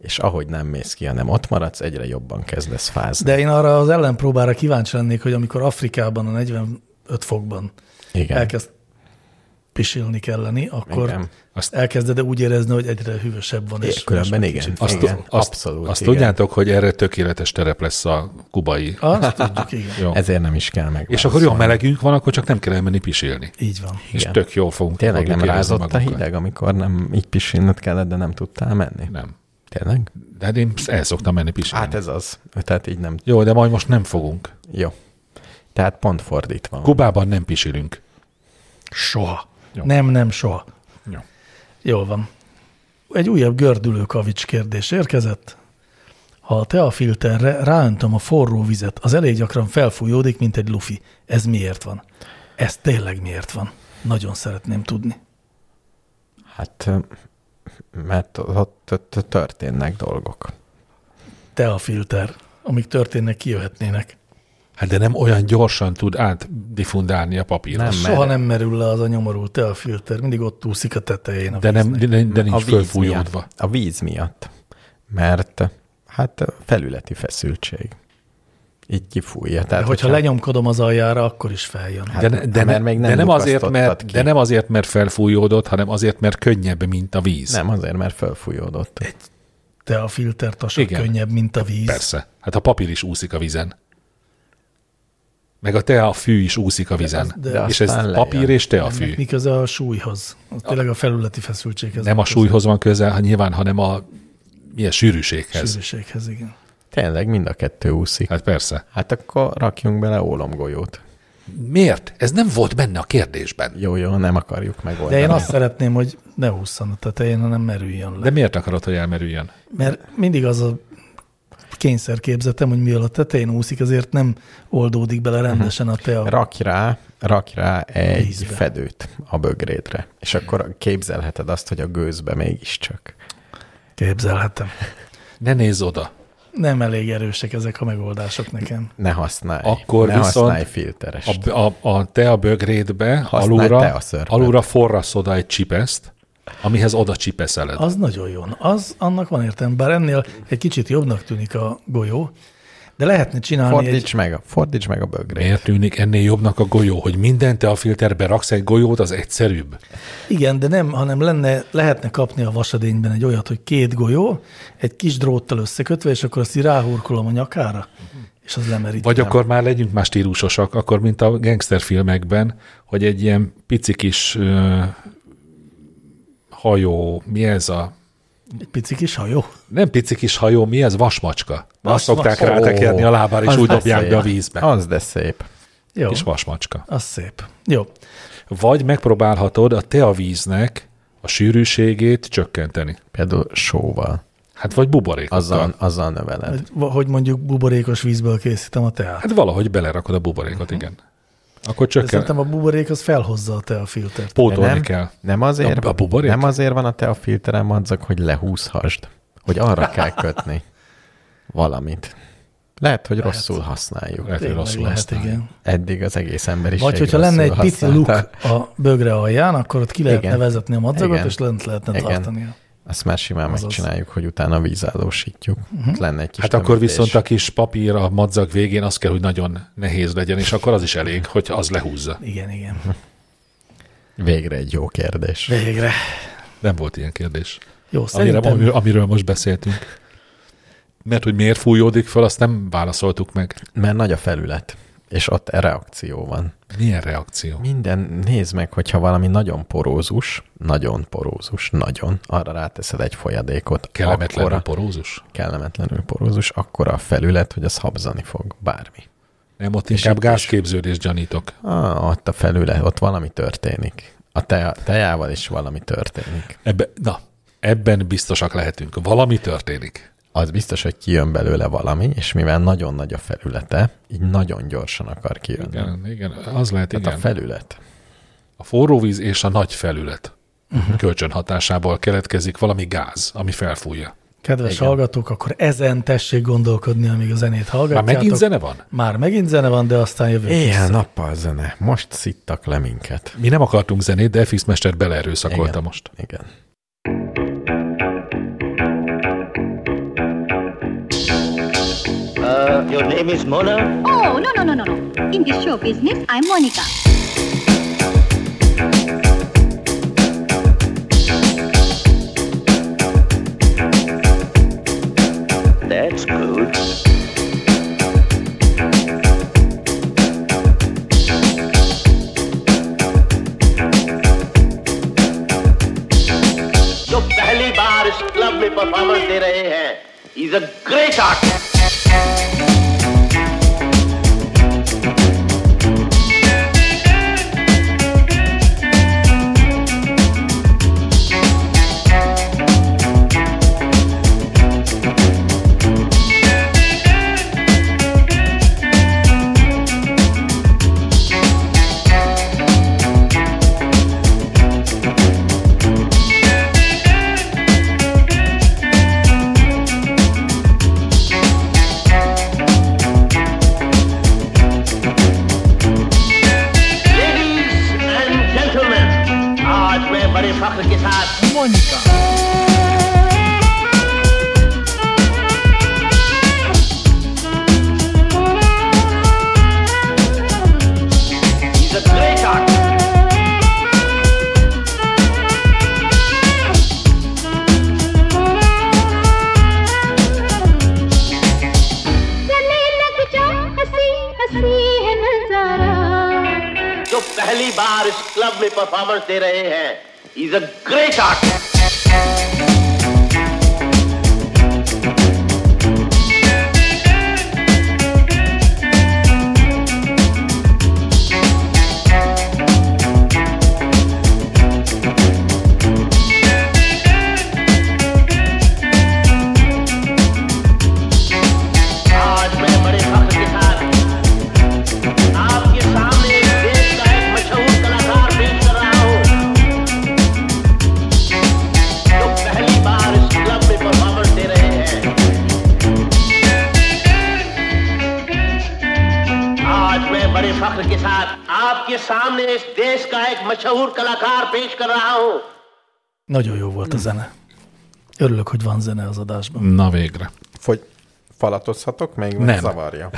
Speaker 1: És ahogy nem mész ki, hanem ott maradsz, egyre jobban kezdesz fázni.
Speaker 2: De én arra az ellenpróbára kíváncsi lennék, hogy amikor Afrikában a 45 fokban
Speaker 1: Igen.
Speaker 2: elkezd pisilni kelleni, akkor
Speaker 1: Igen.
Speaker 3: Azt-
Speaker 2: elkezded úgy érezni, hogy egyre hűvösebb van.
Speaker 1: É, különben
Speaker 2: most
Speaker 1: igen.
Speaker 2: kicsit-
Speaker 1: Azt, igen,
Speaker 3: azt,
Speaker 1: abszolút
Speaker 3: azt
Speaker 1: igen.
Speaker 3: tudjátok, hogy erre tökéletes terep lesz a kubai.
Speaker 2: Azt tudjuk, igen.
Speaker 3: Jó.
Speaker 1: Ezért nem is kell meg.
Speaker 3: és akkor jó melegünk van, akkor csak nem kell elmenni pisilni.
Speaker 2: Így van.
Speaker 3: És
Speaker 1: Igen.
Speaker 3: tök jól fogunk.
Speaker 1: Tényleg
Speaker 3: fogjuk
Speaker 1: nem
Speaker 3: érezni
Speaker 1: rázott a
Speaker 3: magunkat.
Speaker 1: hideg, amikor nem így pisilned kellett, de nem tudtál menni?
Speaker 3: Nem.
Speaker 1: Tényleg?
Speaker 3: De hát én el szoktam menni pisilni.
Speaker 1: Hát ez az. Tehát így nem.
Speaker 3: Jó, de majd most nem fogunk.
Speaker 1: Jó. Tehát pont fordítva. van.
Speaker 3: Kubában nem pisilünk.
Speaker 2: Soha.
Speaker 3: Jó.
Speaker 2: Nem, nem, soha.
Speaker 3: Jó.
Speaker 2: Jól van. Egy újabb gördülő kavics kérdés érkezett. Ha a teafilterre ráöntöm a forró vizet, az elég gyakran felfújódik, mint egy lufi. Ez miért van? Ez tényleg miért van? Nagyon szeretném tudni.
Speaker 1: Hát, ö, mert ott ott történnek dolgok.
Speaker 2: Teafilter, amik történnek, kijöhetnének.
Speaker 3: Hát de nem olyan gyorsan tud átdiffundálni a papíros.
Speaker 1: Nem,
Speaker 2: Soha
Speaker 1: Merre?
Speaker 2: nem merül le az a nyomorult teafilter, mindig ott úszik a tetején. A
Speaker 3: De, nem,
Speaker 2: víznek.
Speaker 3: de, de
Speaker 1: a
Speaker 3: nincs
Speaker 1: víz
Speaker 3: fölfújódva.
Speaker 1: miatt. A víz miatt. Mert hát felületi feszültség. Így kifújja.
Speaker 2: De
Speaker 1: Tehát,
Speaker 2: hogyha lenyomkodom az aljára, akkor is feljön.
Speaker 3: De,
Speaker 1: hát,
Speaker 3: ne- de,
Speaker 1: ha
Speaker 3: ne-
Speaker 1: már még nem
Speaker 3: de, nem azért,
Speaker 1: lyukasztottad
Speaker 3: mert,
Speaker 1: ki.
Speaker 3: de nem azért, mert felfújódott, hanem azért, mert könnyebb, mint a víz.
Speaker 1: Nem, azért, mert fölfújódott. Egy
Speaker 2: Teafilter tasa
Speaker 3: Igen.
Speaker 2: könnyebb, mint a víz.
Speaker 3: Persze. Hát a papír is úszik a vizen. Meg a teafű is úszik a vizen.
Speaker 2: de-
Speaker 3: De,
Speaker 1: de
Speaker 3: és ez
Speaker 1: aztán lejön.
Speaker 3: papír és teafű.
Speaker 2: Mi köze a súlyhoz? Az tényleg a felületi feszültséghez.
Speaker 3: Nem a súlyhoz van köze, ha nyilván, hanem a ilyen sűrűséghez.
Speaker 2: Sűrűséghez, igen.
Speaker 1: Tényleg mind a kettő úszik.
Speaker 3: Hát persze.
Speaker 1: Hát akkor rakjunk bele ólomgolyót.
Speaker 3: Miért? Ez nem volt benne a kérdésben.
Speaker 1: Jó, jó, nem akarjuk megoldani.
Speaker 2: De én azt szeretném, hogy ne hússzan a tetején, hanem merüljön le.
Speaker 3: De miért akarod, hogy elmerüljön?
Speaker 2: Mert mindig az a kényszer képzetem, hogy mivel a tetején úszik, azért nem oldódik bele rendesen a te a...
Speaker 1: Rakj rá, rakj rá egy
Speaker 2: Vízbe.
Speaker 1: fedőt a bögrédre, és akkor képzelheted azt, hogy a gőzbe mégiscsak.
Speaker 2: Képzelhetem.
Speaker 3: Ne nézz oda.
Speaker 2: Nem elég erősek ezek a megoldások nekem.
Speaker 1: Ne használj.
Speaker 3: Akkor
Speaker 1: ne
Speaker 3: viszont
Speaker 1: használj filterest.
Speaker 3: A, a, a, te a bögrédbe
Speaker 1: Használj te
Speaker 3: alulra,
Speaker 1: a szörpet.
Speaker 3: alulra forrasz oda egy csipeszt, amihez oda csipeszeled.
Speaker 2: Az nagyon jó. Az, annak van értelme, bár ennél egy kicsit jobbnak tűnik a golyó, de lehetne csinálni
Speaker 1: Fordíts,
Speaker 2: egy...
Speaker 1: meg, a, fordíts meg a bögrét.
Speaker 3: Miért tűnik ennél jobbnak a golyó, hogy minden te a filterbe raksz egy golyót, az egyszerűbb?
Speaker 2: Igen, de nem, hanem lenne, lehetne kapni a vasadényben egy olyat, hogy két golyó, egy kis dróttal összekötve, és akkor azt így ráhurkolom a nyakára, és az lemerít.
Speaker 3: Vagy akkor már legyünk más stílusosak, akkor mint a gangsterfilmekben, hogy egy ilyen pici kis ö, hajó, mi ez a...
Speaker 2: Egy pici kis hajó.
Speaker 3: Nem pici kis hajó, mi ez? Vasmacska. Azt
Speaker 2: Vasmacska.
Speaker 3: szokták rátekerni a lábára, és
Speaker 1: Az
Speaker 3: úgy
Speaker 1: de
Speaker 3: dobják
Speaker 1: szép.
Speaker 3: be a vízbe.
Speaker 1: Az de szép.
Speaker 2: Jó,
Speaker 3: Kis vasmacska.
Speaker 2: az szép. Jó,
Speaker 3: Vagy megpróbálhatod a teavíznek a sűrűségét csökkenteni.
Speaker 1: Például sóval.
Speaker 3: Hát vagy buborékokkal.
Speaker 1: Azzal, azzal növeled.
Speaker 2: hogy- hogy mondjuk buborékos vízből készítem a teát.
Speaker 3: Hát valahogy belerakod a buborékot, igen. Akkor
Speaker 2: De szerintem
Speaker 3: csökken.
Speaker 2: a buborék az felhozza a tea filtert.
Speaker 1: De
Speaker 3: Pótolni
Speaker 1: nem,
Speaker 3: kell.
Speaker 1: nem, azért,
Speaker 3: A- a buborék?
Speaker 1: nem azért van a te a filterem, adzak, hogy lehúzhasd, hogy arra kell kötni valamit. Lehet, hogy rosszul használjuk.
Speaker 3: Lehet, hogy
Speaker 2: Tényleg
Speaker 3: rosszul
Speaker 2: lehet,
Speaker 3: használni.
Speaker 2: igen.
Speaker 1: Eddig az egész emberiség
Speaker 2: Vagy hogyha lenne egy
Speaker 1: rosszul
Speaker 2: pici luk
Speaker 1: használta.
Speaker 2: a bögre alján, akkor ott ki lehetne
Speaker 1: Igen.
Speaker 2: vezetni a madzagot,
Speaker 1: Igen.
Speaker 2: és lent lehetne
Speaker 1: Igen.
Speaker 2: tartani.
Speaker 1: Azt már simán
Speaker 2: Azaz. Mhm.
Speaker 1: megcsináljuk, hogy utána vízállósítjuk. Uh-huh. Lenne egy kis
Speaker 3: Hát akkor
Speaker 1: tömítés.
Speaker 3: viszont a kis papír a madzag végén az kell, hogy nagyon nehéz legyen, és akkor az is elég, hogy az lehúzza.
Speaker 2: Igen, igen.
Speaker 1: Végre egy jó kérdés.
Speaker 2: Végre.
Speaker 3: Nem volt ilyen kérdés.
Speaker 2: Jó,
Speaker 3: Amire,
Speaker 2: szerintem
Speaker 3: amiről, amiről most beszéltünk. Mert hogy miért fújódik fel, azt nem válaszoltuk meg.
Speaker 1: Mert nagy a felület, és ott reakció van.
Speaker 3: Milyen reakció?
Speaker 1: Minden, nézd meg, hogyha valami nagyon porózus, nagyon porózus, nagyon, arra ráteszed egy folyadékot,
Speaker 3: Kellemetlen a
Speaker 1: akkora,
Speaker 3: porózus?
Speaker 1: kellemetlenül porózus, akkora a felület, hogy az habzani fog, bármi.
Speaker 3: Nem, ott inkább
Speaker 1: itt is.
Speaker 3: gázképződést gyanítok.
Speaker 1: Ah, ott a felület, ott valami történik. A te, tejával is valami történik.
Speaker 3: Ebbe, na, ebben biztosak lehetünk. Valami történik.
Speaker 1: Az biztos, hogy kijön belőle valami, és mivel nagyon nagy a felülete, így nagyon gyorsan akar kijönni. Igen,
Speaker 3: Igen, igen az lehet,
Speaker 1: Tehát
Speaker 3: igen.
Speaker 1: a felület.
Speaker 3: Hát A forró víz és a nagy felület uh-huh. kölcsönhatásából keletkezik valami gáz, ami felfújja.
Speaker 2: Kedves
Speaker 1: Igen.
Speaker 2: hallgatók, akkor ezen tessék gondolkodni, amíg a zenét
Speaker 3: Már
Speaker 2: hallgatjátok.
Speaker 3: megint zene van?
Speaker 2: Már megint zene van, de aztán jövő.
Speaker 1: Éjjel-nappal zene. Most szittak le minket.
Speaker 3: Mi nem akartunk zenét, de Fix Mester beleerőszakolta
Speaker 1: Igen.
Speaker 3: most.
Speaker 1: Igen.
Speaker 5: Uh, your name is Mona?
Speaker 6: Oh, no, no, no, no, no. In the show business, I'm Monica.
Speaker 5: That's good. जो पहली बार इस club में performance दे रहे हैं is a great artist ladies and gentleman आज मैं बड़े फख्र के साथ Monika is a great artist
Speaker 6: चले लग जा हसी हसी है नजारा
Speaker 5: जो पहली बार इस क्लब में परफॉर्मेंस दे रहे हैं इज अ ग्रेट आर्टिस्ट सामने इस देश का एक मशहूर कलाकार पेश कर रहा हूँ
Speaker 2: Nagyon jó
Speaker 3: Hmm.
Speaker 2: volt a zene. Örülök, hogy van zene az adásban.
Speaker 3: Na végre.
Speaker 1: Fogy falatozhatok még? Vagy
Speaker 3: Nem.
Speaker 1: Zavarja.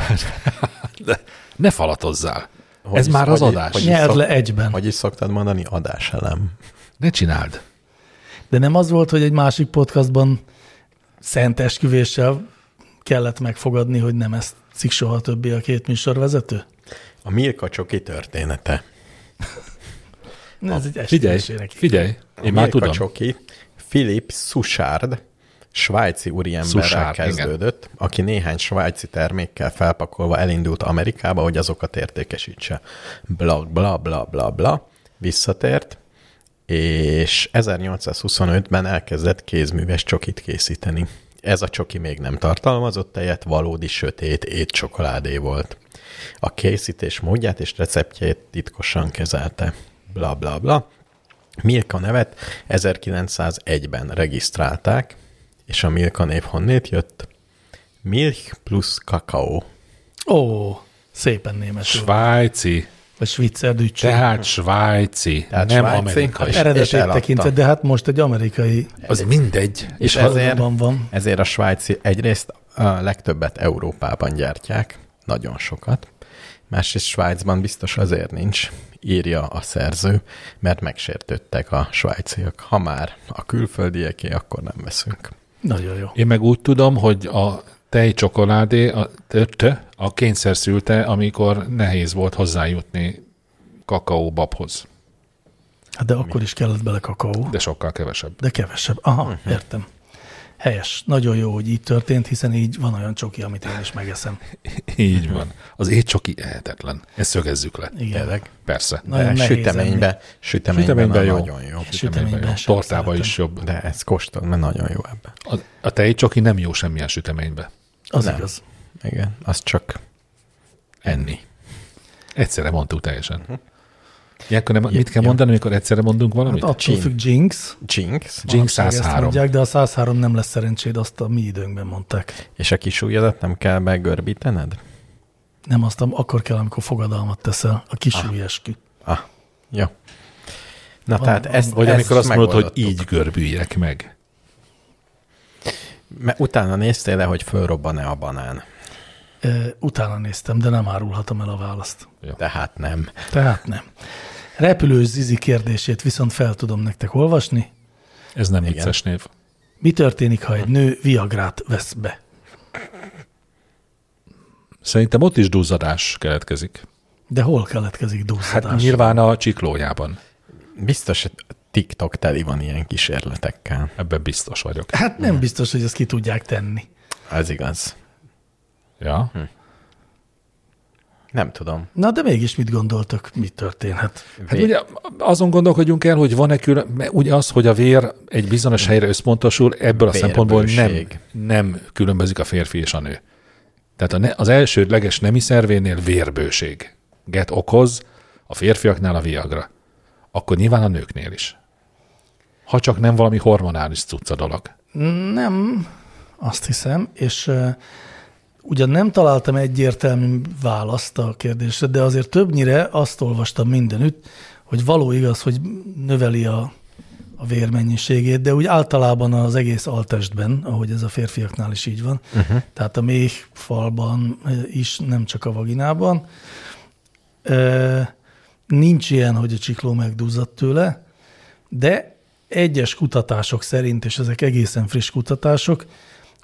Speaker 3: De ne falatozzál.
Speaker 1: Hogy
Speaker 3: Ez
Speaker 1: is-
Speaker 3: már az
Speaker 1: hogy-
Speaker 3: adás.
Speaker 1: hogy-
Speaker 2: Nyerd
Speaker 1: szok-
Speaker 2: le egyben.
Speaker 1: Hogy is szoktad mondani? Adáselem.
Speaker 3: Ne csináld.
Speaker 2: De nem az volt, hogy egy másik podcastban szent esküvéssel kellett megfogadni, hogy nem ezt cikk soha többé a két műsorvezető?
Speaker 1: A Milka Csoki története.
Speaker 2: Ez egy
Speaker 3: Figyelj,
Speaker 2: esküvésének.
Speaker 3: figyelj. Én már
Speaker 1: Mirka
Speaker 3: tudom.
Speaker 1: Csoki, Philip Sushard, svájci úriemberrel
Speaker 3: Suchard, igen.
Speaker 1: kezdődött, igen. aki néhány svájci termékkel felpakolva elindult Amerikába, hogy azokat értékesítse. Bla, bla, bla, bla, bla. Visszatért, és 1825-ben elkezdett kézműves csokit készíteni. Ez a csoki még nem tartalmazott tejet, valódi sötét étcsokoládé volt. A készítés módját és receptjét titkosan kezelte. Bla, bla, bla. Milka nevet 1901-ben regisztrálták, és a Milka név honnét jött? Milch plusz kakaó.
Speaker 2: Ó, szépen németül.
Speaker 3: Svájci.
Speaker 2: Vagy svicser dücső.
Speaker 3: Tehát svájci.
Speaker 1: Tehát
Speaker 3: nem
Speaker 1: svájci.
Speaker 3: amerikai.
Speaker 1: És- és
Speaker 2: Eredetét
Speaker 1: eladta.
Speaker 2: tekintve, de hát most egy amerikai
Speaker 3: Az mindegy. És
Speaker 1: És
Speaker 3: az,
Speaker 1: ezért,
Speaker 2: valóban van.
Speaker 1: ezért a svájci egyrészt a legtöbbet Európában gyártják, nagyon sokat, másrészt Svájcban biztos azért nincs, írja a szerző, mert megsértődtek a svájciak. Ha már a külföldieké, akkor nem veszünk.
Speaker 2: Nagyon jó.
Speaker 3: én meg úgy tudom, hogy a tejcsokoládé a, tört, a kényszer szülte, amikor nehéz volt hozzájutni kakaóbabhoz.
Speaker 2: Hát de akkor is kellett bele kakaó.
Speaker 3: De sokkal kevesebb.
Speaker 2: De kevesebb. Aha,
Speaker 3: Mhm.
Speaker 2: értem. Helyes. Nagyon jó, hogy így történt, hiszen így van olyan csoki, amit én is megeszem.
Speaker 3: Így van. Az étcsoki ehetetlen. Ezt szögezzük le.
Speaker 2: Igen.
Speaker 1: Tényleg?
Speaker 3: Persze.
Speaker 1: De
Speaker 2: Nagyon nehéz
Speaker 1: süteménybe, süteményben,
Speaker 3: Süteményben
Speaker 1: süteményben
Speaker 3: jó.
Speaker 1: nagyon jó.
Speaker 2: süteményben
Speaker 3: Süteményben jó.
Speaker 2: sem
Speaker 3: Tortában is
Speaker 2: szeretem.
Speaker 3: jobb.
Speaker 1: De ez kóstol, mert nagyon jó ebben.
Speaker 3: A, a tejcsoki nem jó semmilyen süteménybe
Speaker 2: Az
Speaker 1: Nem.
Speaker 2: igaz.
Speaker 1: Igen, az csak
Speaker 3: enni. Egyszerre mondtuk
Speaker 1: Mhm.
Speaker 3: teljesen. Ilyenkor nem, mit kell mondani, amikor egyszerre mondunk valamit?
Speaker 2: Hát attól
Speaker 1: Csin.
Speaker 2: függ Jinx.
Speaker 1: Jinx,
Speaker 3: Jinx
Speaker 2: Manapság ezt
Speaker 3: 103.
Speaker 2: Mondják, de a 103 nem lesz szerencséd, azt a mi időnkben mondták.
Speaker 1: és a kis ujjadat nem kell begörbítened?
Speaker 2: Nem azt, am- akkor kell, amikor fogadalmat teszel. A kis eskü.
Speaker 1: Ah, jó. Na tehát ezt,
Speaker 3: Vagy
Speaker 1: ezt
Speaker 3: amikor azt mondod, hogy
Speaker 1: megoldottuk.
Speaker 3: így görbüljek meg.
Speaker 1: Mert utána néztél le, hogy fölrobban-e a banán.
Speaker 2: E, utána néztem, de nem árulhatom el a választ.
Speaker 1: Tehát nem.
Speaker 2: Tehát nem. Repülős Zizi kérdését viszont fel tudom nektek olvasni.
Speaker 3: Ez nem vicces név.
Speaker 2: Mi történik, ha egy nő viagrát vesz be?
Speaker 3: Szerintem ott is duzzadás keletkezik.
Speaker 2: De hol keletkezik
Speaker 3: Hát
Speaker 2: dúszadás?
Speaker 3: nyilván a csiklójában.
Speaker 1: Biztos hogy TikTok teli van ilyen kísérletekkel.
Speaker 3: Ebben biztos vagyok.
Speaker 2: Hát nem biztos, hogy ezt ki tudják tenni.
Speaker 1: Ez igaz.
Speaker 3: Ja?
Speaker 1: Nem tudom.
Speaker 2: Na, de mégis mit gondoltok, mi történhet?
Speaker 3: Hát ugye azon gondolkodjunk el, hogy van-e külön, mert ugye az, hogy a vér egy bizonyos helyre összpontosul, ebből a szempontból nem,
Speaker 1: Vérbőség.
Speaker 3: nem különbözik a férfi és a nő. Tehát a ne, az elsődleges nemi szervénél vérbőség. Get okoz a férfiaknál a viagra. Akkor nyilván a nőknél is. Ha csak nem valami hormonális cucca dolog.
Speaker 2: Nem, azt hiszem, és uh, ugyan nem találtam egyértelmű választ a kérdésre, de azért többnyire azt olvastam mindenütt, hogy való igaz, hogy növeli a, a vérmennyiségét, de úgy általában az egész altestben, ahogy ez a férfiaknál is így van, uh-huh. tehát a méh falban ö, is, nem csak a vaginában. Ö, Nincs ilyen, hogy a csikló megduzzadt tőle, de egyes kutatások szerint, és ezek egészen friss kutatások,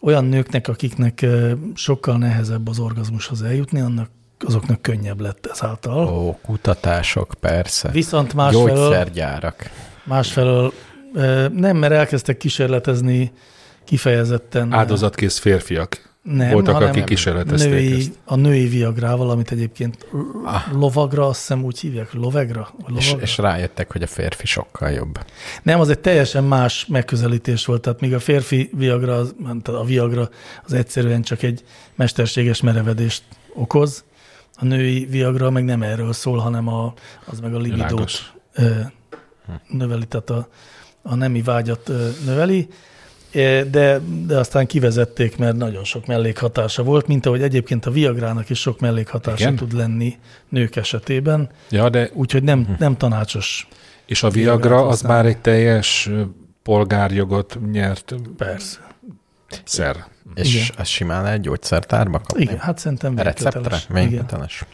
Speaker 2: olyan nőknek, akiknek ö, sokkal nehezebb az orgazmushoz eljutni, annak, azoknak könnyebb lett ezáltal. Oh.
Speaker 1: Ó, kutatások, persze.
Speaker 2: Viszont másfelől-
Speaker 1: Gyógyszergyárak.
Speaker 2: Másfelől ö, nem, mert elkezdtek kísérletezni kifejezetten ö,
Speaker 3: Áldozatkész férfiak nem, voltak,
Speaker 2: hanem
Speaker 3: akik kísérletezték ezt.
Speaker 2: női, a női viagrával, amit egyébként ah. lovagra, azt hiszem úgy hívják, lovegra? Vagy
Speaker 1: És,
Speaker 2: lovagra?
Speaker 1: és rájöttek, hogy a férfi sokkal jobb.
Speaker 2: Nem, az egy teljesen más megközelítés volt. Tehát míg a férfi viagra, az- ment a viagra az egyszerűen csak egy mesterséges merevedést okoz, a női viagra meg nem erről szól, hanem a, az meg a libidót
Speaker 3: Világos.
Speaker 2: ö, növeli, tehát a, a nemi vágyat ö, növeli. É, De, de aztán kivezették, mert nagyon sok mellékhatása volt, mint ahogy egyébként a Viagrának is sok mellékhatása
Speaker 3: Igen?
Speaker 2: Igen? tud lenni nők esetében,
Speaker 3: Ja, de
Speaker 2: úgyhogy nem, nem tanácsos.
Speaker 3: és a
Speaker 2: Viagrát
Speaker 3: Viagra az
Speaker 2: használni.
Speaker 3: már egy teljes ö, polgárjogot nyert
Speaker 2: Persze.
Speaker 3: szer.
Speaker 1: És
Speaker 2: Igen.
Speaker 1: azt simán egy gyógyszertárba kapni?
Speaker 2: Igen, hát szerintem
Speaker 1: Receptre?
Speaker 2: vényköteles. Igen,
Speaker 1: Vényköteles.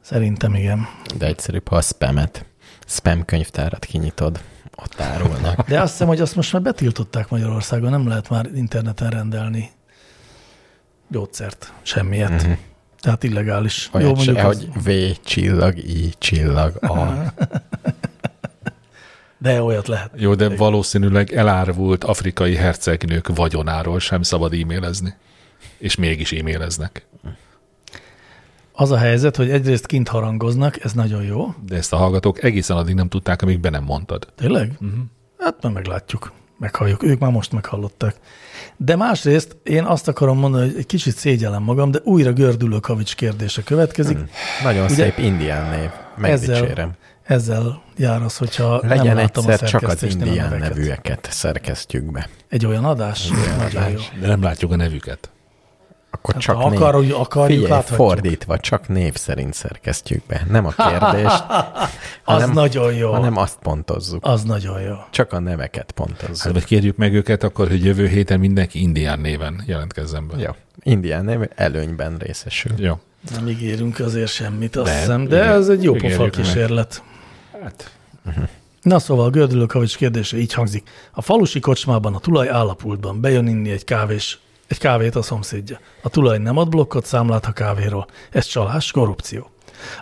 Speaker 2: szerintem igen.
Speaker 1: De egyszerűbb, ha a spamet, spam könyvtárat kinyitod, ott árulnak.
Speaker 2: De azt hiszem, hogy azt most már betiltották Magyarországon, nem lehet már interneten rendelni gyógyszert, semmiet. Mm-hmm. Tehát illegális.
Speaker 1: Olyan Jó, Hmm. se, eh,
Speaker 2: mondjuk az-
Speaker 1: hogy V csillag, I csillag, A.
Speaker 2: De olyat lehet.
Speaker 3: Jó, de valószínűleg elárvult afrikai hercegnők vagyonáról sem szabad e-mailezni. És mégis e-maileznek.
Speaker 2: Az a helyzet, hogy egyrészt kint harangoznak, ez nagyon jó.
Speaker 3: De ezt a hallgatók egészen addig nem tudták, amíg be nem mondtad.
Speaker 2: Tényleg? Uh-huh. Hát már meglátjuk, meghalljuk. Ők már most meghallották. De másrészt én azt akarom mondani, hogy egy kicsit szégyellem magam, de újra gördülő kavics kérdése következik.
Speaker 1: Hmm. Nagyon
Speaker 2: Ugye-
Speaker 1: szép indián név. Megdicsérem.
Speaker 2: Ezzel, ezzel jár az, hogyha nem
Speaker 1: Legyen
Speaker 2: láttam
Speaker 1: egyszer
Speaker 2: a
Speaker 1: csak az
Speaker 2: szerkesztésnél a
Speaker 1: indián
Speaker 2: neveket.
Speaker 1: nevűeket szerkesztjük be.
Speaker 2: Egy olyan adás? Nagyon jó.
Speaker 3: De Hát nem látjuk a nevüket.
Speaker 1: Akkor
Speaker 2: Hát
Speaker 1: csak
Speaker 2: ha
Speaker 1: név.
Speaker 2: akarjuk- akarjuk, hát
Speaker 1: Figyelj,
Speaker 2: láthatjuk.
Speaker 1: fordítva, csak név szerint szerkesztjük be. Nem a kérdést,
Speaker 2: Az
Speaker 1: hanem-
Speaker 2: nagyon jó.
Speaker 1: hanem azt pontozzuk.
Speaker 2: Az nagyon jó.
Speaker 1: Csak a neveket pontozzuk.
Speaker 3: Hát vagy kérjük meg őket akkor, hogy jövő héten mindenki indián néven jelentkezzen be.
Speaker 1: Jó. Indián név előnyben részesül.
Speaker 3: Jó.
Speaker 2: Nem ígérünk azért semmit, azt
Speaker 3: Nem,
Speaker 2: hiszem, de
Speaker 3: igen,
Speaker 2: ez egy jó
Speaker 3: ígérjük
Speaker 2: pofa
Speaker 3: meg.
Speaker 2: kísérlet.
Speaker 3: Hát.
Speaker 2: Na szóval a Gördülő Kavics kérdése így hangzik. A falusi kocsmában, a tulaj állapultban bejön inni egy kávés, egy kávét a szomszédja. A tulaj nem ad blokkot számlát a kávéról. Ez csalás, korrupció.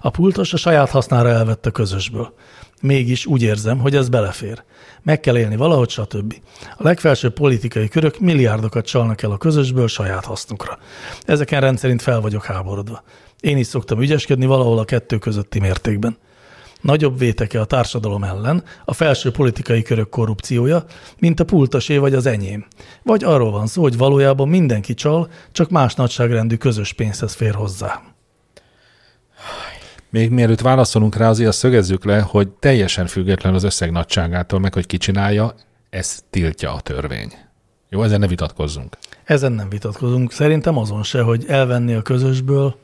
Speaker 2: A pultos a saját hasznára elvett a közösből. Mégis úgy érzem, hogy ez belefér. Meg kell élni valahogy, stb. A legfelsőbb politikai körök milliárdokat csalnak el a közösből saját hasznukra. Ezeken rendszerint fel vagyok háborodva. Én is szoktam ügyeskedni valahol a kettő közötti mértékben nagyobb véteke a társadalom ellen a felső politikai körök korrupciója, mint a pultasé vagy az enyém. Vagy arról van szó, hogy valójában mindenki csal, csak más nagyságrendű közös pénzhez fér hozzá.
Speaker 3: Még mielőtt válaszolunk rá, azért azt szögezzük le, hogy teljesen független az összeg nagyságától, meg hogy ki csinálja, ezt tiltja a törvény. Jó, ezzel ne vitatkozzunk.
Speaker 2: Ezen nem vitatkozunk. Szerintem azon se, hogy elvenni a közösből,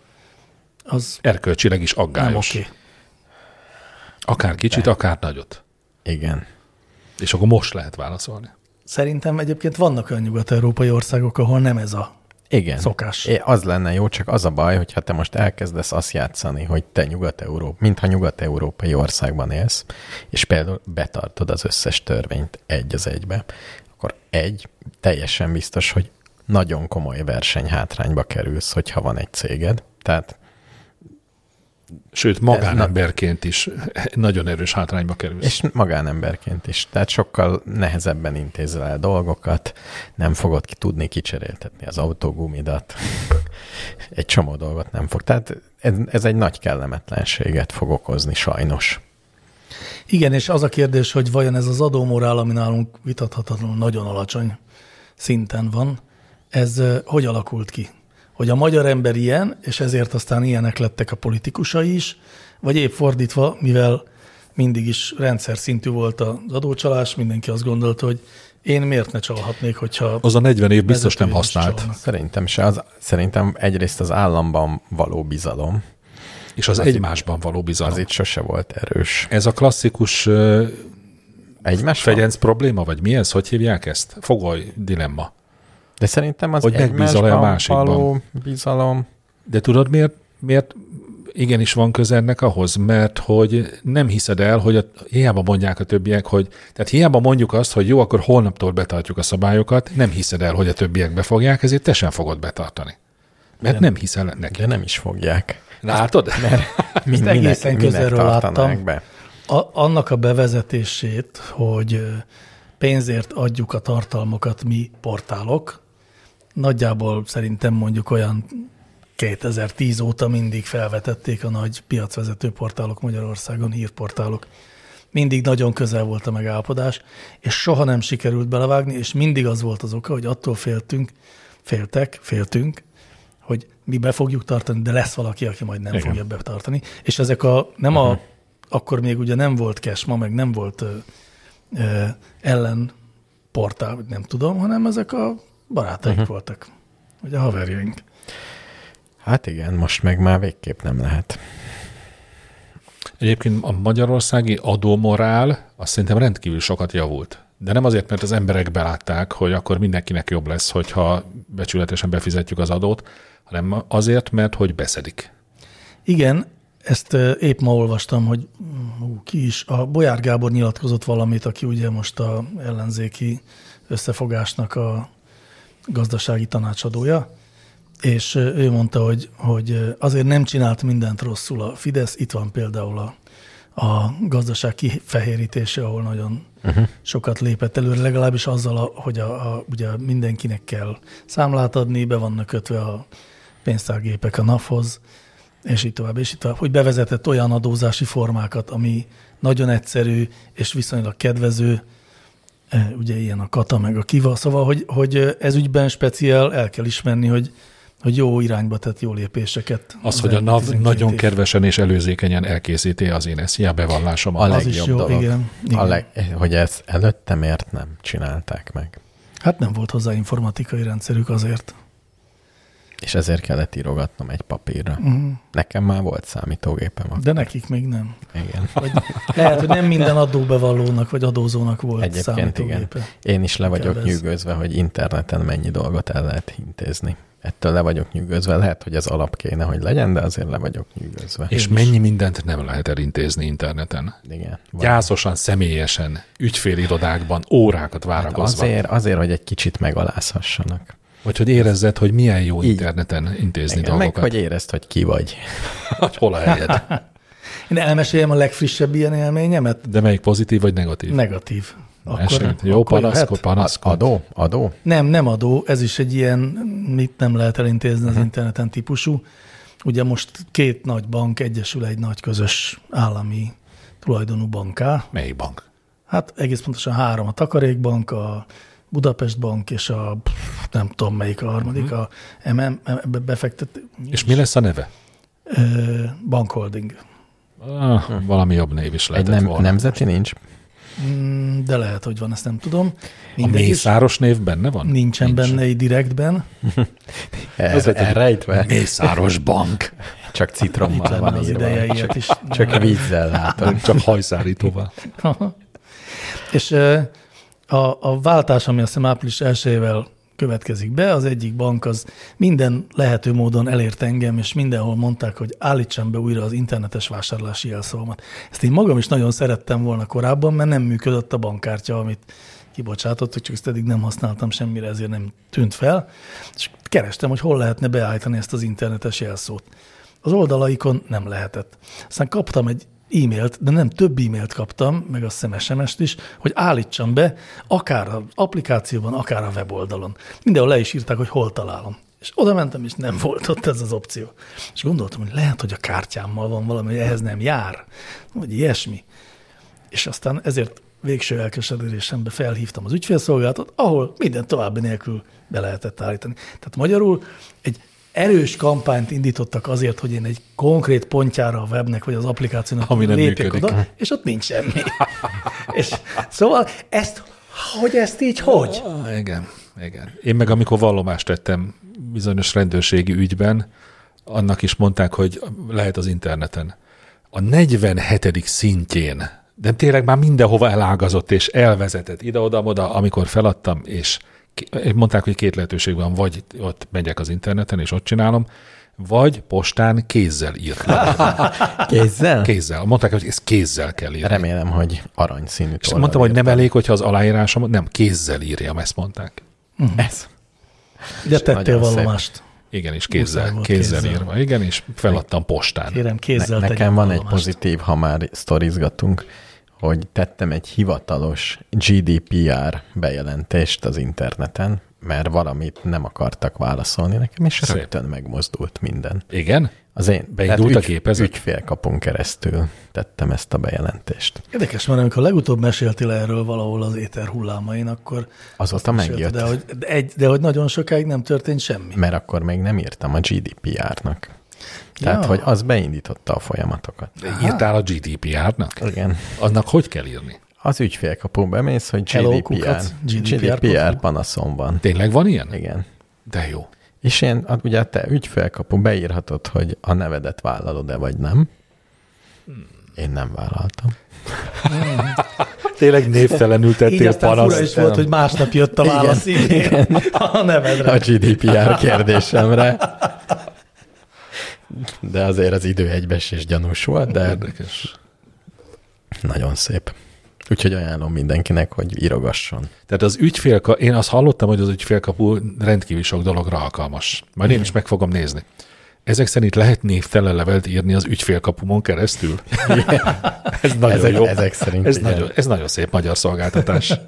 Speaker 2: az
Speaker 3: Erkölcsileg is
Speaker 2: nem
Speaker 3: aggályos.
Speaker 2: oké. Okay.
Speaker 3: Akár kicsit, akár nagyot.
Speaker 1: Igen.
Speaker 3: És akkor most lehet válaszolni.
Speaker 2: Szerintem egyébként vannak olyan nyugat-európai országok, ahol nem ez a...
Speaker 1: Igen.
Speaker 2: Szokás.
Speaker 1: É, az lenne jó, csak az a baj, hogyha te most elkezdesz azt játszani, hogy te nyugat-európa, mintha nyugat-európai országban élsz, és például betartod az összes törvényt egy az egybe, akkor egy, teljesen biztos, hogy nagyon komoly versenyhátrányba kerülsz, hogyha van egy céged. Tehát
Speaker 3: Sőt, magánemberként is nagyon erős hátrányba kerülsz.
Speaker 1: És magánemberként is. Tehát sokkal nehezebben intézel el dolgokat, nem fogod ki tudni kicseréltetni az autógumidat, egy csomó dolgot nem fog. Tehát ez, ez egy nagy kellemetlenséget fog okozni sajnos.
Speaker 2: Igen, és az a kérdés, hogy vajon ez az adómorál, ami nálunk vitathatatlanul nagyon alacsony szinten van, ez ö, hogy alakult ki? Hogy a magyar ember ilyen, és ezért aztán ilyenek lettek a politikusai is, vagy épp fordítva, mivel mindig is rendszer szintű volt az adócsalás, mindenki azt gondolta, hogy én miért ne csalhatnék, hogyha...
Speaker 3: Az a 40 év biztos nem
Speaker 2: vezetőim is
Speaker 3: használt.
Speaker 2: csalnak.
Speaker 1: Szerintem se az, szerintem egyrészt az államban való bizalom,
Speaker 3: És az, egymásban való
Speaker 1: az
Speaker 3: bizalom.
Speaker 1: itt sose volt erős.
Speaker 3: Ez a klasszikus ö,
Speaker 1: Egymás
Speaker 3: fegyenc probléma, vagy mi ez? Hogy hívják ezt? Fogoly dilemma.
Speaker 1: De szerintem az
Speaker 3: Hogy megbízol-e a
Speaker 1: egymásban
Speaker 3: másikban?
Speaker 1: való bizalom,
Speaker 3: De tudod miért, miért igenis van köze ennek ahhoz? Mert hogy nem hiszed el, hogy a, hiába mondják a többiek, hogy tehát hiába mondjuk azt, hogy jó, akkor holnaptól betartjuk a szabályokat, nem hiszed el, hogy a többiek befogják, ezért te sem fogod betartani. Mert nem hiszel neki.
Speaker 1: de nem is fogják.
Speaker 3: Látod?
Speaker 1: Min,
Speaker 2: Ezt egészen közelről
Speaker 1: tartanák
Speaker 2: láttam.
Speaker 1: Be?
Speaker 2: A, annak a bevezetését, hogy ö, pénzért adjuk a tartalmakat mi portálok, nagyjából szerintem mondjuk olyan 2010 óta mindig felvetették a nagy piacvezető portálok Magyarországon, hírportálok. Mindig nagyon közel volt a megállapodás, és soha nem sikerült belevágni, és mindig az volt az oka, hogy attól féltünk, féltek, féltünk, hogy mi be fogjuk tartani, de lesz valaki, aki majd nem
Speaker 3: Igen.
Speaker 2: Igen. fogja betartani. És ezek a, nem a, akkor még ugye nem volt cash, ma meg nem volt ö, ö, ellen portál, vagy nem tudom, hanem ezek a barátaink uh-huh. voltak, vagy a haverjaink.
Speaker 1: Hát igen, most meg már végképp nem lehet.
Speaker 3: Egyébként a magyarországi adómorál azt szerintem rendkívül sokat javult. De nem azért, mert az emberek belátták, hogy akkor mindenkinek jobb lesz, hogyha becsületesen befizetjük az adót, hanem azért, mert hogy beszedik.
Speaker 2: Igen, ezt ö, épp ma olvastam, hogy mm, hú, ki is, a Bolyár Gábor nyilatkozott valamit, aki ugye most a ellenzéki összefogásnak a gazdasági tanácsadója, és ö, ő mondta, hogy, hogy ö, azért nem csinált mindent rosszul a Fidesz, itt van például a, a gazdaság kifehérítése, ahol nagyon uh-huh. sokat lépett előre, legalábbis azzal, a, hogy a, a, ugye mindenkinek kell számlát adni, be vannak kötve a pénztárgépek a NAV-hoz, és így tovább, és így tovább, hogy bevezetett olyan adózási formákat, ami nagyon egyszerű és viszonylag kedvező, e, ugye ilyen a kata meg a kiva, szóval, hogy, hogy ez ügyben speciál el kell ismerni, hogy, hogy jó irányba tett jó lépéseket.
Speaker 3: Az, hogy a
Speaker 2: elmúlt
Speaker 3: NAV
Speaker 2: 12
Speaker 3: nagyon
Speaker 2: év.
Speaker 3: kedvesen és előzékenyen elkészíti az én SZIA bevallásomat.
Speaker 1: A
Speaker 2: Az is
Speaker 1: legjobb
Speaker 2: jó,
Speaker 1: dolog.
Speaker 2: igen, igen.
Speaker 1: A leg, hogy ezt előtte miért nem csinálták meg.
Speaker 2: Hát nem volt hozzá informatikai rendszerük azért.
Speaker 1: És ezért kellett írogatnom egy papírra. Nekem már volt számítógépem. akkor.
Speaker 2: Mhm. De nekik még nem.
Speaker 1: Igen.
Speaker 2: Vagy lehet, hogy nem minden adóbevallónak vagy adózónak volt
Speaker 1: Egyébként igen.
Speaker 2: számítógépe.
Speaker 1: Én is le vagyok
Speaker 2: Kell ez.
Speaker 1: nyűgözve, hogy interneten mennyi dolgot el lehet intézni. Ettől le vagyok nyűgözve. Lehet, hogy ez alap kéne, hogy legyen, de azért le vagyok nyűgözve.
Speaker 3: És mennyi mindent nem lehet elintézni interneten.
Speaker 1: Igen. Van.
Speaker 3: Gyászosan, személyesen, ügyfélirodákban,
Speaker 2: Hát
Speaker 3: órákat várakozva.
Speaker 1: Azért, azért, hogy egy kicsit megalázhassanak.
Speaker 3: Vagy hogy érezzed, hogy milyen jó interneten intézni
Speaker 1: Igen, meg,
Speaker 3: dolgokat.
Speaker 1: hogy érezd, hogy ki vagy.
Speaker 3: hogy hol a helyed.
Speaker 2: Én elmeséljem a legfrissebb ilyen élményemet?
Speaker 3: De melyik pozitív vagy negatív?
Speaker 2: Negatív.
Speaker 3: Esélyt. Jó, panaszkod, panaszkod.
Speaker 1: Adó? Adó?
Speaker 2: Nem, nem adó, ez is egy ilyen, mit nem lehet elintézni
Speaker 3: Mhm.
Speaker 2: az interneten típusú. Ugye most két nagy bank egyesül egy nagy közös állami tulajdonú banká.
Speaker 3: Melyik bank?
Speaker 2: Hát egész pontosan három, a Takarékbank, a Budapest Bank és a pff, nem tudom melyik a harmadik, a MM, ebbe befektet,
Speaker 3: Mhm. És mi lesz a neve?
Speaker 2: ö, bankholding. Hm.
Speaker 3: Ah, valami jobb név is
Speaker 1: Egy
Speaker 3: lehetett
Speaker 1: nem,
Speaker 3: volna.
Speaker 1: nemzeti nincs?
Speaker 2: Mm, De lehet, hogy van, ezt nem tudom.
Speaker 3: A
Speaker 2: Mindegy is.
Speaker 3: mészáros név benne van?
Speaker 2: Nincsen Nincs. benne így direktben.
Speaker 1: Ez elrejtve?
Speaker 3: Mészáros bank.
Speaker 1: Csak
Speaker 2: Itt
Speaker 1: citrommal
Speaker 2: lenne
Speaker 1: van
Speaker 2: az
Speaker 1: írva.
Speaker 2: ideje ilyet
Speaker 1: Csak,
Speaker 2: is.
Speaker 1: csak vízzel látom.
Speaker 3: Csak hajszárítóval.
Speaker 2: És ö, a, a váltás, ami azt hiszem április 1 következik be, az egyik bank az minden lehető módon elért engem, és mindenhol mondták, hogy állítsam be újra az internetes vásárlási jelszavamat. Ezt én magam is nagyon szerettem volna korábban, mert nem működött a bankkártya, amit kibocsátottak, csak ezt eddig nem használtam semmire, ezért nem tűnt fel. És kerestem, hogy hol lehetne beállítani ezt az internetes jelszót. Az oldalaikon nem lehetett. Aztán kaptam egy e-mailt, de nem több e-mailt kaptam, meg azt hiszem SMS-t is, hogy állítsam be akár az applikációban, akár a weboldalon. Mindenhol le is írták, hogy hol találom. És oda mentem, és nem volt ott ez az opció. És gondoltam, hogy lehet, hogy a kártyámmal van valami, hogy ehhez nem jár, vagy ilyesmi. És aztán ezért végső elkeseredésembe felhívtam az ügyfélszolgálatot, ahol minden további nélkül be lehetett állítani. Tehát magyarul egy erős kampányt indítottak azért, hogy én egy konkrét pontjára a webnek vagy az applikációnak
Speaker 3: Ami nem
Speaker 2: lépjek
Speaker 3: működik.
Speaker 2: oda, és ott nincs semmi. és szóval ezt, hogy ezt így, hogy?
Speaker 3: Ah, igen, igen. Én meg amikor vallomást tettem bizonyos rendőrségi ügyben, annak is mondták, hogy lehet az interneten. A 47. szintjén, de tényleg már mindenhova elágazott és elvezetett ide-oda-oda, amikor feladtam, és ki- mondták, hogy két lehetőség van, vagy ott megyek az interneten, és ott csinálom, vagy postán kézzel írt. le.
Speaker 1: Kézzel?
Speaker 3: Kézzel. Mondták, hogy ezt kézzel kell írni.
Speaker 1: Remélem, hogy aranyszínű
Speaker 3: És mondtam, hogy nem elég, hogyha az aláírásom, nem, kézzel írjam, ezt mondták.
Speaker 1: Ez.
Speaker 2: De tettél
Speaker 1: nagyon szép.
Speaker 2: vallomást.
Speaker 3: Igen, és
Speaker 2: Muszáj
Speaker 3: kézzel,
Speaker 2: volt
Speaker 3: kézzel,
Speaker 2: kézzel.
Speaker 3: írva. Igen, és feladtam postán.
Speaker 2: Kérem,
Speaker 1: Ne,
Speaker 2: kézzel tegyél
Speaker 1: nekem van egy
Speaker 2: vallomást.
Speaker 1: pozitív, ha már sztorizgatunk, hogy tettem egy hivatalos GDPR bejelentést az interneten, mert valamit nem akartak válaszolni nekem, és
Speaker 3: Szép.
Speaker 1: rögtön megmozdult minden.
Speaker 3: Igen?
Speaker 1: Az én
Speaker 3: Beindult
Speaker 1: tehát
Speaker 3: a
Speaker 1: ügy-
Speaker 3: gépezet?
Speaker 1: Ügyfélkapun keresztül tettem ezt a bejelentést.
Speaker 2: Érdekes, mert amikor legutóbb meséltél erről valahol az éter hullámain, akkor
Speaker 1: Azóta megjött.
Speaker 2: De hogy, de, egy, de hogy nagyon sokáig nem történt semmi.
Speaker 1: mert akkor még nem írtam a GDPR-nak. Tehát,
Speaker 2: Ja.
Speaker 1: hogy az beindította a folyamatokat.
Speaker 3: De írtál a GDPR-nak?
Speaker 1: Igen.
Speaker 3: Annak hogy kell írni?
Speaker 1: Az ügyfélkapun bemész, hogy
Speaker 2: Hello,
Speaker 1: GDPR,
Speaker 2: kukac, GDPR
Speaker 1: GDPR,
Speaker 2: kukac.
Speaker 1: GDPR panaszom van.
Speaker 3: Tényleg van ilyen?
Speaker 1: Igen.
Speaker 3: De jó.
Speaker 1: És én, a- ugye a te ügyfélkapu beírhatod, hogy a nevedet vállalod-e vagy nem.
Speaker 2: Hmm.
Speaker 1: Én nem vállaltam.
Speaker 3: Tényleg névtelenül
Speaker 2: Így aztán fura is volt, hogy másnap jött a
Speaker 1: Igen,
Speaker 2: válasz igen, a
Speaker 1: A
Speaker 2: nevedre.
Speaker 1: GDPR kérdésemre. De azért az idő egybes és gyanús volt, de
Speaker 3: Érdekes.
Speaker 1: nagyon szép. Úgyhogy ajánlom mindenkinek, hogy írogasson.
Speaker 3: Tehát az ügyfélka, én azt hallottam, hogy az ügyfélkapu rendkívül sok dologra alkalmas. Majd én is meg fogom nézni. Ezek szerint lehet névtelen levelt írni az ügyfélkapumon keresztül? ez nagyon
Speaker 1: Ezek-
Speaker 3: jó.
Speaker 1: ezek szerint
Speaker 3: ez
Speaker 1: igen.
Speaker 3: nagyon, ez nagyon szép magyar szolgáltatás.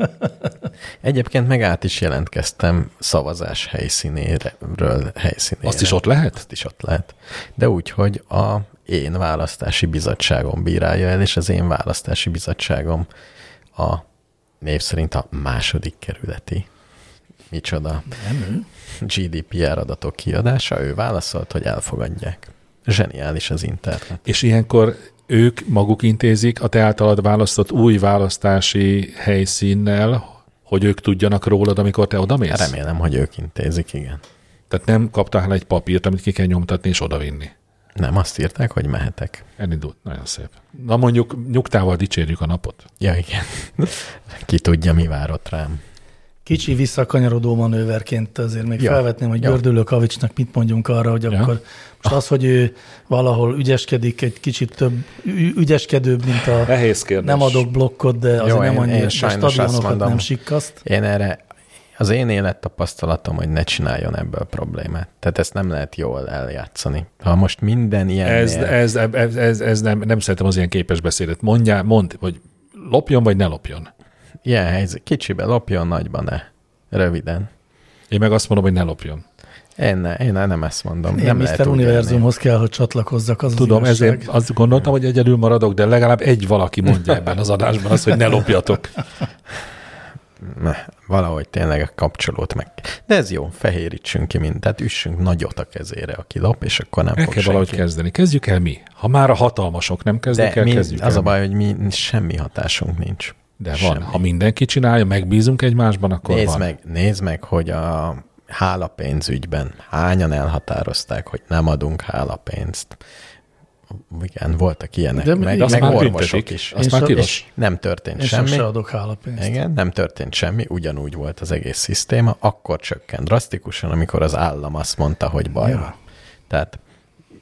Speaker 1: Egyébként meg át is jelentkeztem szavazás helyszínéről helyszínére.
Speaker 3: Azt is ott lehet?
Speaker 1: Azt is ott lehet. De úgy, hogy a én választási bizottságom bírálja el, és az én választási bizottságom a név szerint a második kerületi. Micsoda. Nem. GDPR adatok kiadása, ő válaszolt, hogy elfogadják. Zseniális az internet.
Speaker 3: És ilyenkor ők maguk intézik a te általad választott új választási helyszínnel, hogy ők tudjanak rólad, amikor te odamész?
Speaker 1: Remélem, hogy ők intézik, igen.
Speaker 3: Tehát nem kaptál egy papírt, amit ki kell nyomtatni és odavinni.
Speaker 1: Nem, azt írták, hogy mehetek.
Speaker 3: Elindult. Nagyon szép. Na mondjuk nyugtával dicsérjük a napot.
Speaker 1: Ja, igen. Ki tudja, mi vár ott rám.
Speaker 2: Kicsi visszakanyarodó manőverként azért még ja.
Speaker 1: Ja.
Speaker 2: felvetném, hogy ja.
Speaker 1: Ja.
Speaker 2: Gördülő Kavicsnak mit mondjunk arra, hogy
Speaker 3: Ja.
Speaker 2: ja. akkor most az, hogy ő valahol ügyeskedik, egy kicsit több, ü- ügyeskedőbb, mint a
Speaker 3: Nehéz kérdés.
Speaker 2: nem adok blokkot, de azért
Speaker 1: Eh, Jó,
Speaker 2: nem
Speaker 1: én- én
Speaker 2: annyira, és a
Speaker 1: sajnos azt
Speaker 2: stadionokat
Speaker 1: mondom.
Speaker 2: nem sikkaszt.
Speaker 1: Én erre, az én élettapasztalatom, hogy ne csináljon ebből problémát. Tehát ezt nem lehet jól eljátszani. Ha most minden ilyen...
Speaker 3: Ez, ez, ez, ez, ez nem, nem szeretem az ilyen képes beszédet. Mondjál, mondd, hogy lopjon vagy ne lopjon.
Speaker 1: Ilyen helyzet, kicsibe lopjon, nagyba ne. Röviden.
Speaker 3: Én meg azt mondom, hogy ne lopjon.
Speaker 1: Én, ne, én nem ezt mondom.
Speaker 2: Én
Speaker 1: nem lehet
Speaker 2: Mr.
Speaker 1: úgy élni.
Speaker 2: Univerzumhoz kell, hogy csatlakozzak, az az
Speaker 3: Tudom,
Speaker 2: igazság.
Speaker 3: ezért azt gondoltam, hogy egyedül maradok, de legalább egy valaki mondja ebben az adásban azt, hogy ne lopjatok.
Speaker 1: Ne, valahogy tényleg a kapcsolót meg. De ez jó, fehérítsünk ki mindent, tehát üssünk nagyot a kezére, aki lop, és akkor nem
Speaker 3: El
Speaker 1: fog
Speaker 3: kell valahogy
Speaker 1: senki.
Speaker 3: kezdeni. Kezdjük el mi? Ha már a hatalmasok nem kezdik
Speaker 1: De
Speaker 3: el,
Speaker 1: mi,
Speaker 3: kezdjük
Speaker 1: az
Speaker 3: el.
Speaker 1: a
Speaker 3: mi.
Speaker 1: baj, hogy mi semmi hatásunk nincs.
Speaker 3: De van.
Speaker 1: Semmi.
Speaker 3: Ha mindenki csinálja, megbízunk egymásban, akkor
Speaker 1: Nézd
Speaker 3: van.
Speaker 1: meg, nézd meg, hogy a hálapénzügyben hányan elhatározták, hogy nem adunk hálapénzt. Igen, voltak ilyenek,
Speaker 2: De
Speaker 1: de meg,
Speaker 2: de azt
Speaker 1: meg
Speaker 3: már
Speaker 1: orvosok
Speaker 3: büntetik.
Speaker 1: is.
Speaker 3: Azt
Speaker 1: És
Speaker 3: már
Speaker 1: so-
Speaker 3: tilos.
Speaker 1: és nem történt
Speaker 2: Én sem
Speaker 1: semmi.
Speaker 2: se adok hálapénzt.
Speaker 1: Igen, nem történt semmi, ugyanúgy volt az egész szisztéma, akkor csökkent drasztikusan, amikor az állam azt mondta, hogy baj
Speaker 2: Ja.
Speaker 1: van. Tehát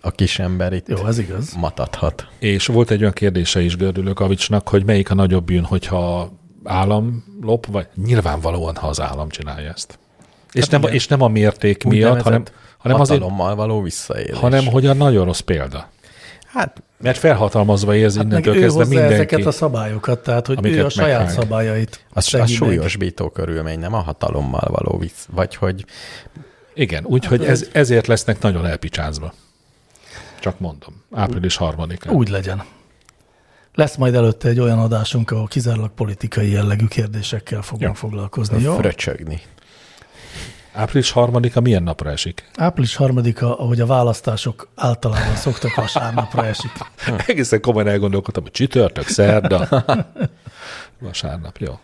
Speaker 1: a kisember itt
Speaker 2: Jó, ez igaz.
Speaker 1: matadhat.
Speaker 3: És volt egy olyan kérdése is Gördülő Kavicsnak, hogy melyik a nagyobb bűn, hogyha állam lop, vagy nyilvánvalóan, ha az állam csinálja ezt.
Speaker 1: Hát
Speaker 3: És, nem, és nem a mérték miatt, hanem, hanem azért,
Speaker 1: hatalommal való visszaélés.
Speaker 3: hanem hogy a nagyon rossz példa.
Speaker 1: hát
Speaker 3: Mert felhatalmazva érzi hát
Speaker 2: Meg
Speaker 3: innentől
Speaker 2: ő
Speaker 3: kezdve
Speaker 2: hozza
Speaker 3: mindenki.
Speaker 2: ezeket a szabályokat, tehát hogy ő
Speaker 3: amiket
Speaker 2: a saját
Speaker 3: meghág.
Speaker 2: szabályait
Speaker 1: Az, az
Speaker 2: szegi meg.
Speaker 1: súlyosbító körülmény, nem a hatalommal való vicc. Vagy hogy
Speaker 3: Igen,
Speaker 1: Hát,
Speaker 3: úgyhogy ez, ezért lesznek nagyon elpicsázva. Csak mondom. Április harmadikán.
Speaker 2: Úgy legyen. Lesz majd előtte egy olyan adásunk, ahol kizárólag politikai jellegű kérdésekkel fogunk
Speaker 3: Ja.
Speaker 2: foglalkozni. Jó?
Speaker 1: fröcsögni.
Speaker 3: Április harmadika milyen napra esik?
Speaker 2: Április harmadika, ahogy a választások általában szoktak vasárnapra esik.
Speaker 3: Egészen komolyan elgondolkodtam, hogy csütörtök, szerda, vasárnap, jó.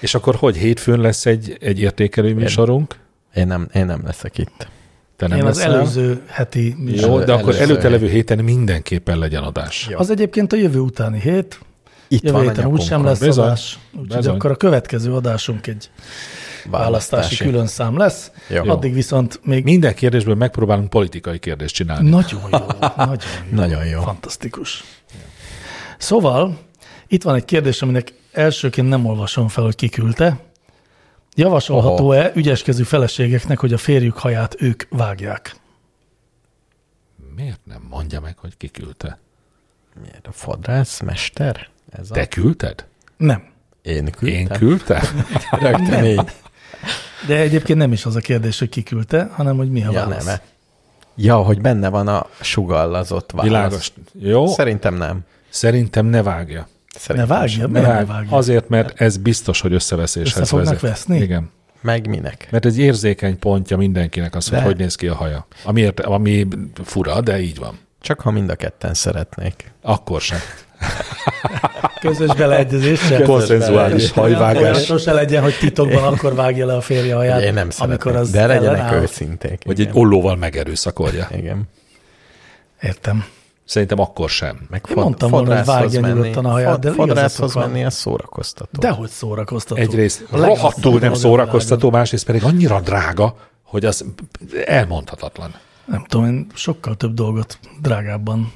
Speaker 3: És akkor hogy hétfőn lesz egy, egy értékelő műsorunk?
Speaker 1: Én nem, én nem leszek itt.
Speaker 3: Te nem
Speaker 2: Én az
Speaker 3: leszel?
Speaker 2: előző heti műsor.
Speaker 3: Jó, de akkor
Speaker 1: előző
Speaker 3: előtte levő héten mindenképpen legyen adás. Jó.
Speaker 2: Az egyébként a jövő utáni hét.
Speaker 1: Itt
Speaker 2: Jövő
Speaker 1: van a
Speaker 2: héten
Speaker 1: nyakunkon.
Speaker 2: úgysem lesz
Speaker 3: Bizony.
Speaker 2: adás, úgyhogy
Speaker 3: Bizony.
Speaker 2: akkor a következő adásunk egy választási külön szám lesz.
Speaker 1: Jó.
Speaker 2: Addig viszont még
Speaker 3: Minden kérdésből megpróbálunk politikai kérdést csinálni.
Speaker 2: Nagyon jó, nagyon jó.
Speaker 1: Nagyon jó.
Speaker 2: Fantasztikus. Szóval, itt van egy kérdés, aminek elsőként nem olvasom fel, hogy kiküldte. Javasolható-e ügyeskező feleségeknek, hogy a férjük haját ők vágják?
Speaker 3: Miért nem mondja meg, hogy ki küldte?
Speaker 1: Miért a fodrász, mester? Ez
Speaker 3: Te
Speaker 1: a...
Speaker 3: küldted?
Speaker 2: Nem.
Speaker 1: Én küldtem.
Speaker 3: Én küldtem?
Speaker 1: Rögtön így.
Speaker 2: De egyébként nem is az a kérdés, hogy kiküldte, hanem hogy mi a
Speaker 1: Ja,
Speaker 2: válasz.
Speaker 1: nem. ja, hogy benne van a sugallazott válasz.
Speaker 3: Világos. Jó?
Speaker 1: Szerintem nem.
Speaker 3: Szerintem ne vágja.
Speaker 2: Ne
Speaker 1: Szerintem
Speaker 2: vágja,
Speaker 1: sem.
Speaker 2: miért ne
Speaker 3: Vág.
Speaker 2: vágja?
Speaker 3: Azért, mert ez biztos, hogy összeveszéshez
Speaker 2: Össze fognak
Speaker 3: vezet.
Speaker 2: veszni?
Speaker 3: Igen.
Speaker 1: Meg minek?
Speaker 3: Mert egy érzékeny pontja mindenkinek az, hogy
Speaker 1: De-
Speaker 3: hogy néz ki a haja. Ami, érte, ami fura, de így van.
Speaker 1: Csak ha mind a ketten szeretnék.
Speaker 3: Akkor sem.
Speaker 2: Közös beleegyezés sem.
Speaker 7: Konszenzuális
Speaker 2: Olyan
Speaker 7: hajvágás.
Speaker 2: sose legyen, hogy titokban akkor vágja le a férje haját,
Speaker 1: Én nem
Speaker 2: Hát, amikor
Speaker 1: szeretem,
Speaker 2: az
Speaker 1: de legyenek
Speaker 2: ellenáll.
Speaker 1: őszinték.
Speaker 3: Vagy
Speaker 1: igen.
Speaker 3: egy ollóval megerőszakolja.
Speaker 1: Igen.
Speaker 2: Értem.
Speaker 3: Szerintem akkor sem.
Speaker 1: Meg
Speaker 2: Én mondtam volna, hogy vágja nyugodtan a haját, de
Speaker 1: fodrászhoz
Speaker 2: igazatok van.
Speaker 1: menni, az szórakoztató.
Speaker 2: Dehogy szórakoztató.
Speaker 3: Egyrészt
Speaker 2: A legasszabb
Speaker 3: rohadtul
Speaker 2: dolog a
Speaker 3: nem
Speaker 2: világon.
Speaker 3: szórakoztató, másrészt pedig annyira drága, hogy az elmondhatatlan.
Speaker 2: Nem tudom, én sokkal több dolgot drágábban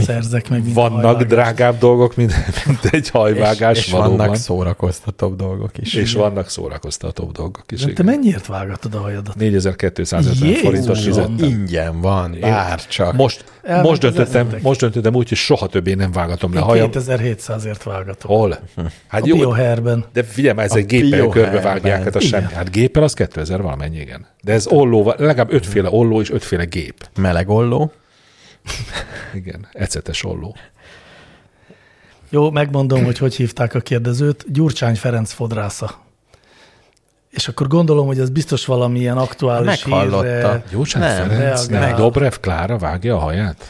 Speaker 2: szerzek meg. mint
Speaker 3: Vannak
Speaker 2: hajvágás.
Speaker 3: drágább dolgok, mint, mint egy hajvágás
Speaker 1: és, és
Speaker 3: valóban.
Speaker 1: vannak szórakoztatóbb dolgok is.
Speaker 3: és vannak szórakoztatóbb dolgok is.
Speaker 2: De Te
Speaker 3: igen.
Speaker 2: mennyiért vágatod a hajadat?
Speaker 3: 4250
Speaker 2: Jézusom!
Speaker 3: forintot fizettem.
Speaker 1: Szóval ingyen van, bárcsak.
Speaker 3: Most,
Speaker 2: Elment
Speaker 3: most,
Speaker 2: az
Speaker 3: döntöttem,
Speaker 2: eszetek.
Speaker 3: most döntöttem úgy, hogy soha többé nem vágatom le a
Speaker 2: Én
Speaker 3: hajam.
Speaker 2: 2700-ért vágatom.
Speaker 3: Hol? Hát
Speaker 2: A
Speaker 3: jó,
Speaker 2: Biohairben.
Speaker 3: de figyelj, már ez
Speaker 1: A
Speaker 3: egy géppel
Speaker 1: Biohairben.
Speaker 3: körbevágják, hát az
Speaker 2: Igen.
Speaker 3: semmi. Hát géppel az 2000 valamennyi, igen. De ez ollóval, legalább ötféle olló és ötféle gép.
Speaker 1: Meleg olló.
Speaker 3: Igen, ecetes olló.
Speaker 2: Jó, megmondom, hogy hogy hívták a kérdezőt. Gyurcsány Ferenc fodrásza. És akkor gondolom, hogy ez biztos valamilyen aktuális
Speaker 1: Meghallotta.
Speaker 2: hírre.
Speaker 3: Gyurcsány
Speaker 1: Nem,
Speaker 3: Ferenc,
Speaker 2: reagál.
Speaker 3: nem. Dobrev Klára vágja a haját?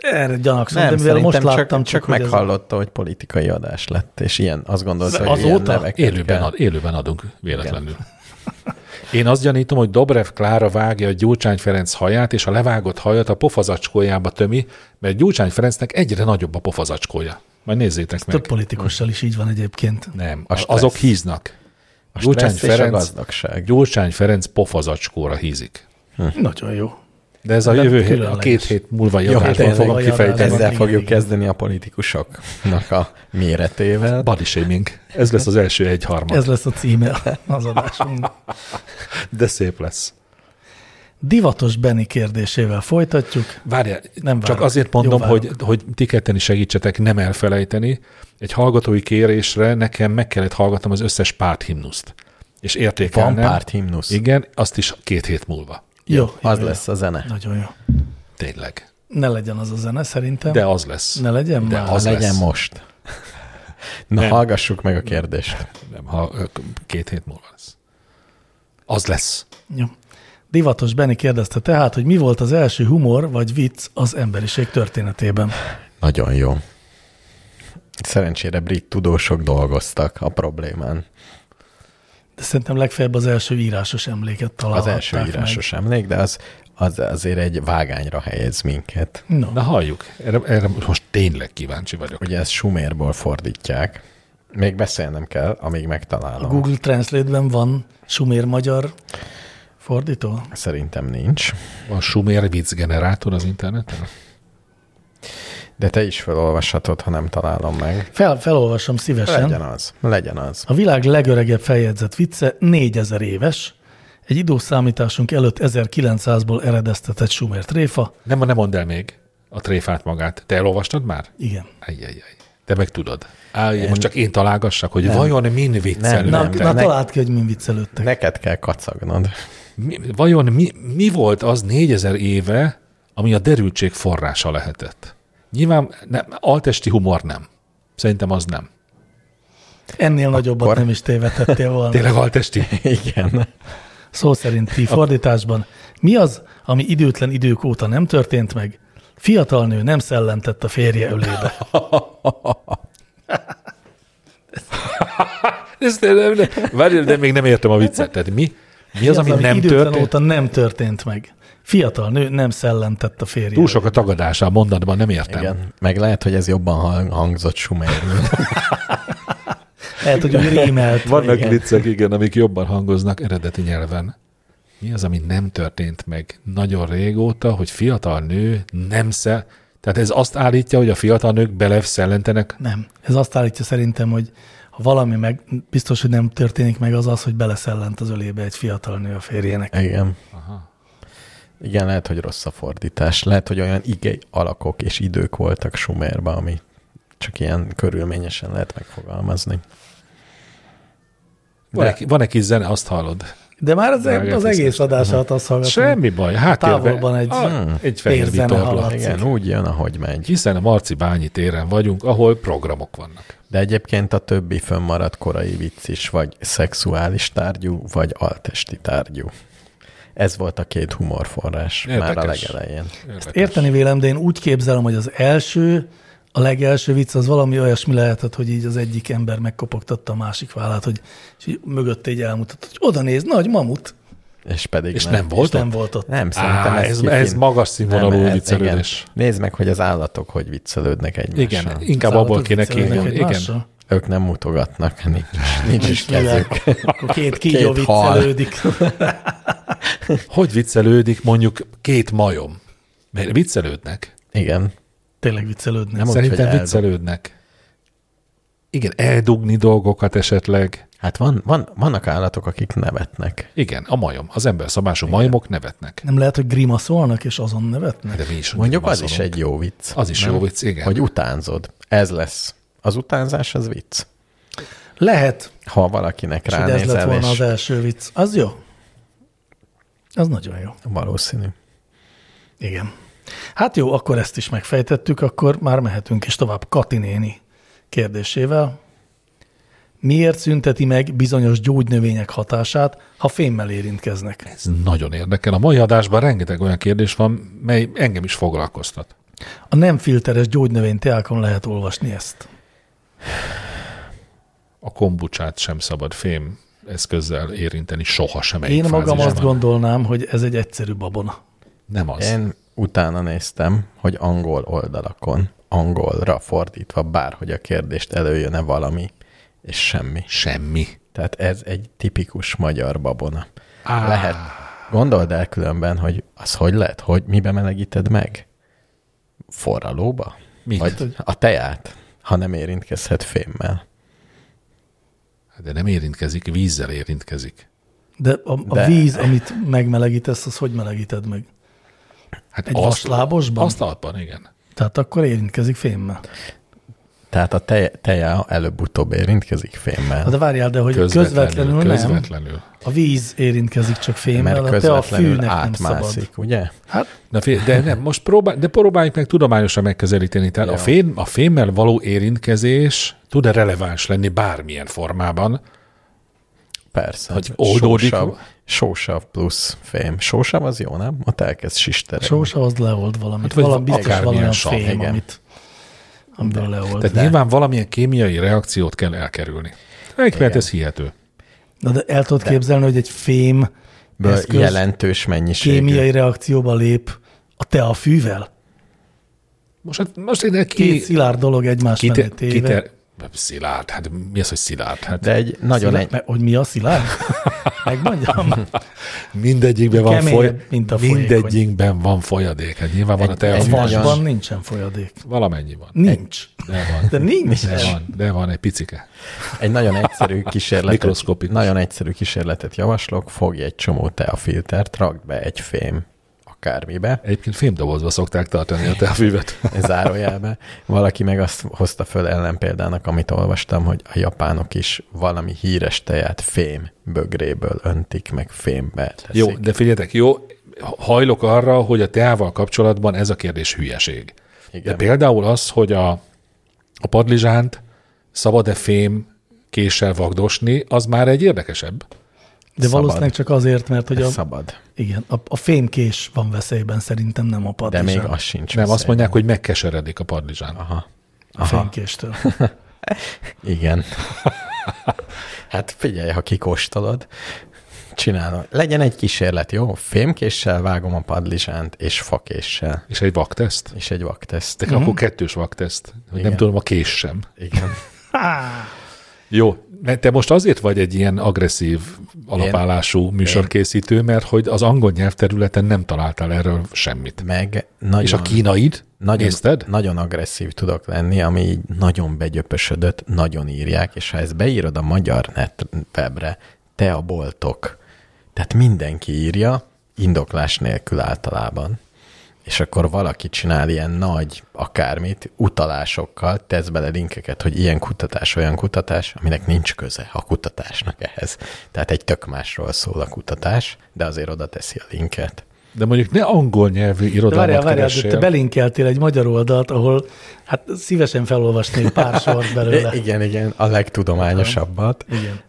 Speaker 2: Erre gyanakszom,
Speaker 1: Nem,
Speaker 2: de mivel
Speaker 1: szerintem
Speaker 2: most láttam,
Speaker 1: csak, csak
Speaker 2: hogy ez-
Speaker 1: meghallotta, hogy politikai adás lett, és ilyen, azt gondolta, hogy ilyen
Speaker 2: azóta?
Speaker 1: neveket
Speaker 3: Élőben,
Speaker 1: kell.
Speaker 3: ad, élőben adunk véletlenül. Én azt gyanítom, hogy Dobrev Klára vágja a Gyurcsány Ferenc haját, és a levágott hajat a pofazacskójába tömi, mert Gyurcsány Ferencnek egyre nagyobb a pofazacskója. Majd nézzétek meg.
Speaker 2: Több politikussal is így van egyébként.
Speaker 3: Nem,
Speaker 1: A
Speaker 3: a azok
Speaker 1: stressz.
Speaker 3: híznak.
Speaker 1: A stressz és a gazdagság.
Speaker 3: Gyurcsány Ferenc pofazacskóra hízik.
Speaker 2: Nagyon jó.
Speaker 3: De ez a
Speaker 2: Nem
Speaker 3: jövő hét, a
Speaker 2: különleges.
Speaker 3: két hét múlva
Speaker 1: Jó,
Speaker 3: jövőben
Speaker 1: hát
Speaker 2: tényleg.
Speaker 3: fogom
Speaker 1: fogom
Speaker 3: kifejteni.
Speaker 2: Igen,
Speaker 1: Ezzel fogjuk
Speaker 2: igen.
Speaker 1: kezdeni a politikusoknak a méretével.
Speaker 3: Body shaming. Ez lesz az első egyharmad.
Speaker 2: Ez lesz a címe az adásunknak.
Speaker 3: De szép lesz.
Speaker 2: Divatos Benni kérdésével folytatjuk.
Speaker 3: Várjál,
Speaker 2: Nem
Speaker 3: nem csak
Speaker 2: várok.
Speaker 3: azért
Speaker 2: Jó,
Speaker 3: mondom,
Speaker 2: várok.
Speaker 3: hogy, hogy ti ketten is segítsetek nem elfelejteni. Egy hallgatói kérésre nekem meg kellett hallgatnom az összes párthimnuszt. És értékelnem.
Speaker 1: Van párthimnusz?
Speaker 3: Igen, azt is két hét múlva.
Speaker 2: Jó,
Speaker 1: Az
Speaker 2: jó,
Speaker 1: lesz a zene.
Speaker 2: jó. Nagyon jó.
Speaker 3: Tényleg.
Speaker 2: Ne legyen az a zene szerintem.
Speaker 3: De az lesz.
Speaker 2: Ne legyen
Speaker 3: De
Speaker 2: már.
Speaker 1: Az
Speaker 3: az
Speaker 1: legyen
Speaker 3: lesz.
Speaker 1: most. Na,
Speaker 3: Nem.
Speaker 1: hallgassuk meg a kérdést.
Speaker 3: Nem, ha ö, két hét múlva lesz. Az lesz.
Speaker 2: Jó. Divatos Benni kérdezte tehát, hogy mi volt az első humor vagy vicc az emberiség történetében.
Speaker 1: Nagyon jó. Szerencsére brit tudósok dolgoztak a problémán.
Speaker 2: De szerintem legfeljebb az első írásos emléket
Speaker 1: Az
Speaker 2: találhatták
Speaker 1: első írásos
Speaker 2: Meg.
Speaker 1: emlék, de az, az azért egy vágányra helyez minket.
Speaker 2: No.
Speaker 3: Na halljuk. Erre, erre most tényleg kíváncsi vagyok.
Speaker 1: Ugye ezt sumérból fordítják. Még beszélnem kell, amíg megtalálom.
Speaker 2: A Google Translate-ben van sumér magyar fordító?
Speaker 1: Szerintem nincs.
Speaker 3: Van sumér vicc generátor az interneten?
Speaker 1: De te is felolvashatod, ha nem találom meg.
Speaker 2: Fel, felolvasom szívesen.
Speaker 1: Legyen az. Legyen az.
Speaker 2: A világ legöregebb feljegyzett vicce 4000 éves, egy időszámításunk előtt 1900-ból eredeztetett sumer tréfa.
Speaker 3: Nem, nem mondd el még a tréfát magát. Te elolvastad már?
Speaker 2: Igen.
Speaker 3: Ajjajjaj. Te meg tudod. Állj, most csak én találgassak, hogy vajon min viccel?
Speaker 1: Nem,
Speaker 2: Na,
Speaker 1: de
Speaker 2: na
Speaker 1: ne-
Speaker 2: találd ki, hogy mi viccelődtek.
Speaker 1: Neked kell kacagnod.
Speaker 3: Mi, vajon mi, mi volt az négyezer éve, ami a derültség forrása lehetett? Nyilván nem, altesti humor nem. Szerintem az nem.
Speaker 2: Ennél nagyobbat nem is tévedhettél volna.
Speaker 3: Tényleg altesti?
Speaker 1: Igen.
Speaker 2: Szó szerinti fordításban. Mi az, ami időtlen idők óta nem történt meg? Fiatal nő nem szellentett a férje ölébe.
Speaker 3: Ez de, de, de, várj, de még nem értem a viccet. Tehát mi, mi az, ami nem
Speaker 2: időtlen
Speaker 3: történt?
Speaker 2: óta nem történt meg? Fiatal nő nem szellentett a férje
Speaker 3: Túl sok a tagadása a mondatban, nem értem.
Speaker 1: Igen. Meg lehet, hogy ez jobban hang- hangzott sumérül.
Speaker 2: Lehet, hogy úgy rémelt.
Speaker 3: Vannak igen. viccek, igen, amik jobban hangoznak eredeti nyelven. Mi az, ami nem történt meg nagyon régóta, hogy fiatal nő nem szel... Tehát ez azt állítja, hogy a fiatal nők bele szellentenek.
Speaker 2: Nem. Ez azt állítja szerintem, hogy ha valami meg, biztos, hogy nem történik meg az az, hogy beleszellent az ölébe egy fiatal nő a férjének.
Speaker 1: Igen. Aha. Igen, lehet, hogy rossz a fordítás. Lehet, hogy olyan igei alakok és idők voltak Sumerban, ami csak ilyen körülményesen lehet megfogalmazni.
Speaker 3: Van-e, ki- van-e kis zene, azt hallod?
Speaker 2: De már az,
Speaker 3: Drága
Speaker 2: az
Speaker 3: Krisztus.
Speaker 2: egész adását azt hallgatom.
Speaker 3: Semmi baj. Hát
Speaker 2: távolban egy-
Speaker 3: egy fehér
Speaker 2: térzene
Speaker 3: vitorla.
Speaker 2: hallat.
Speaker 1: Igen, úgy jön, ahogy megy.
Speaker 3: Hiszen a Marci Bányi téren vagyunk, ahol programok vannak.
Speaker 1: De egyébként a többi fönnmaradt korai vicc is vagy szexuális tárgyú, vagy altesti tárgyú. Ez volt a két humorforrás már a
Speaker 3: Érdekes.
Speaker 1: legelején.
Speaker 3: Érdekes.
Speaker 2: Érteni vélem, de én úgy képzelem, hogy az első a legelső vicc az valami olyasmi lehetett, hogy így az egyik ember megkopogtatta a másik vállát, hogy, és így mögötte így elmutatott, hogy oda néz, nagy mamut,
Speaker 1: És pedig
Speaker 3: És nem volt
Speaker 2: és
Speaker 3: ott?
Speaker 2: nem volt ott.
Speaker 1: Nem, szerintem
Speaker 3: Á,
Speaker 1: ez,
Speaker 3: ez,
Speaker 1: kifin-
Speaker 3: ez magas színvonalú
Speaker 1: Nem, ez-
Speaker 3: viccelődés.
Speaker 1: igen. Nézd meg, hogy az állatok hogy viccelődnek egymással.
Speaker 3: Igen, inkább
Speaker 2: Az
Speaker 3: abból
Speaker 2: állatok
Speaker 3: kéne
Speaker 2: viccelődnek
Speaker 3: kiindulni. Igen.
Speaker 2: egymással.
Speaker 1: Ők nem mutogatnak, nincs, nincs is kezük.
Speaker 2: Akkor két kígyó
Speaker 1: Két hal.
Speaker 2: viccelődik.
Speaker 3: Hogy viccelődik mondjuk két majom? Mert viccelődnek.
Speaker 1: Igen.
Speaker 2: Tényleg viccelődnek.
Speaker 1: Nem
Speaker 2: Nem,
Speaker 1: úgy,
Speaker 3: Szerintem
Speaker 1: hogy eldug-
Speaker 3: viccelődnek. Igen, eldugni dolgokat esetleg.
Speaker 1: Hát van, van, vannak állatok, akik nevetnek.
Speaker 3: Igen, a majom. Az ember szabású majmok nevetnek.
Speaker 2: nem lehet, hogy grimaszolnak, és azon nevetnek?
Speaker 3: De mi is
Speaker 1: Mondjuk az is
Speaker 3: maszolunk.
Speaker 1: egy jó vicc.
Speaker 3: Az is
Speaker 1: nem?
Speaker 3: jó vicc, igen.
Speaker 1: Hogy utánzod. Ez lesz. Az utánzás az vicc.
Speaker 2: Lehet,
Speaker 1: Ha valakinek
Speaker 2: és hogy ez lett
Speaker 1: ránézel,
Speaker 2: volna az e-
Speaker 1: és
Speaker 2: első vicc. Az jó. Az nagyon jó.
Speaker 1: valószínű.
Speaker 2: Igen. Hát jó, akkor ezt is megfejtettük, akkor már mehetünk is tovább Kati néni kérdésével. Miért szünteti meg bizonyos gyógynövények hatását, ha fémmel érintkeznek?
Speaker 3: Ez nagyon érdekel. A mai adásban rengeteg olyan kérdés van, mely engem is foglalkoztat.
Speaker 2: A nem filteres gyógynövényteákon lehet olvasni ezt.
Speaker 3: A kombucsát sem szabad fém eszközzel érinteni soha sem
Speaker 2: Én magam
Speaker 3: fázisban.
Speaker 2: azt gondolnám, hogy ez egy egyszerű babona.
Speaker 3: Nem az.
Speaker 1: Én utána néztem, hogy angol oldalakon, angolra fordítva bárhogy a kérdést előjön-e valami, és semmi.
Speaker 3: Semmi.
Speaker 1: Tehát ez egy tipikus magyar babona.
Speaker 3: Á.
Speaker 1: Á. Lehet. Gondold el különben, hogy az hogy lehet, hogy mibe melegíted meg? Forralóba?
Speaker 3: Mit?
Speaker 1: Vagy a teát, ha nem érintkezhet fémmel.
Speaker 3: Hát De nem érintkezik, vízzel érintkezik.
Speaker 2: De a, a
Speaker 1: De-
Speaker 2: De. víz, amit megmelegítesz, az hogy melegíted meg?
Speaker 3: Hát
Speaker 2: Egy vaslábosban?
Speaker 3: Azt adban, igen.
Speaker 2: Tehát akkor érintkezik fémmel.
Speaker 1: Tehát a te- teja előbb-utóbb érintkezik fémmel.
Speaker 2: Na Hát De várjál, de hogy közvetlenül, közvetlenül nem. Közvetlenül.
Speaker 3: Közvetlenül.
Speaker 2: A víz érintkezik csak fémmel,
Speaker 1: mert
Speaker 2: a te a
Speaker 1: közvetlenül
Speaker 2: fűnek nem szabad.
Speaker 1: átmászik, ugye?
Speaker 2: Hát
Speaker 3: Na, fél, de nem, most próbál, de próbáljuk meg tudományosan megközelíteni. Tehát a,
Speaker 1: Jó.
Speaker 3: fém, a fémmel való érintkezés tud-e releváns lenni bármilyen formában?
Speaker 1: Persze.
Speaker 3: Hogy oldódik.
Speaker 1: Sósav, sósav plusz fém. Sósav az jó, nem? Ott elkezd sisterelni.
Speaker 2: sósa az leold valamit. Hát,
Speaker 3: vagy
Speaker 2: valami biztos
Speaker 3: akármilyen
Speaker 2: valamilyen
Speaker 3: sav,
Speaker 2: fém,
Speaker 1: igen.
Speaker 2: amit, amiből leold.
Speaker 3: Tehát
Speaker 2: De.
Speaker 3: nyilván valamilyen kémiai reakciót kell elkerülni. Egy mert ez hihető.
Speaker 2: Na, de el tudod képzelni, hogy egy fém
Speaker 1: Ből
Speaker 2: eszköz
Speaker 1: jelentős mennyiségű.
Speaker 2: kémiai reakcióba lép a te a fűvel?
Speaker 3: Most, hát, most ide
Speaker 2: Két
Speaker 3: ki...
Speaker 2: szilárd dolog egymás mellé
Speaker 3: Kiter,
Speaker 2: téve.
Speaker 3: kiter, szilárd, hát mi az, hogy szilárd? Hát
Speaker 1: De egy nagyon
Speaker 2: Szilárd,
Speaker 1: egy,
Speaker 2: mert Hogy mi a szilárd? Megmondjam.
Speaker 3: mindegyikben van
Speaker 2: Keményebb,
Speaker 3: foly...
Speaker 2: mint a folyékony.
Speaker 3: mindegyikben van folyadék. Hát nyilván van a
Speaker 1: Egy-
Speaker 3: te
Speaker 1: egy
Speaker 2: A
Speaker 1: nagyon-
Speaker 2: vasban nincsen folyadék.
Speaker 3: Valamennyi van.
Speaker 2: Nincs.
Speaker 3: De van.
Speaker 2: De nincs.
Speaker 3: De van, de van egy picike.
Speaker 1: egy nagyon egyszerű kísérletet,
Speaker 3: Mikroszkopikus.
Speaker 1: nagyon egyszerű kísérletet javaslok, fogj egy csomó teafiltert, rakd be egy fém akármibe,
Speaker 3: Egyébként fémdobozba szokták tartani a telfűvet.
Speaker 1: zárójelbe. Valaki meg azt hozta föl ellenpéldának, amit olvastam, hogy a japánok is valami híres teját fém bögréből öntik, meg fémbe teszik.
Speaker 3: Jó, de figyeljetek, jó, hajlok arra, hogy a teával kapcsolatban ez a kérdés hülyeség.
Speaker 1: Igen.
Speaker 3: De például az, hogy a, a padlizsánt szabad-e fém késsel vagdosni, az már egy érdekesebb.
Speaker 2: De valószínűleg csak azért, mert hogy
Speaker 1: Ez
Speaker 2: a,
Speaker 1: szabad.
Speaker 2: igen, a, a fémkés van veszélyben, szerintem nem a
Speaker 1: De
Speaker 2: padlizsán.
Speaker 1: még az sincs.
Speaker 3: Nem, azt
Speaker 1: veszély.
Speaker 3: mondják, hogy megkeseredik a padlizsán.
Speaker 1: Aha.
Speaker 2: A fémkéstől.
Speaker 1: Igen. hát figyelj, ha kikóstolod, csinálom. Legyen egy kísérlet, jó? Fémkéssel vágom a padlizsánt, és fakéssel.
Speaker 3: És egy vakteszt?
Speaker 1: És egy vakteszt.
Speaker 3: De akkor kettős vakteszt. Hogy nem
Speaker 1: Mhm. Igen.
Speaker 3: tudom, a kés sem.
Speaker 1: Igen.
Speaker 3: Jó, mert te most azért vagy egy ilyen agresszív alapállású műsorkészítő, mert hogy az angol nyelvterületen nem találtál erről semmit.
Speaker 1: Meg nagyon,
Speaker 3: És a kínaid,
Speaker 1: nagyon,
Speaker 3: nézted?
Speaker 1: nagyon agresszív tudok lenni, ami így nagyon begyöpösödött, nagyon írják, és ha ezt beírod a magyar net webre, te a boltok. Tehát mindenki írja, indoklás nélkül általában. És akkor valaki csinál ilyen nagy akármit, utalásokkal, tesz bele linkeket, hogy ilyen kutatás, olyan kutatás, aminek nincs köze a kutatásnak ehhez. Tehát egy tök másról szól a kutatás, de azért oda teszi a linket.
Speaker 3: De mondjuk ne angol nyelvű
Speaker 2: De várjál,
Speaker 3: irodalmat
Speaker 2: várjál, de te
Speaker 3: keressél.
Speaker 2: belinkeltél egy magyar oldalt, ahol hát szívesen felolvasnék pár sort belőle.
Speaker 1: Igen, igen, a legtudományosabbat.
Speaker 2: Igen.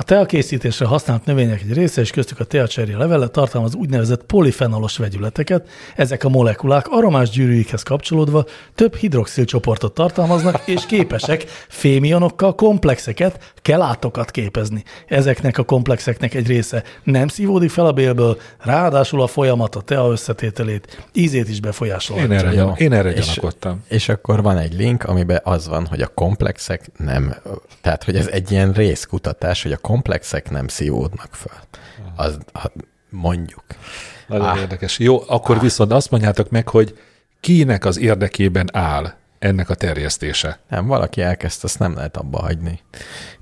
Speaker 2: A tea készítésre használt növények egy része, és köztük a teacserje levele tartalmaz úgynevezett polifenolos vegyületeket. Ezek a molekulák aromás gyűrűikhez kapcsolódva több hidroxil csoportot tartalmaznak, és képesek fémionokkal komplexeket, kelátokat képezni. Ezeknek a komplexeknek egy része nem szívódik fel a bélből, ráadásul a folyamat a tea összetételét, ízét is befolyásolja.
Speaker 3: Én erre,
Speaker 1: Jó.
Speaker 3: gyan- én erre
Speaker 1: És-
Speaker 3: gyanakodtam.
Speaker 1: És akkor van egy link, amiben az van, hogy a komplexek nem, tehát hogy ez egy ilyen részkutatás, hogy a komplexek nem szívódnak föl. Az, ha mondjuk.
Speaker 3: Nagyon érdekes. Jó, akkor viszont azt mondjátok meg, hogy kinek az érdekében áll ennek a terjesztése.
Speaker 1: Nem, valaki elkezd, azt nem lehet abba hagyni.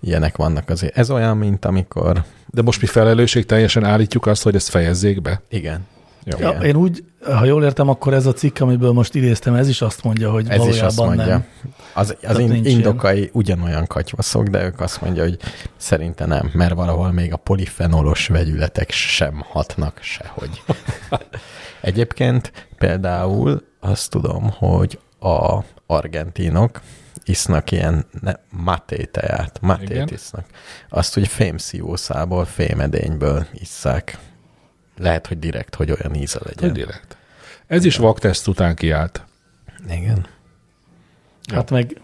Speaker 1: Ilyenek vannak azért. Ez olyan, mint amikor...
Speaker 3: De most mi felelősség teljesen állítjuk azt, hogy ezt fejezzék be?
Speaker 1: Igen.
Speaker 3: Jó.
Speaker 2: Ja,
Speaker 1: Igen.
Speaker 2: én úgy, ha jól értem, akkor ez a cikk, amiből most idéztem, ez is azt mondja, hogy
Speaker 1: Ez
Speaker 2: valójában
Speaker 1: is azt mondja.
Speaker 2: nem.
Speaker 1: Az, az
Speaker 2: Tehát
Speaker 1: in,
Speaker 2: nincs ilyen.
Speaker 1: indokai ilyen. ugyanolyan katyvaszok, de ők azt mondja, hogy szerinte nem, mert valahol még a polifenolos vegyületek sem hatnak sehogy. Egyébként például azt tudom, hogy a argentinok isznak ilyen ne, maté teát, matét
Speaker 3: Igen.
Speaker 1: isznak. Azt ugye fémszívószából, fémedényből isszák. Lehet, hogy direkt, hogy olyan íze legyen.
Speaker 3: Hogy direkt. Ez is vakteszt után kiállt.
Speaker 1: Igen.
Speaker 2: Hát meg,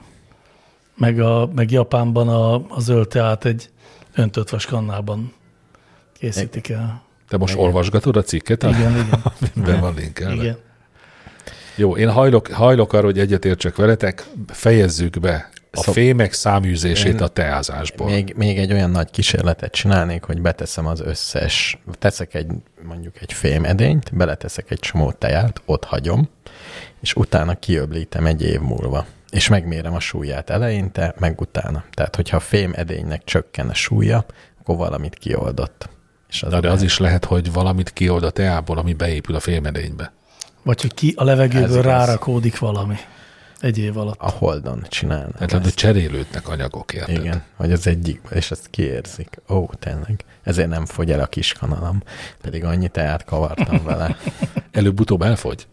Speaker 2: meg, a, meg Japánban a, a zöld teát egy öntött vaskannában készítik el.
Speaker 3: Te most igen. olvasgatod a cikket?
Speaker 2: Igen, igen.
Speaker 3: Be van linkelve.
Speaker 2: igen.
Speaker 3: Jó, én hajlok, hajlok arra, hogy egyetértsek veletek, fejezzük be a
Speaker 1: Szó-
Speaker 3: fémek száműzését
Speaker 1: Én-
Speaker 3: a teázásból.
Speaker 1: Még, még egy olyan nagy kísérletet csinálnék, hogy beteszem az összes, teszek egy mondjuk egy fémedényt, beleteszek egy csomó teját, ott hagyom, és utána kiöblítem egy év múlva. És megmérem a súlyát eleinte, meg utána. Tehát, hogyha a fémedénynek csökken a súlya, akkor valamit kioldott. És az
Speaker 3: Na, de
Speaker 1: a-
Speaker 3: az is lehet, hogy valamit kiold a teából, ami beépül a fémedénybe.
Speaker 2: Vagy hogy ki a
Speaker 1: Ez
Speaker 2: levegőből
Speaker 1: igaz.
Speaker 2: rárakódik valami egy év alatt.
Speaker 1: A holdon csinálnám.
Speaker 3: Tehát lehet, hogy cserélődnek anyagok, érted?
Speaker 1: Igen, vagy az egyikben, és ezt kiérzik. Ó, tényleg. Ezért nem fogy el a kis kanalam. Pedig annyi teát kavartam vele.
Speaker 3: Előbb-utóbb elfogy.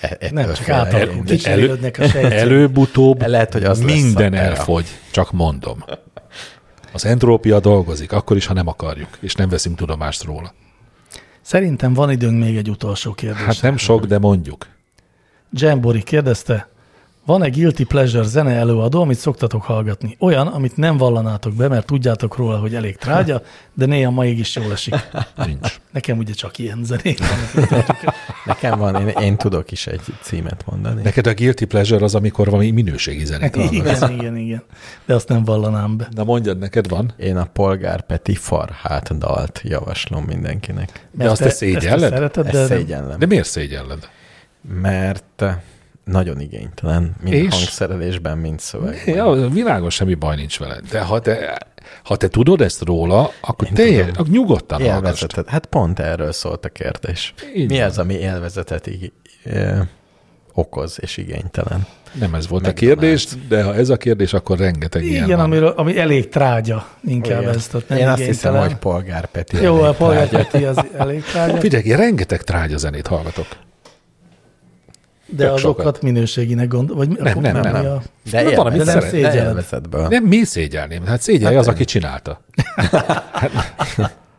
Speaker 1: E- ettől
Speaker 2: Nem, csak
Speaker 1: kell
Speaker 2: átalakul,
Speaker 1: elindulni.
Speaker 2: kicserélődnek a sejtjei.
Speaker 3: Előbb-utóbb
Speaker 1: Lehet, hogy az lesz
Speaker 3: minden
Speaker 1: a tea.
Speaker 3: elfogy, csak mondom. Az entrópia dolgozik, akkor is, ha nem akarjuk, és nem veszünk tudomást róla.
Speaker 2: Szerintem van időnk még egy utolsó kérdés.
Speaker 3: Hát nem sok, de mondjuk.
Speaker 2: Jambori kérdezte, van-e Guilty Pleasure zene előadó, amit szoktatok hallgatni? Olyan, amit nem vallanátok be, mert tudjátok róla, hogy elég trágya, de néha maig is jól esik.
Speaker 3: Nincs.
Speaker 2: Nekem ugye csak ilyen zenék van.
Speaker 1: Nekem van, én, én tudok is egy címet mondani.
Speaker 3: Neked a guilty pleasure az, amikor valami minőségi zenét hallgatsz.
Speaker 2: Igen, igen, igen. De azt nem vallanám be.
Speaker 3: Na mondjad, neked van?
Speaker 1: Én a Polgár Peti Farhát dalt javaslom mindenkinek.
Speaker 3: De azt te szégyelled?
Speaker 2: szereted,
Speaker 1: Ezt
Speaker 2: Hát, de nem.
Speaker 1: szégyellem,
Speaker 3: De miért szégyelled?
Speaker 1: mert eh, nagyon igénytelen, mind
Speaker 3: És?
Speaker 1: És? hangszerelésben, mind szöveg.
Speaker 3: Ja, világos, semmi baj nincs vele. De ha te, ha te tudod ezt róla, akkor te akkor nyugodtan hallgass.
Speaker 1: Élvezetet. Hát pont erről szólt a kérdés.
Speaker 3: Így
Speaker 1: Mi
Speaker 3: van.
Speaker 1: az, ami élvezetet ig- ö, okoz és igénytelen?
Speaker 3: Nem ez volt a kérdés, de ha ez a kérdés, akkor rengeteg ilyen
Speaker 2: Igen,
Speaker 3: van.
Speaker 2: amiről, ami elég trágya, inkább Igen. ez. Tehát nem
Speaker 1: Én azt hiszem,
Speaker 2: igénytelen.
Speaker 1: hogy Polgár Peti.
Speaker 2: Jó, a
Speaker 1: elég
Speaker 2: Polgár
Speaker 1: trágya.
Speaker 2: Peti az elég trágya,
Speaker 3: Figyelj, én rengeteg trágya zenét hallgatok.
Speaker 2: de azokat
Speaker 3: sokat.
Speaker 2: minőséginek gondol. Vagy mi-
Speaker 3: Nem,
Speaker 2: akkor
Speaker 3: nem,
Speaker 2: mi
Speaker 3: nem.
Speaker 2: a-
Speaker 1: De,
Speaker 3: Na, valamit
Speaker 1: élvezet, de, nem
Speaker 3: szeret-
Speaker 1: de
Speaker 2: szégyelled.
Speaker 1: élvezetből.
Speaker 3: Nem, mi szégyelném? Hát szégyelje az, aki csinálta.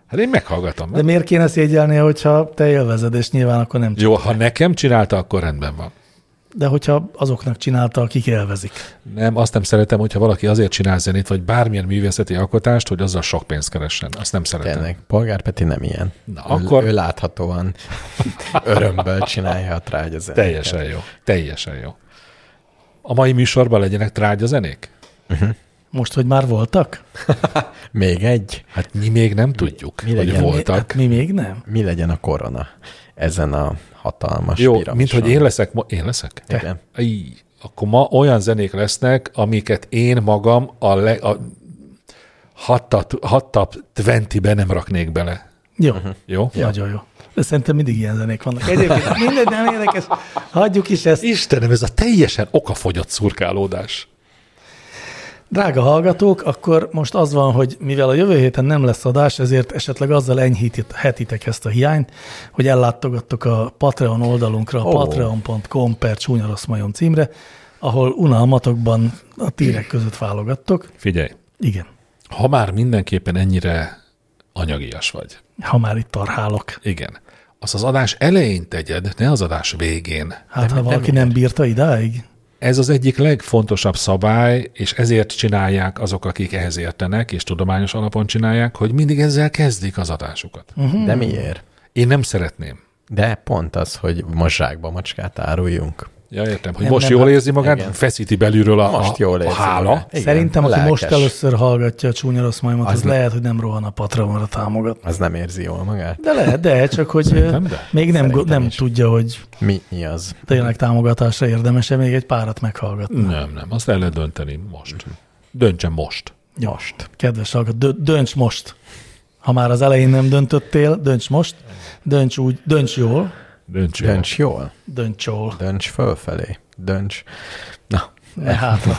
Speaker 3: Hát én meghallgatom.
Speaker 2: De miért kéne szégyelnie, hogyha te élvezed, és nyilván akkor nem
Speaker 3: Jó, ha nekem csinálta, akkor rendben van.
Speaker 2: De hogyha azoknak csinálta, akik élvezik.
Speaker 3: Nem, azt nem szeretem, hogyha valaki azért csinál zenét, vagy bármilyen művészeti alkotást, hogy azzal sok pénzt keressen. Azt nem szeretem.
Speaker 1: Tényleg, Polgár Peti nem ilyen.
Speaker 3: Na,
Speaker 1: ő,
Speaker 3: akkor-
Speaker 1: ő láthatóan örömből csinálja a trágyazenét.
Speaker 3: Teljesen jó. Teljesen jó. A mai műsorban legyenek trágya zenék?
Speaker 2: Most, hogy már voltak? Hát
Speaker 1: Még egy,
Speaker 3: Hát mi még nem tudjuk, mi, hogy
Speaker 1: legyen?
Speaker 2: Mi,
Speaker 3: voltak.
Speaker 2: hát mi még nem.
Speaker 1: mi legyen a korona ezen a hatalmas
Speaker 3: Jó,
Speaker 1: piramison?
Speaker 3: mint hogy én leszek ma. Én leszek?
Speaker 1: Igen.
Speaker 3: Íj, akkor ma olyan zenék lesznek, amiket én magam a, le, a hot top- hot top 20-be nem raknék bele.
Speaker 2: Jó,
Speaker 3: Jó?
Speaker 2: ja. nagyon jó. De szerintem mindig ilyen zenék vannak. Egyébként mindegy, nem érdekes. Hagyjuk is ezt.
Speaker 3: Istenem, ez a teljesen okafogyott szurkálódás.
Speaker 2: Drága hallgatók, akkor most az van, hogy mivel a jövő héten nem lesz adás, ezért esetleg azzal enyhíthetitek ezt a hiányt, hogy ellátogattok a Patreon oldalunkra, a
Speaker 1: Ó.
Speaker 2: oh. patreon.com per csúnya rossz majom címre, ahol unalmatokban a tírek között válogattok.
Speaker 3: Figyelj,
Speaker 2: Igen.
Speaker 3: ha már mindenképpen ennyire anyagias vagy,
Speaker 2: Ha már itt tarhálok.
Speaker 3: igen, azt az adás elején tegyed, ne az adás végén.
Speaker 2: Hát ha valaki nem bírta idáig.
Speaker 3: Ez az egyik legfontosabb szabály, és ezért csinálják azok, akik ehhez értenek, és tudományos alapon csinálják, hogy mindig ezzel kezdik az adásukat.
Speaker 1: De miért?
Speaker 3: Én nem szeretném.
Speaker 1: De pont az, hogy most zsákba macskát áruljunk.
Speaker 3: Ja, értem, hogy
Speaker 2: Nem,
Speaker 3: most
Speaker 2: nem,
Speaker 3: jól
Speaker 2: hát-
Speaker 3: érzi magát,
Speaker 1: igen.
Speaker 3: feszíti belülről a,
Speaker 1: Most
Speaker 3: a,
Speaker 1: jól
Speaker 3: a
Speaker 1: érzi
Speaker 3: hála.
Speaker 1: magát. Igen,
Speaker 2: Szerintem, aki
Speaker 1: lelkes.
Speaker 2: most először hallgatja a csúnya rossz majmot, az,
Speaker 1: Az ne-
Speaker 2: lehet, hogy nem rohan a Patreonra támogat.
Speaker 1: Az nem érzi jól magát?
Speaker 2: De lehet, de csak hogy ö,
Speaker 3: de.
Speaker 2: még nem, go-
Speaker 1: Szerintem
Speaker 2: nem
Speaker 1: is.
Speaker 2: tudja, hogy
Speaker 1: Mi, mi az?
Speaker 2: tényleg támogatásra érdemes-e még egy párat meghallgatni.
Speaker 3: Nem, nem, azt el lehet dönteni most.
Speaker 1: Mhm.
Speaker 3: Döntsen most.
Speaker 2: Most. Kedves hallgató, dö- dönts most. Ha már az elején nem döntöttél, dönts most. Dönts úgy, dönts jól,
Speaker 3: Dönts jól.
Speaker 1: Dönts jól,
Speaker 2: dönts jól,
Speaker 1: dönts fölfelé, dönts. Na,
Speaker 2: ne hátra.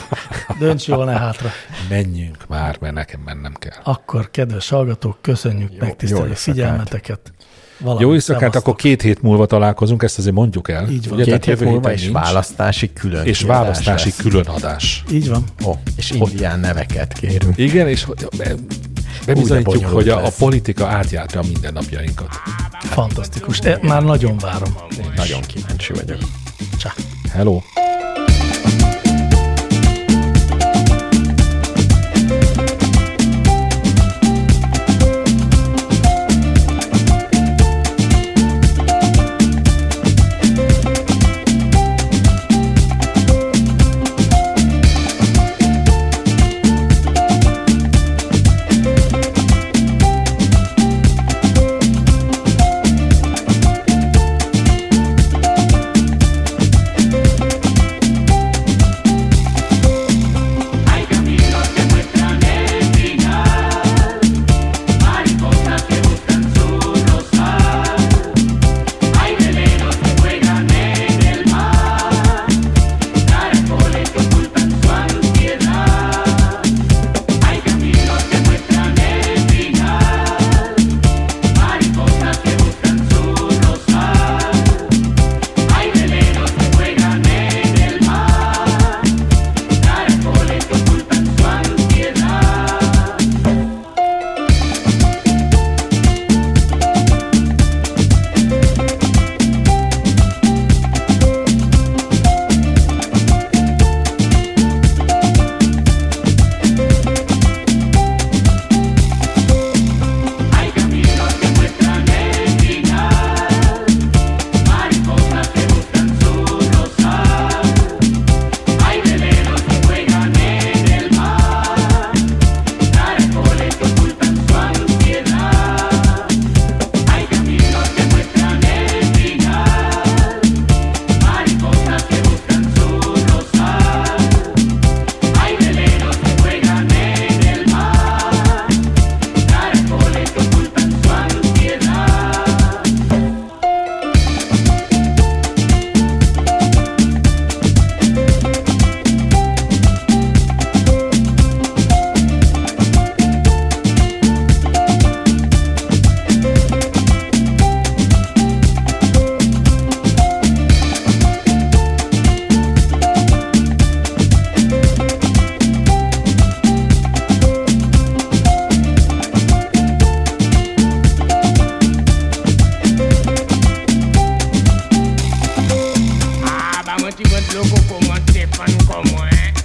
Speaker 2: Dönts jól, ne hátra.
Speaker 3: Menjünk már, mert nekem mennem kell.
Speaker 2: Akkor, kedves hallgatók, köszönjük jó, megtisztelő
Speaker 1: jó éjszakát.
Speaker 2: figyelmeteket. Valami
Speaker 3: Jó éjszakát, akkor két hét múlva találkozunk, ezt azért mondjuk el.
Speaker 2: Így van.
Speaker 3: Ugye,
Speaker 2: Két
Speaker 1: két
Speaker 3: tehát
Speaker 1: hét
Speaker 3: jövő
Speaker 1: múlva
Speaker 3: héten
Speaker 1: is
Speaker 3: nincs,
Speaker 1: választási külön.
Speaker 3: És
Speaker 1: kiadás
Speaker 3: választási
Speaker 1: lesz.
Speaker 3: különadás.
Speaker 2: Így van.
Speaker 1: Ó, és indián neveket kérünk.
Speaker 3: Igen, és hogy- be- bebizonyítjuk,
Speaker 1: bonyolult
Speaker 3: hogy a, a
Speaker 1: lesz.
Speaker 3: politika átjárta a mindennapjainkat.
Speaker 2: Fantasztikus. E, már nagyon várom.
Speaker 1: Nagyon kíváncsi vagyok.
Speaker 2: Csá.
Speaker 3: Hello!
Speaker 7: Ah, vamos chicos locos como Stefan, como eh.